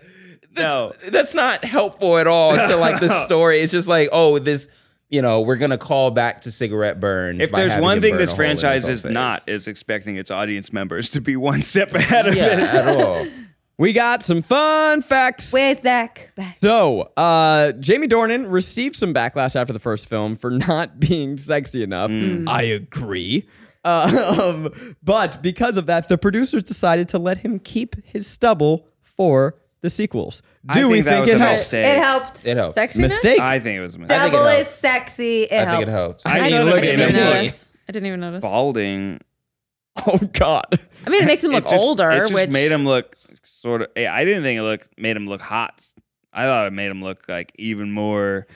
[SPEAKER 5] no,
[SPEAKER 2] that's not helpful at all to like the story it's just like oh this you know we're gonna call back to cigarette burns
[SPEAKER 5] if
[SPEAKER 2] by
[SPEAKER 5] there's
[SPEAKER 2] having
[SPEAKER 5] one
[SPEAKER 2] him
[SPEAKER 5] thing
[SPEAKER 2] burn
[SPEAKER 5] this
[SPEAKER 2] a hole in his
[SPEAKER 5] franchise
[SPEAKER 2] own
[SPEAKER 5] is
[SPEAKER 2] face.
[SPEAKER 5] not, is expecting its audience members to be one step ahead of
[SPEAKER 2] yeah
[SPEAKER 5] it.
[SPEAKER 2] at all
[SPEAKER 3] We got some fun facts.
[SPEAKER 4] With that, back.
[SPEAKER 3] So, uh, Jamie Dornan received some backlash after the first film for not being sexy enough.
[SPEAKER 5] Mm.
[SPEAKER 3] I agree. Uh, um, but because of that, the producers decided to let him keep his stubble for the sequels. Do
[SPEAKER 5] I think
[SPEAKER 3] we
[SPEAKER 5] that
[SPEAKER 3] think
[SPEAKER 5] was
[SPEAKER 3] it
[SPEAKER 5] a
[SPEAKER 3] helped?
[SPEAKER 5] mistake.
[SPEAKER 4] it helped.
[SPEAKER 2] It helped.
[SPEAKER 4] Sexiness.
[SPEAKER 3] Mistake.
[SPEAKER 5] I think it was a mistake.
[SPEAKER 2] think it
[SPEAKER 4] Double is
[SPEAKER 2] helped.
[SPEAKER 4] sexy. It
[SPEAKER 2] i
[SPEAKER 4] helped.
[SPEAKER 2] think it helps
[SPEAKER 5] I,
[SPEAKER 6] I,
[SPEAKER 5] mean,
[SPEAKER 6] don't-
[SPEAKER 5] look
[SPEAKER 6] I didn't
[SPEAKER 5] at
[SPEAKER 6] even
[SPEAKER 5] him.
[SPEAKER 3] employee.
[SPEAKER 6] notice. I didn't even notice.
[SPEAKER 5] Balding.
[SPEAKER 3] Oh God.
[SPEAKER 6] I mean, it makes him look
[SPEAKER 5] it just,
[SPEAKER 6] older,
[SPEAKER 5] It just
[SPEAKER 6] which
[SPEAKER 5] made him look sort of. yeah, I didn't think it looked made him look hot. I thought it made him look like even more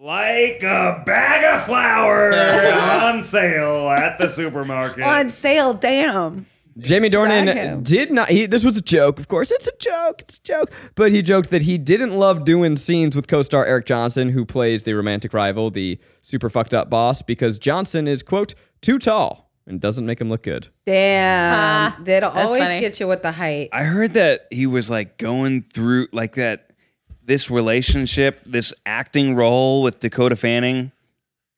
[SPEAKER 5] like a bag of flour on sale at the supermarket.
[SPEAKER 4] On sale, damn.
[SPEAKER 3] Jamie Dornan
[SPEAKER 4] Psycho.
[SPEAKER 3] did not. He, this was a joke, of course. It's a joke. It's a joke. But he joked that he didn't love doing scenes with co-star Eric Johnson, who plays the romantic rival, the super fucked up boss, because Johnson is quote too tall and doesn't make him look good.
[SPEAKER 4] Damn. That'll always
[SPEAKER 6] funny.
[SPEAKER 4] get you with the height.
[SPEAKER 5] I heard that he was like going through like that this relationship, this acting role with Dakota Fanning,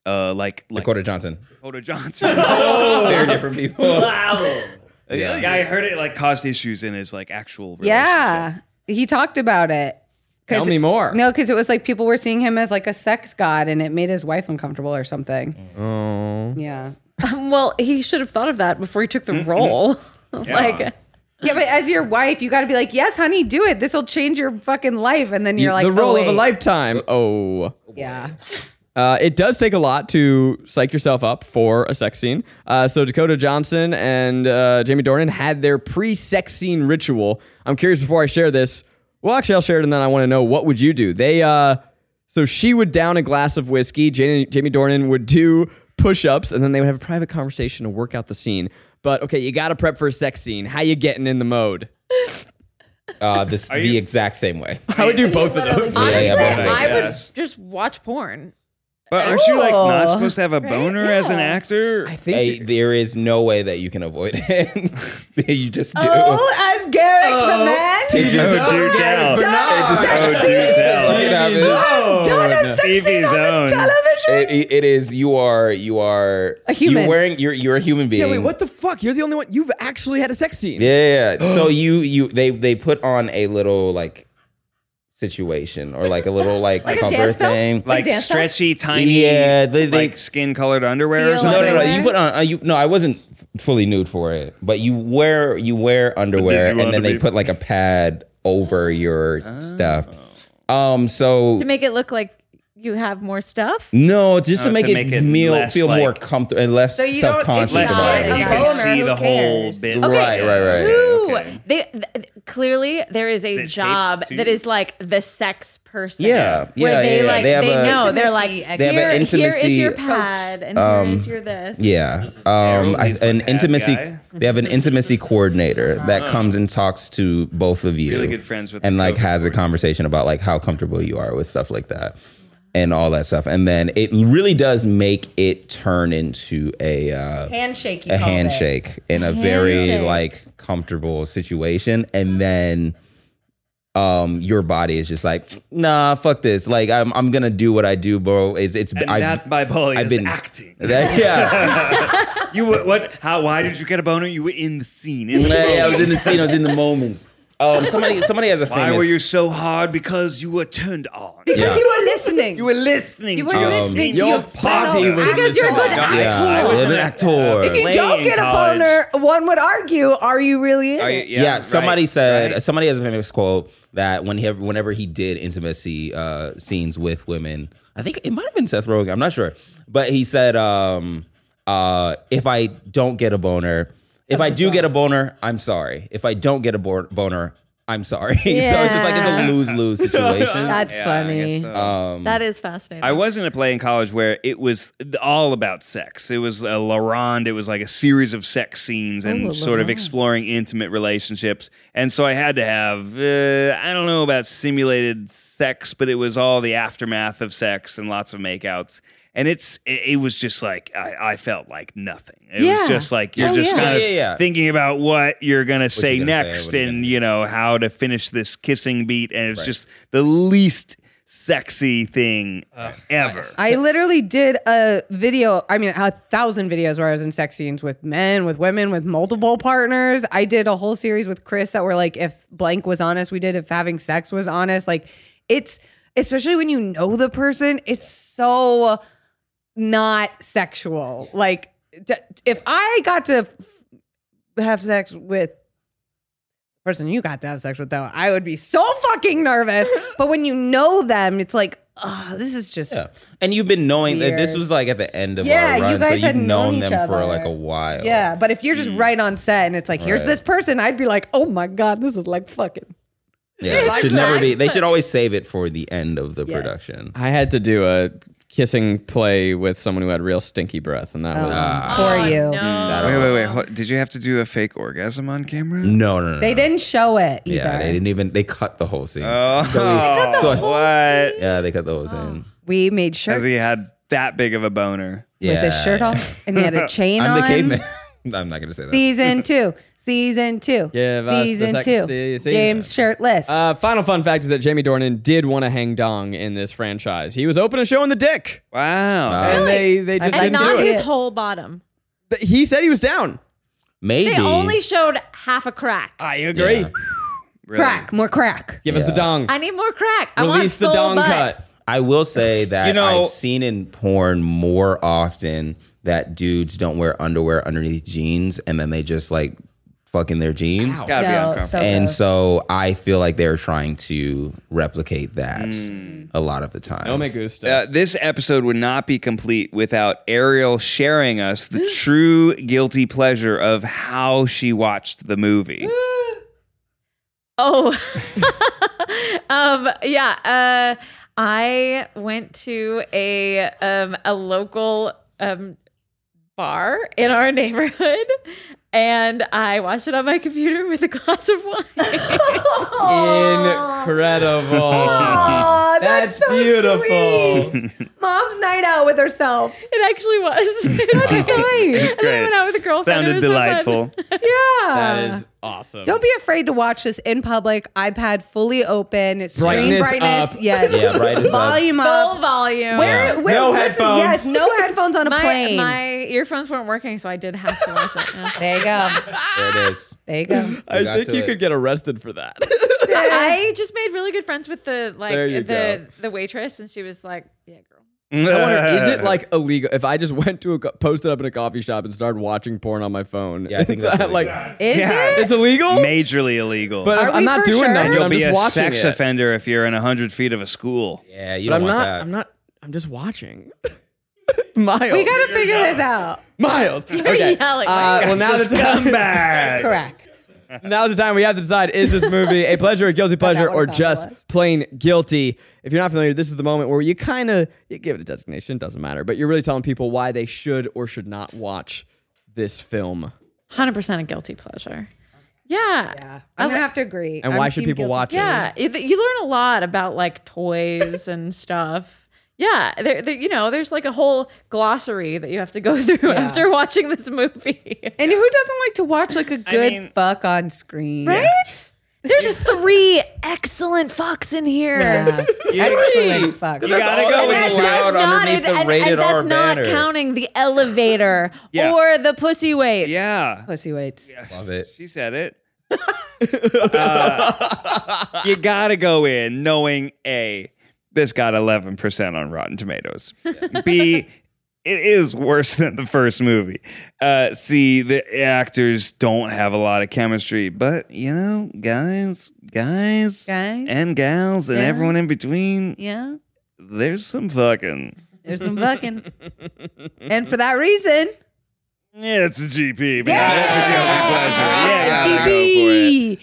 [SPEAKER 5] uh, like like
[SPEAKER 2] dakota johnson
[SPEAKER 5] Dakota Johnson. oh,
[SPEAKER 2] very different people
[SPEAKER 5] wow. Yeah. I heard it like caused issues in his like actual. Relationship.
[SPEAKER 4] Yeah. He talked about it. 'Cause-
[SPEAKER 3] Tell me more.
[SPEAKER 4] No, because it was like people were seeing him as like a sex god and it made his wife uncomfortable or something. Oh. Yeah.
[SPEAKER 6] well, he should have thought of that before he took the
[SPEAKER 2] Mm-hmm.
[SPEAKER 6] role. like,
[SPEAKER 4] Yeah, but as your wife, you got to be like, yes, honey, do it. This will change your fucking life. And then you're like, oh,
[SPEAKER 3] the role of a
[SPEAKER 4] life.
[SPEAKER 3] lifetime. Oh.
[SPEAKER 4] Yeah.
[SPEAKER 3] Uh, it does take a lot to psych yourself up for a sex scene. Uh, so Dakota Johnson and uh, Jamie Dornan had their pre-sex scene ritual. I'm curious before I share this. Well, actually, I'll share it, and then I want to know what would you do. They uh, so she would down a glass of whiskey. Jamie, Jamie Dornan would do push-ups, and then they would have a private conversation to work out the scene. But okay, you got to prep for a sex scene. How you getting in the mode?
[SPEAKER 2] uh this the
[SPEAKER 5] you-
[SPEAKER 2] exact same way
[SPEAKER 3] I would do both of those.
[SPEAKER 6] honestly,
[SPEAKER 2] yeah, both ways,
[SPEAKER 6] I would
[SPEAKER 5] yes.
[SPEAKER 6] just watch porn.
[SPEAKER 5] But aren't you like not supposed to have a boner as an actor?
[SPEAKER 3] I think
[SPEAKER 2] Hey, there is no way that you can avoid it. you just do.
[SPEAKER 4] Oh, as Garrick the man.
[SPEAKER 2] It just-
[SPEAKER 5] oh, dear tell.
[SPEAKER 2] just-
[SPEAKER 5] oh, dear
[SPEAKER 2] Look
[SPEAKER 5] tell.
[SPEAKER 2] at how
[SPEAKER 3] Jeez.
[SPEAKER 2] this-
[SPEAKER 4] Done a sex scene
[SPEAKER 5] TV's
[SPEAKER 4] on the
[SPEAKER 5] own.
[SPEAKER 4] television.
[SPEAKER 2] It- it- it is. You are. You are.
[SPEAKER 4] A human.
[SPEAKER 2] You're wearing. You're. You're a human being.
[SPEAKER 3] Yeah, wait, what the fuck? You're the only one. You've actually had a sex scene.
[SPEAKER 2] Yeah. yeah. so you. You. They. They put on a little like situation or like a little like,
[SPEAKER 4] a
[SPEAKER 2] cover
[SPEAKER 4] dance belt?
[SPEAKER 2] thing.
[SPEAKER 5] Like
[SPEAKER 4] dance stuff?
[SPEAKER 5] stretchy, tiny,
[SPEAKER 2] Yeah, they- they-
[SPEAKER 5] like skin-colored underwear or
[SPEAKER 4] Feel
[SPEAKER 5] something.
[SPEAKER 2] no, no, no.
[SPEAKER 4] underwear?
[SPEAKER 2] You put on. Uh, you no. I wasn't f- fully nude for it, but you wear. You wear underwear,
[SPEAKER 5] want
[SPEAKER 2] and then
[SPEAKER 5] to
[SPEAKER 2] they
[SPEAKER 5] be-
[SPEAKER 2] put like a pad over your
[SPEAKER 5] Oh.
[SPEAKER 2] stuff. Um. So
[SPEAKER 6] to make it look like you have more stuff.
[SPEAKER 2] No, just
[SPEAKER 5] No,
[SPEAKER 2] to make
[SPEAKER 5] Oh, to
[SPEAKER 2] it,
[SPEAKER 5] make it
[SPEAKER 2] meal-
[SPEAKER 5] less,
[SPEAKER 2] feel more
[SPEAKER 5] like-
[SPEAKER 2] comfortable and less
[SPEAKER 4] you don't-
[SPEAKER 2] self
[SPEAKER 4] it's
[SPEAKER 2] conscious
[SPEAKER 4] not
[SPEAKER 2] about
[SPEAKER 5] Like,
[SPEAKER 2] it.
[SPEAKER 4] a
[SPEAKER 5] you
[SPEAKER 4] boner,
[SPEAKER 5] can see
[SPEAKER 4] who
[SPEAKER 5] the whole
[SPEAKER 4] cares?
[SPEAKER 5] bit.
[SPEAKER 2] Right, right, right.
[SPEAKER 6] Ooh, they, th- th- clearly there is a
[SPEAKER 5] That shapes
[SPEAKER 6] job
[SPEAKER 5] too.
[SPEAKER 6] that is like the sex person.
[SPEAKER 2] Yeah,
[SPEAKER 6] where
[SPEAKER 2] yeah,
[SPEAKER 6] they
[SPEAKER 2] yeah, yeah.
[SPEAKER 6] like
[SPEAKER 2] They
[SPEAKER 6] they,
[SPEAKER 2] have a-
[SPEAKER 6] know they're like
[SPEAKER 4] Intimacy,
[SPEAKER 2] They have
[SPEAKER 6] here,
[SPEAKER 2] an
[SPEAKER 6] here is your
[SPEAKER 2] intimacy- Um,
[SPEAKER 6] pad and here is your this.
[SPEAKER 2] Yeah,
[SPEAKER 5] Errol
[SPEAKER 2] um, I-
[SPEAKER 5] is the
[SPEAKER 2] an
[SPEAKER 5] bad
[SPEAKER 2] intimacy.
[SPEAKER 5] guy. Uh-huh.
[SPEAKER 2] They have an intimacy coordinator that comes and talks to both of you.
[SPEAKER 5] Really good friends with
[SPEAKER 2] and
[SPEAKER 5] the
[SPEAKER 2] like
[SPEAKER 5] COVID
[SPEAKER 2] has a conversation about like how comfortable you are with stuff like that, and all that stuff. And then it really does make it turn into a uh,
[SPEAKER 4] Handshake. you
[SPEAKER 2] a
[SPEAKER 4] called it.
[SPEAKER 2] handshake in a very
[SPEAKER 6] Handshake.
[SPEAKER 2] like comfortable situation and then um your body is just like nah fuck this like i'm i'm going to do what i do bro is it's
[SPEAKER 5] And
[SPEAKER 2] I've-
[SPEAKER 5] that by bully
[SPEAKER 2] I've
[SPEAKER 5] is
[SPEAKER 2] been-
[SPEAKER 5] acting.
[SPEAKER 2] that- yeah.
[SPEAKER 5] You were, what? How? Why did you get a boner? You were in the scene. In the
[SPEAKER 2] yeah yeah, i was
[SPEAKER 5] moment.
[SPEAKER 2] in the scene i was in the moments um somebody somebody has a
[SPEAKER 5] Why
[SPEAKER 2] famous
[SPEAKER 5] were you so hard? Because you were turned on.
[SPEAKER 2] yeah.
[SPEAKER 4] You were listening.
[SPEAKER 5] You were listening.
[SPEAKER 4] You were
[SPEAKER 5] to us.
[SPEAKER 4] listening to
[SPEAKER 3] your
[SPEAKER 4] your
[SPEAKER 3] party
[SPEAKER 4] fellow-
[SPEAKER 3] was
[SPEAKER 4] Because you're a good
[SPEAKER 5] listening.
[SPEAKER 4] actor.
[SPEAKER 2] yeah, I was an actor.
[SPEAKER 4] If you
[SPEAKER 5] Playing
[SPEAKER 4] don't get a
[SPEAKER 5] college.
[SPEAKER 4] boner, one would argue, are you really in
[SPEAKER 5] Are you-
[SPEAKER 4] it?
[SPEAKER 2] yeah, somebody
[SPEAKER 5] right,
[SPEAKER 2] said
[SPEAKER 5] right.
[SPEAKER 2] somebody has a famous quote that when he whenever he did intimacy uh, scenes with women, I think it might have been Seth Rogen. I'm not sure, but he said, um, uh, "If I
[SPEAKER 4] Oh
[SPEAKER 2] don't get a boner, if I do get a boner, I'm sorry. If I don't get a bo- boner, I'm sorry. so it's just like it's
[SPEAKER 4] Yeah.
[SPEAKER 2] a lose lose situation.
[SPEAKER 4] That's
[SPEAKER 5] Yeah, I guess
[SPEAKER 4] funny.
[SPEAKER 5] so.
[SPEAKER 2] um,
[SPEAKER 6] That is fascinating.
[SPEAKER 5] I was in a play in college where it was all about sex. It was a La Ronde. It was like a series of sex scenes and
[SPEAKER 4] Ooh,
[SPEAKER 5] sort of
[SPEAKER 4] La
[SPEAKER 5] exploring intimate relationships. And so I had to have, uh, I don't know about simulated sex, but it was all the aftermath of sex and lots of makeouts. And it's it, it was just like I, I felt like nothing. It
[SPEAKER 4] Yeah.
[SPEAKER 5] was just like you're
[SPEAKER 4] Oh,
[SPEAKER 5] just
[SPEAKER 4] yeah.
[SPEAKER 5] kind of
[SPEAKER 2] Yeah, yeah, yeah.
[SPEAKER 5] thinking about what you're gonna say
[SPEAKER 2] gonna say,
[SPEAKER 5] next
[SPEAKER 2] what you're
[SPEAKER 5] and
[SPEAKER 2] gonna-
[SPEAKER 5] you know how to finish this kissing beat, and it's
[SPEAKER 2] Right.
[SPEAKER 5] just the least sexy thing ever.
[SPEAKER 4] I literally did a video, I mean, a thousand videos where I was in sex scenes with men, with women, with multiple partners. I did a whole series with Chris that were like, if blank was honest, we did if having sex was honest. Like, it's especially when you know the person, it's so not sexual. Like, d- if I got to f- have sex with person you got to have sex with though i would be so fucking nervous but when you know them it's like oh this is just
[SPEAKER 2] Yeah. And you've been knowing that this
[SPEAKER 4] Weird.
[SPEAKER 2] was like at the end of
[SPEAKER 4] Yeah,
[SPEAKER 2] our
[SPEAKER 4] you
[SPEAKER 2] run, so
[SPEAKER 4] guys
[SPEAKER 2] you've
[SPEAKER 4] had known
[SPEAKER 2] known
[SPEAKER 4] each
[SPEAKER 2] them for
[SPEAKER 4] other.
[SPEAKER 2] like a while.
[SPEAKER 4] Yeah, but if you're just right on set and it's like, here's
[SPEAKER 2] Mm. Right.
[SPEAKER 4] this person, I'd be like, oh my god, this is like fucking.
[SPEAKER 2] Yeah. It should never be they should always save it for the end of the production.
[SPEAKER 3] I had to do a kissing play with someone who had real stinky breath, and that was.
[SPEAKER 2] Ah.
[SPEAKER 4] for
[SPEAKER 6] Oh,
[SPEAKER 4] you.
[SPEAKER 6] No.
[SPEAKER 5] Wait, wait, wait. hold- Did you have to do a fake orgasm on camera?
[SPEAKER 2] No, no, no.
[SPEAKER 4] They
[SPEAKER 2] no.
[SPEAKER 4] didn't show it either.
[SPEAKER 2] Yeah, they didn't even they cut the whole scene.
[SPEAKER 5] Oh,
[SPEAKER 2] so-
[SPEAKER 5] what?
[SPEAKER 2] yeah, they cut the whole scene.
[SPEAKER 4] We made shirts
[SPEAKER 5] Because he had that big of a boner.
[SPEAKER 4] with
[SPEAKER 2] Yeah,
[SPEAKER 4] his shirt
[SPEAKER 2] yeah.
[SPEAKER 4] on, and he had a chain
[SPEAKER 2] I'm
[SPEAKER 4] on.
[SPEAKER 2] the caveman. I'm not gonna say that.
[SPEAKER 4] Season two, season two,
[SPEAKER 3] Give us the
[SPEAKER 4] season
[SPEAKER 3] sex
[SPEAKER 4] two.
[SPEAKER 3] to see.
[SPEAKER 4] James shirtless.
[SPEAKER 3] Uh, final fun fact is that Jamie Dornan did want to hang dong in this franchise. He was open to showing the dick,
[SPEAKER 5] Wow.
[SPEAKER 3] and they they just
[SPEAKER 4] like
[SPEAKER 6] and
[SPEAKER 3] didn't
[SPEAKER 4] to
[SPEAKER 6] not
[SPEAKER 3] do
[SPEAKER 4] see
[SPEAKER 3] it.
[SPEAKER 6] his
[SPEAKER 4] it.
[SPEAKER 6] whole bottom.
[SPEAKER 3] But He said he was down.
[SPEAKER 2] Maybe
[SPEAKER 6] They only showed half a crack.
[SPEAKER 3] I agree.
[SPEAKER 2] Yeah.
[SPEAKER 5] Really?
[SPEAKER 4] crack, more crack.
[SPEAKER 3] Give us the
[SPEAKER 2] Yeah.
[SPEAKER 3] dong.
[SPEAKER 6] I need more crack. I want
[SPEAKER 3] Release the
[SPEAKER 6] full
[SPEAKER 3] dong
[SPEAKER 6] butt.
[SPEAKER 3] cut.
[SPEAKER 2] I will say that
[SPEAKER 5] You know-
[SPEAKER 2] I've seen in porn more often that dudes don't wear underwear underneath jeans and then they just like fucking their jeans.
[SPEAKER 5] It's gotta be
[SPEAKER 4] No,
[SPEAKER 5] uncomfortable.
[SPEAKER 4] so
[SPEAKER 2] and
[SPEAKER 4] gross.
[SPEAKER 2] so I feel like they're trying to replicate that
[SPEAKER 5] Hmm.
[SPEAKER 2] a lot of the time.
[SPEAKER 3] No Oh, me gusta.
[SPEAKER 5] Uh, this episode would not be complete without Ariel sharing us the true guilty pleasure of how she watched the movie.
[SPEAKER 6] Oh, um, yeah. Uh, I went to a um, a local um, bar in our neighborhood, and I watched it on my computer with a glass of wine.
[SPEAKER 3] Incredible.
[SPEAKER 4] Aw,
[SPEAKER 3] that's beautiful.
[SPEAKER 4] sweet. Mom's night out with herself.
[SPEAKER 6] it actually was.
[SPEAKER 3] Oh,
[SPEAKER 6] That's
[SPEAKER 4] Nice.
[SPEAKER 5] great.
[SPEAKER 6] I went out with a girlfriend. It
[SPEAKER 5] Sounded
[SPEAKER 6] was so fun.
[SPEAKER 5] delightful.
[SPEAKER 4] Yeah.
[SPEAKER 3] That is awesome.
[SPEAKER 4] Don't be afraid to watch this in public. iPad fully open, screen
[SPEAKER 3] Brightness
[SPEAKER 4] brightness,
[SPEAKER 3] up.
[SPEAKER 4] yes,
[SPEAKER 2] Yeah, brightness up.
[SPEAKER 4] volume
[SPEAKER 6] Full
[SPEAKER 4] up.
[SPEAKER 6] volume.
[SPEAKER 4] Where, where,
[SPEAKER 3] No headphones.
[SPEAKER 4] Yes, no headphones on a
[SPEAKER 6] my,
[SPEAKER 4] plane.
[SPEAKER 6] my earphones weren't working, so I did have to watch it. Yeah.
[SPEAKER 4] There you go.
[SPEAKER 2] There it is.
[SPEAKER 4] There you go.
[SPEAKER 3] I
[SPEAKER 2] We got
[SPEAKER 3] think
[SPEAKER 2] to
[SPEAKER 3] you
[SPEAKER 2] it.
[SPEAKER 3] could get arrested for that.
[SPEAKER 6] I just made really good friends with the like
[SPEAKER 3] There you
[SPEAKER 6] the
[SPEAKER 3] go.
[SPEAKER 6] the waitress, and she was like, "Yeah, girl."
[SPEAKER 3] I wonder, is it like illegal if I just went to a co- posted up in a coffee shop and started watching porn on my phone?
[SPEAKER 2] Yeah, I think
[SPEAKER 3] is
[SPEAKER 2] that's
[SPEAKER 3] that, like
[SPEAKER 2] illegal.
[SPEAKER 4] Is
[SPEAKER 5] Yeah.
[SPEAKER 4] it?
[SPEAKER 3] it's illegal.
[SPEAKER 5] majorly illegal?
[SPEAKER 3] But
[SPEAKER 4] Are
[SPEAKER 3] I'm,
[SPEAKER 4] we
[SPEAKER 3] not
[SPEAKER 4] for
[SPEAKER 3] doing
[SPEAKER 4] sure?
[SPEAKER 3] nothing.
[SPEAKER 5] You'll
[SPEAKER 3] I'm
[SPEAKER 5] be
[SPEAKER 3] just
[SPEAKER 5] a
[SPEAKER 3] watching
[SPEAKER 5] sex
[SPEAKER 3] it.
[SPEAKER 5] offender if you're in hundred feet of a school.
[SPEAKER 2] Yeah, you
[SPEAKER 3] But
[SPEAKER 2] don't
[SPEAKER 3] I'm
[SPEAKER 2] want
[SPEAKER 3] not.
[SPEAKER 2] that.
[SPEAKER 3] I'm not. I'm just watching. Miles.
[SPEAKER 4] We gotta figure this out.
[SPEAKER 3] Miles. okay.
[SPEAKER 6] yelling.
[SPEAKER 3] Uh, well, now the time.
[SPEAKER 5] Back.
[SPEAKER 4] Correct.
[SPEAKER 3] Now's the time we have to decide is this movie a pleasure, a guilty pleasure,
[SPEAKER 4] what
[SPEAKER 3] or
[SPEAKER 4] that was.
[SPEAKER 3] just plain guilty? If you're not familiar, this is the moment where you kind of you give it a designation, doesn't matter, but you're really telling people why they should or should not watch this film.
[SPEAKER 6] Hundred percent a guilty pleasure. Yeah, yeah.
[SPEAKER 4] I'm gonna have to agree.
[SPEAKER 3] And
[SPEAKER 4] I'm
[SPEAKER 3] why should
[SPEAKER 4] team
[SPEAKER 3] people
[SPEAKER 4] guilty.
[SPEAKER 3] watch it?
[SPEAKER 6] You you learn a lot about like toys and stuff. Yeah, there, there, you know, there's like a whole glossary that you have to go through after watching this movie,
[SPEAKER 4] And who doesn't like to watch like a good
[SPEAKER 5] mean-
[SPEAKER 4] fuck on screen?
[SPEAKER 6] right? There's three excellent fucks in here.
[SPEAKER 4] Yeah. Excellent fuck.
[SPEAKER 5] You gotta
[SPEAKER 2] all
[SPEAKER 5] go
[SPEAKER 2] that
[SPEAKER 6] Oh,
[SPEAKER 5] with
[SPEAKER 2] is
[SPEAKER 5] the loud
[SPEAKER 2] allowed underneath
[SPEAKER 6] and,
[SPEAKER 2] the
[SPEAKER 6] and-
[SPEAKER 2] rated
[SPEAKER 6] and that's
[SPEAKER 2] R
[SPEAKER 6] not
[SPEAKER 2] banner.
[SPEAKER 6] counting the elevator
[SPEAKER 5] Yeah.
[SPEAKER 6] or the pussy weight.
[SPEAKER 5] Yeah.
[SPEAKER 4] Pussy weights.
[SPEAKER 2] Love it.
[SPEAKER 5] She said it. Uh, you gotta go in knowing A, this got 11% on Rotten Tomatoes. B, it is worse than the first movie. Uh, C, the actors don't have a lot of chemistry, but you know, guys, guys,
[SPEAKER 4] Guys.
[SPEAKER 5] and gals, and everyone in between,
[SPEAKER 6] Yeah.
[SPEAKER 5] there's some fucking.
[SPEAKER 4] There's some fucking. and for that reason,
[SPEAKER 5] Yeah, it's a GP. But not every guilty pleasure. Yeah,
[SPEAKER 2] Yeah.
[SPEAKER 5] yeah.
[SPEAKER 4] GP,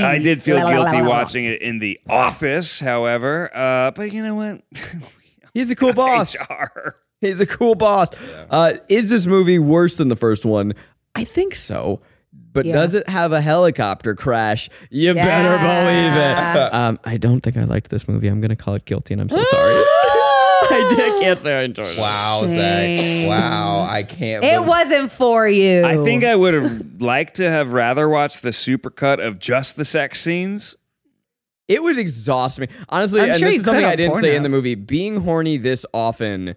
[SPEAKER 4] GPDP.
[SPEAKER 5] I did feel
[SPEAKER 4] La, la, la, la,
[SPEAKER 5] guilty
[SPEAKER 4] la, la.
[SPEAKER 5] watching it in the office, however. Uh, but you know what?
[SPEAKER 3] He's a cool boss.
[SPEAKER 5] HR.
[SPEAKER 3] He's a cool boss. Uh, is this movie worse than the first one? I think so. But does it have a helicopter crash? You better believe it. Um, I don't think I liked this movie. I'm going to call it guilty, and I'm so sorry. I did can't say I enjoyed it.
[SPEAKER 2] Wow, Zach. Wow, I can't.
[SPEAKER 4] It
[SPEAKER 2] believe-
[SPEAKER 4] wasn't for you.
[SPEAKER 5] I think I would have liked to have rather watched the supercut of just the sex scenes.
[SPEAKER 3] It would exhaust me. Honestly,
[SPEAKER 1] I'm
[SPEAKER 3] and
[SPEAKER 1] sure
[SPEAKER 3] this
[SPEAKER 1] you
[SPEAKER 3] is something
[SPEAKER 1] could
[SPEAKER 3] I
[SPEAKER 1] on
[SPEAKER 3] didn't say in
[SPEAKER 1] Pornhub.
[SPEAKER 3] the movie. Being horny this often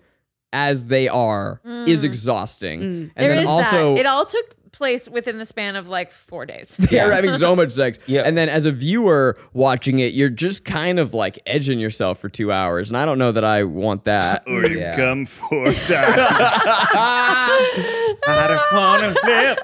[SPEAKER 3] as they are is exhausting. And
[SPEAKER 6] There
[SPEAKER 3] then
[SPEAKER 6] is
[SPEAKER 3] also
[SPEAKER 6] that. It all took place within the span of like four days.
[SPEAKER 3] they're having so much sex.
[SPEAKER 2] Yeah.
[SPEAKER 3] And then as a viewer watching it, you're just kind of like edging yourself for two hours. And I don't know that I want that.
[SPEAKER 5] Or you
[SPEAKER 2] Yeah.
[SPEAKER 5] come four times. I don't wanna live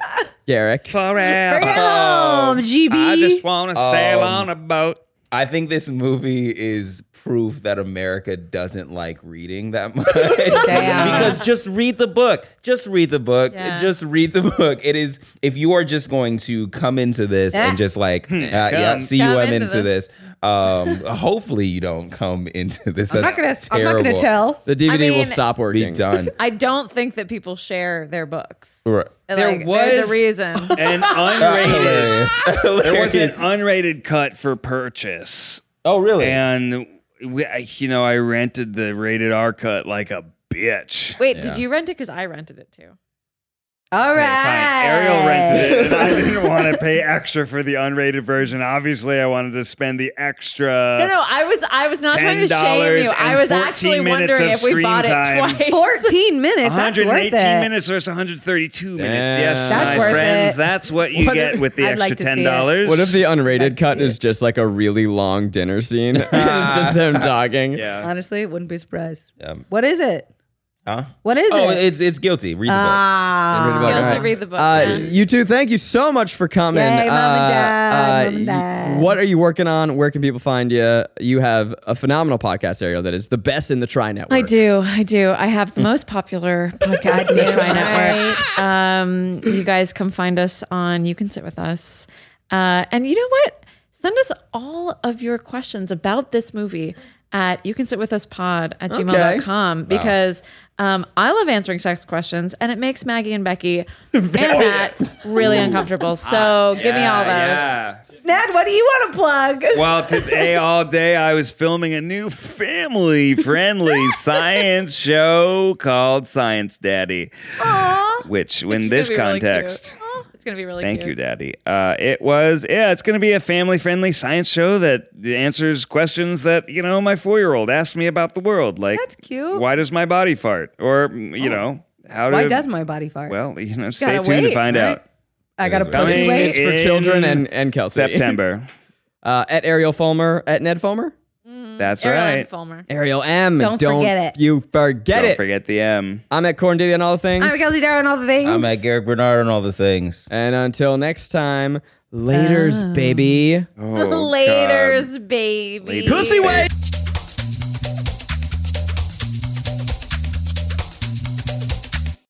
[SPEAKER 3] Garrick.
[SPEAKER 5] forever.
[SPEAKER 4] Um, GB.
[SPEAKER 5] Oh. I just wanna sail
[SPEAKER 4] Um,
[SPEAKER 5] on a boat.
[SPEAKER 2] I think this movie is proof that America doesn't like reading that much. because just read the book. Just read the book.
[SPEAKER 6] Yeah.
[SPEAKER 2] Just read the book. It is if you are just going to come into this and just like uh, yeah, see you
[SPEAKER 6] Come
[SPEAKER 2] I'm
[SPEAKER 6] into
[SPEAKER 2] into this. Um, hopefully you don't come into this. That's
[SPEAKER 1] I'm not gonna. I'm not
[SPEAKER 2] terrible.
[SPEAKER 1] gonna tell.
[SPEAKER 3] The DVD will
[SPEAKER 6] mean,
[SPEAKER 3] stop
[SPEAKER 2] Be
[SPEAKER 3] working.
[SPEAKER 2] done.
[SPEAKER 6] I don't think that people share their books.
[SPEAKER 2] Right. Ah,
[SPEAKER 6] Like, there's a reason.
[SPEAKER 5] An unrated
[SPEAKER 2] Hilarious.
[SPEAKER 5] there was an
[SPEAKER 2] Hilarious.
[SPEAKER 5] unrated cut for purchase.
[SPEAKER 2] Oh really?
[SPEAKER 5] And we, I- you know, I rented the rated R cut like a bitch.
[SPEAKER 6] Wait, did you rent it? Because I rented it too.
[SPEAKER 4] All
[SPEAKER 5] Okay,
[SPEAKER 4] right.
[SPEAKER 5] Fine. Ariel rented it, and I didn't want to pay extra for the unrated version. Obviously, I wanted to spend the extra.
[SPEAKER 6] No, no, I was I was not trying to shame
[SPEAKER 5] Uh, $10
[SPEAKER 6] you. I
[SPEAKER 5] and
[SPEAKER 6] was
[SPEAKER 5] 14
[SPEAKER 6] actually
[SPEAKER 5] minutes
[SPEAKER 6] wondering
[SPEAKER 5] of
[SPEAKER 6] if we
[SPEAKER 5] screen
[SPEAKER 6] bought
[SPEAKER 5] time.
[SPEAKER 6] it twice.
[SPEAKER 4] 14 minutes. That's worth
[SPEAKER 5] 118
[SPEAKER 4] it.
[SPEAKER 5] minutes versus 132 minutes. Yes,
[SPEAKER 3] Damn.
[SPEAKER 4] That's
[SPEAKER 5] my
[SPEAKER 4] worth
[SPEAKER 5] friends,
[SPEAKER 4] it.
[SPEAKER 5] that's what you
[SPEAKER 4] What
[SPEAKER 5] get
[SPEAKER 4] if-
[SPEAKER 5] with the
[SPEAKER 4] I'd
[SPEAKER 5] extra
[SPEAKER 4] like to see it.
[SPEAKER 5] ten dollars.
[SPEAKER 3] What if the unrated cut is just like a really long dinner scene? it's just them talking.
[SPEAKER 5] Ah. Yeah.
[SPEAKER 4] Honestly, wouldn't be surprised.
[SPEAKER 2] Um,
[SPEAKER 4] What is it?
[SPEAKER 2] huh?
[SPEAKER 4] What is
[SPEAKER 2] Oh,
[SPEAKER 4] it?
[SPEAKER 2] it's it's guilty. Read the
[SPEAKER 4] ah.
[SPEAKER 3] Read the book.
[SPEAKER 6] You have
[SPEAKER 3] All
[SPEAKER 6] to
[SPEAKER 3] right.
[SPEAKER 6] read the book,
[SPEAKER 3] Uh,
[SPEAKER 6] yeah.
[SPEAKER 3] You two, thank you so much for coming.
[SPEAKER 4] Yay, Mom and Dad,
[SPEAKER 3] uh,
[SPEAKER 4] Mom and
[SPEAKER 3] y-
[SPEAKER 4] Dad.
[SPEAKER 3] What are you working on? Where can people find you? You have a phenomenal podcast, Ariel, that is the best in the Tri Network.
[SPEAKER 6] I do. I do. I have the
[SPEAKER 5] Hmm.
[SPEAKER 6] most popular podcast in the Tri Network. Um, you guys come find us on You Can Sit With Us. Uh, and you know what? Send us all of your questions about this movie at you can sit with us pod at gmail.com because um, I love answering sex questions and it makes Maggie and Becky and Matt really uncomfortable. So give me all those.
[SPEAKER 5] Yeah.
[SPEAKER 4] Ned, what do you want to plug?
[SPEAKER 5] Well, today all day I was filming a new family-friendly science show called Science Daddy, which,
[SPEAKER 6] It's
[SPEAKER 5] in
[SPEAKER 6] gonna
[SPEAKER 5] this
[SPEAKER 6] be really cute. Oh,
[SPEAKER 5] context,
[SPEAKER 6] Aw, it's going to be really
[SPEAKER 5] Thank
[SPEAKER 6] cute.
[SPEAKER 5] you, Daddy. Uh, it was, yeah, it's going to be a family friendly science show that answers questions that, you know, my four year old asked me about the world. Like, that's
[SPEAKER 6] cute.
[SPEAKER 5] Why does my body fart? Or, mm, you know, how
[SPEAKER 1] Why
[SPEAKER 5] do-
[SPEAKER 1] does my body fart?
[SPEAKER 5] Well, you know, stay tuned to
[SPEAKER 1] wait,
[SPEAKER 5] find
[SPEAKER 1] right?
[SPEAKER 5] out.
[SPEAKER 1] I got to push
[SPEAKER 5] Coming
[SPEAKER 1] weight.
[SPEAKER 3] It's for
[SPEAKER 5] in
[SPEAKER 3] children and, and Kelsey.
[SPEAKER 5] September.
[SPEAKER 3] Uh, at Ariel Fulmer, at Ned Fulmer.
[SPEAKER 5] That's
[SPEAKER 6] Caroline
[SPEAKER 5] right.
[SPEAKER 6] Fulmer.
[SPEAKER 3] Ariel M.
[SPEAKER 4] Don't forget it.
[SPEAKER 3] You forget
[SPEAKER 5] Don't
[SPEAKER 3] it.
[SPEAKER 5] forget the M.
[SPEAKER 3] I'm at Corn Diddy on all the things.
[SPEAKER 4] I'm Kelsey Darrow and all the things.
[SPEAKER 2] book. I'm at Garrick Bernard on all the things.
[SPEAKER 3] and until next time, laters, baby.
[SPEAKER 5] Oh, God.
[SPEAKER 6] Laters, baby.
[SPEAKER 5] Pussy
[SPEAKER 3] wait.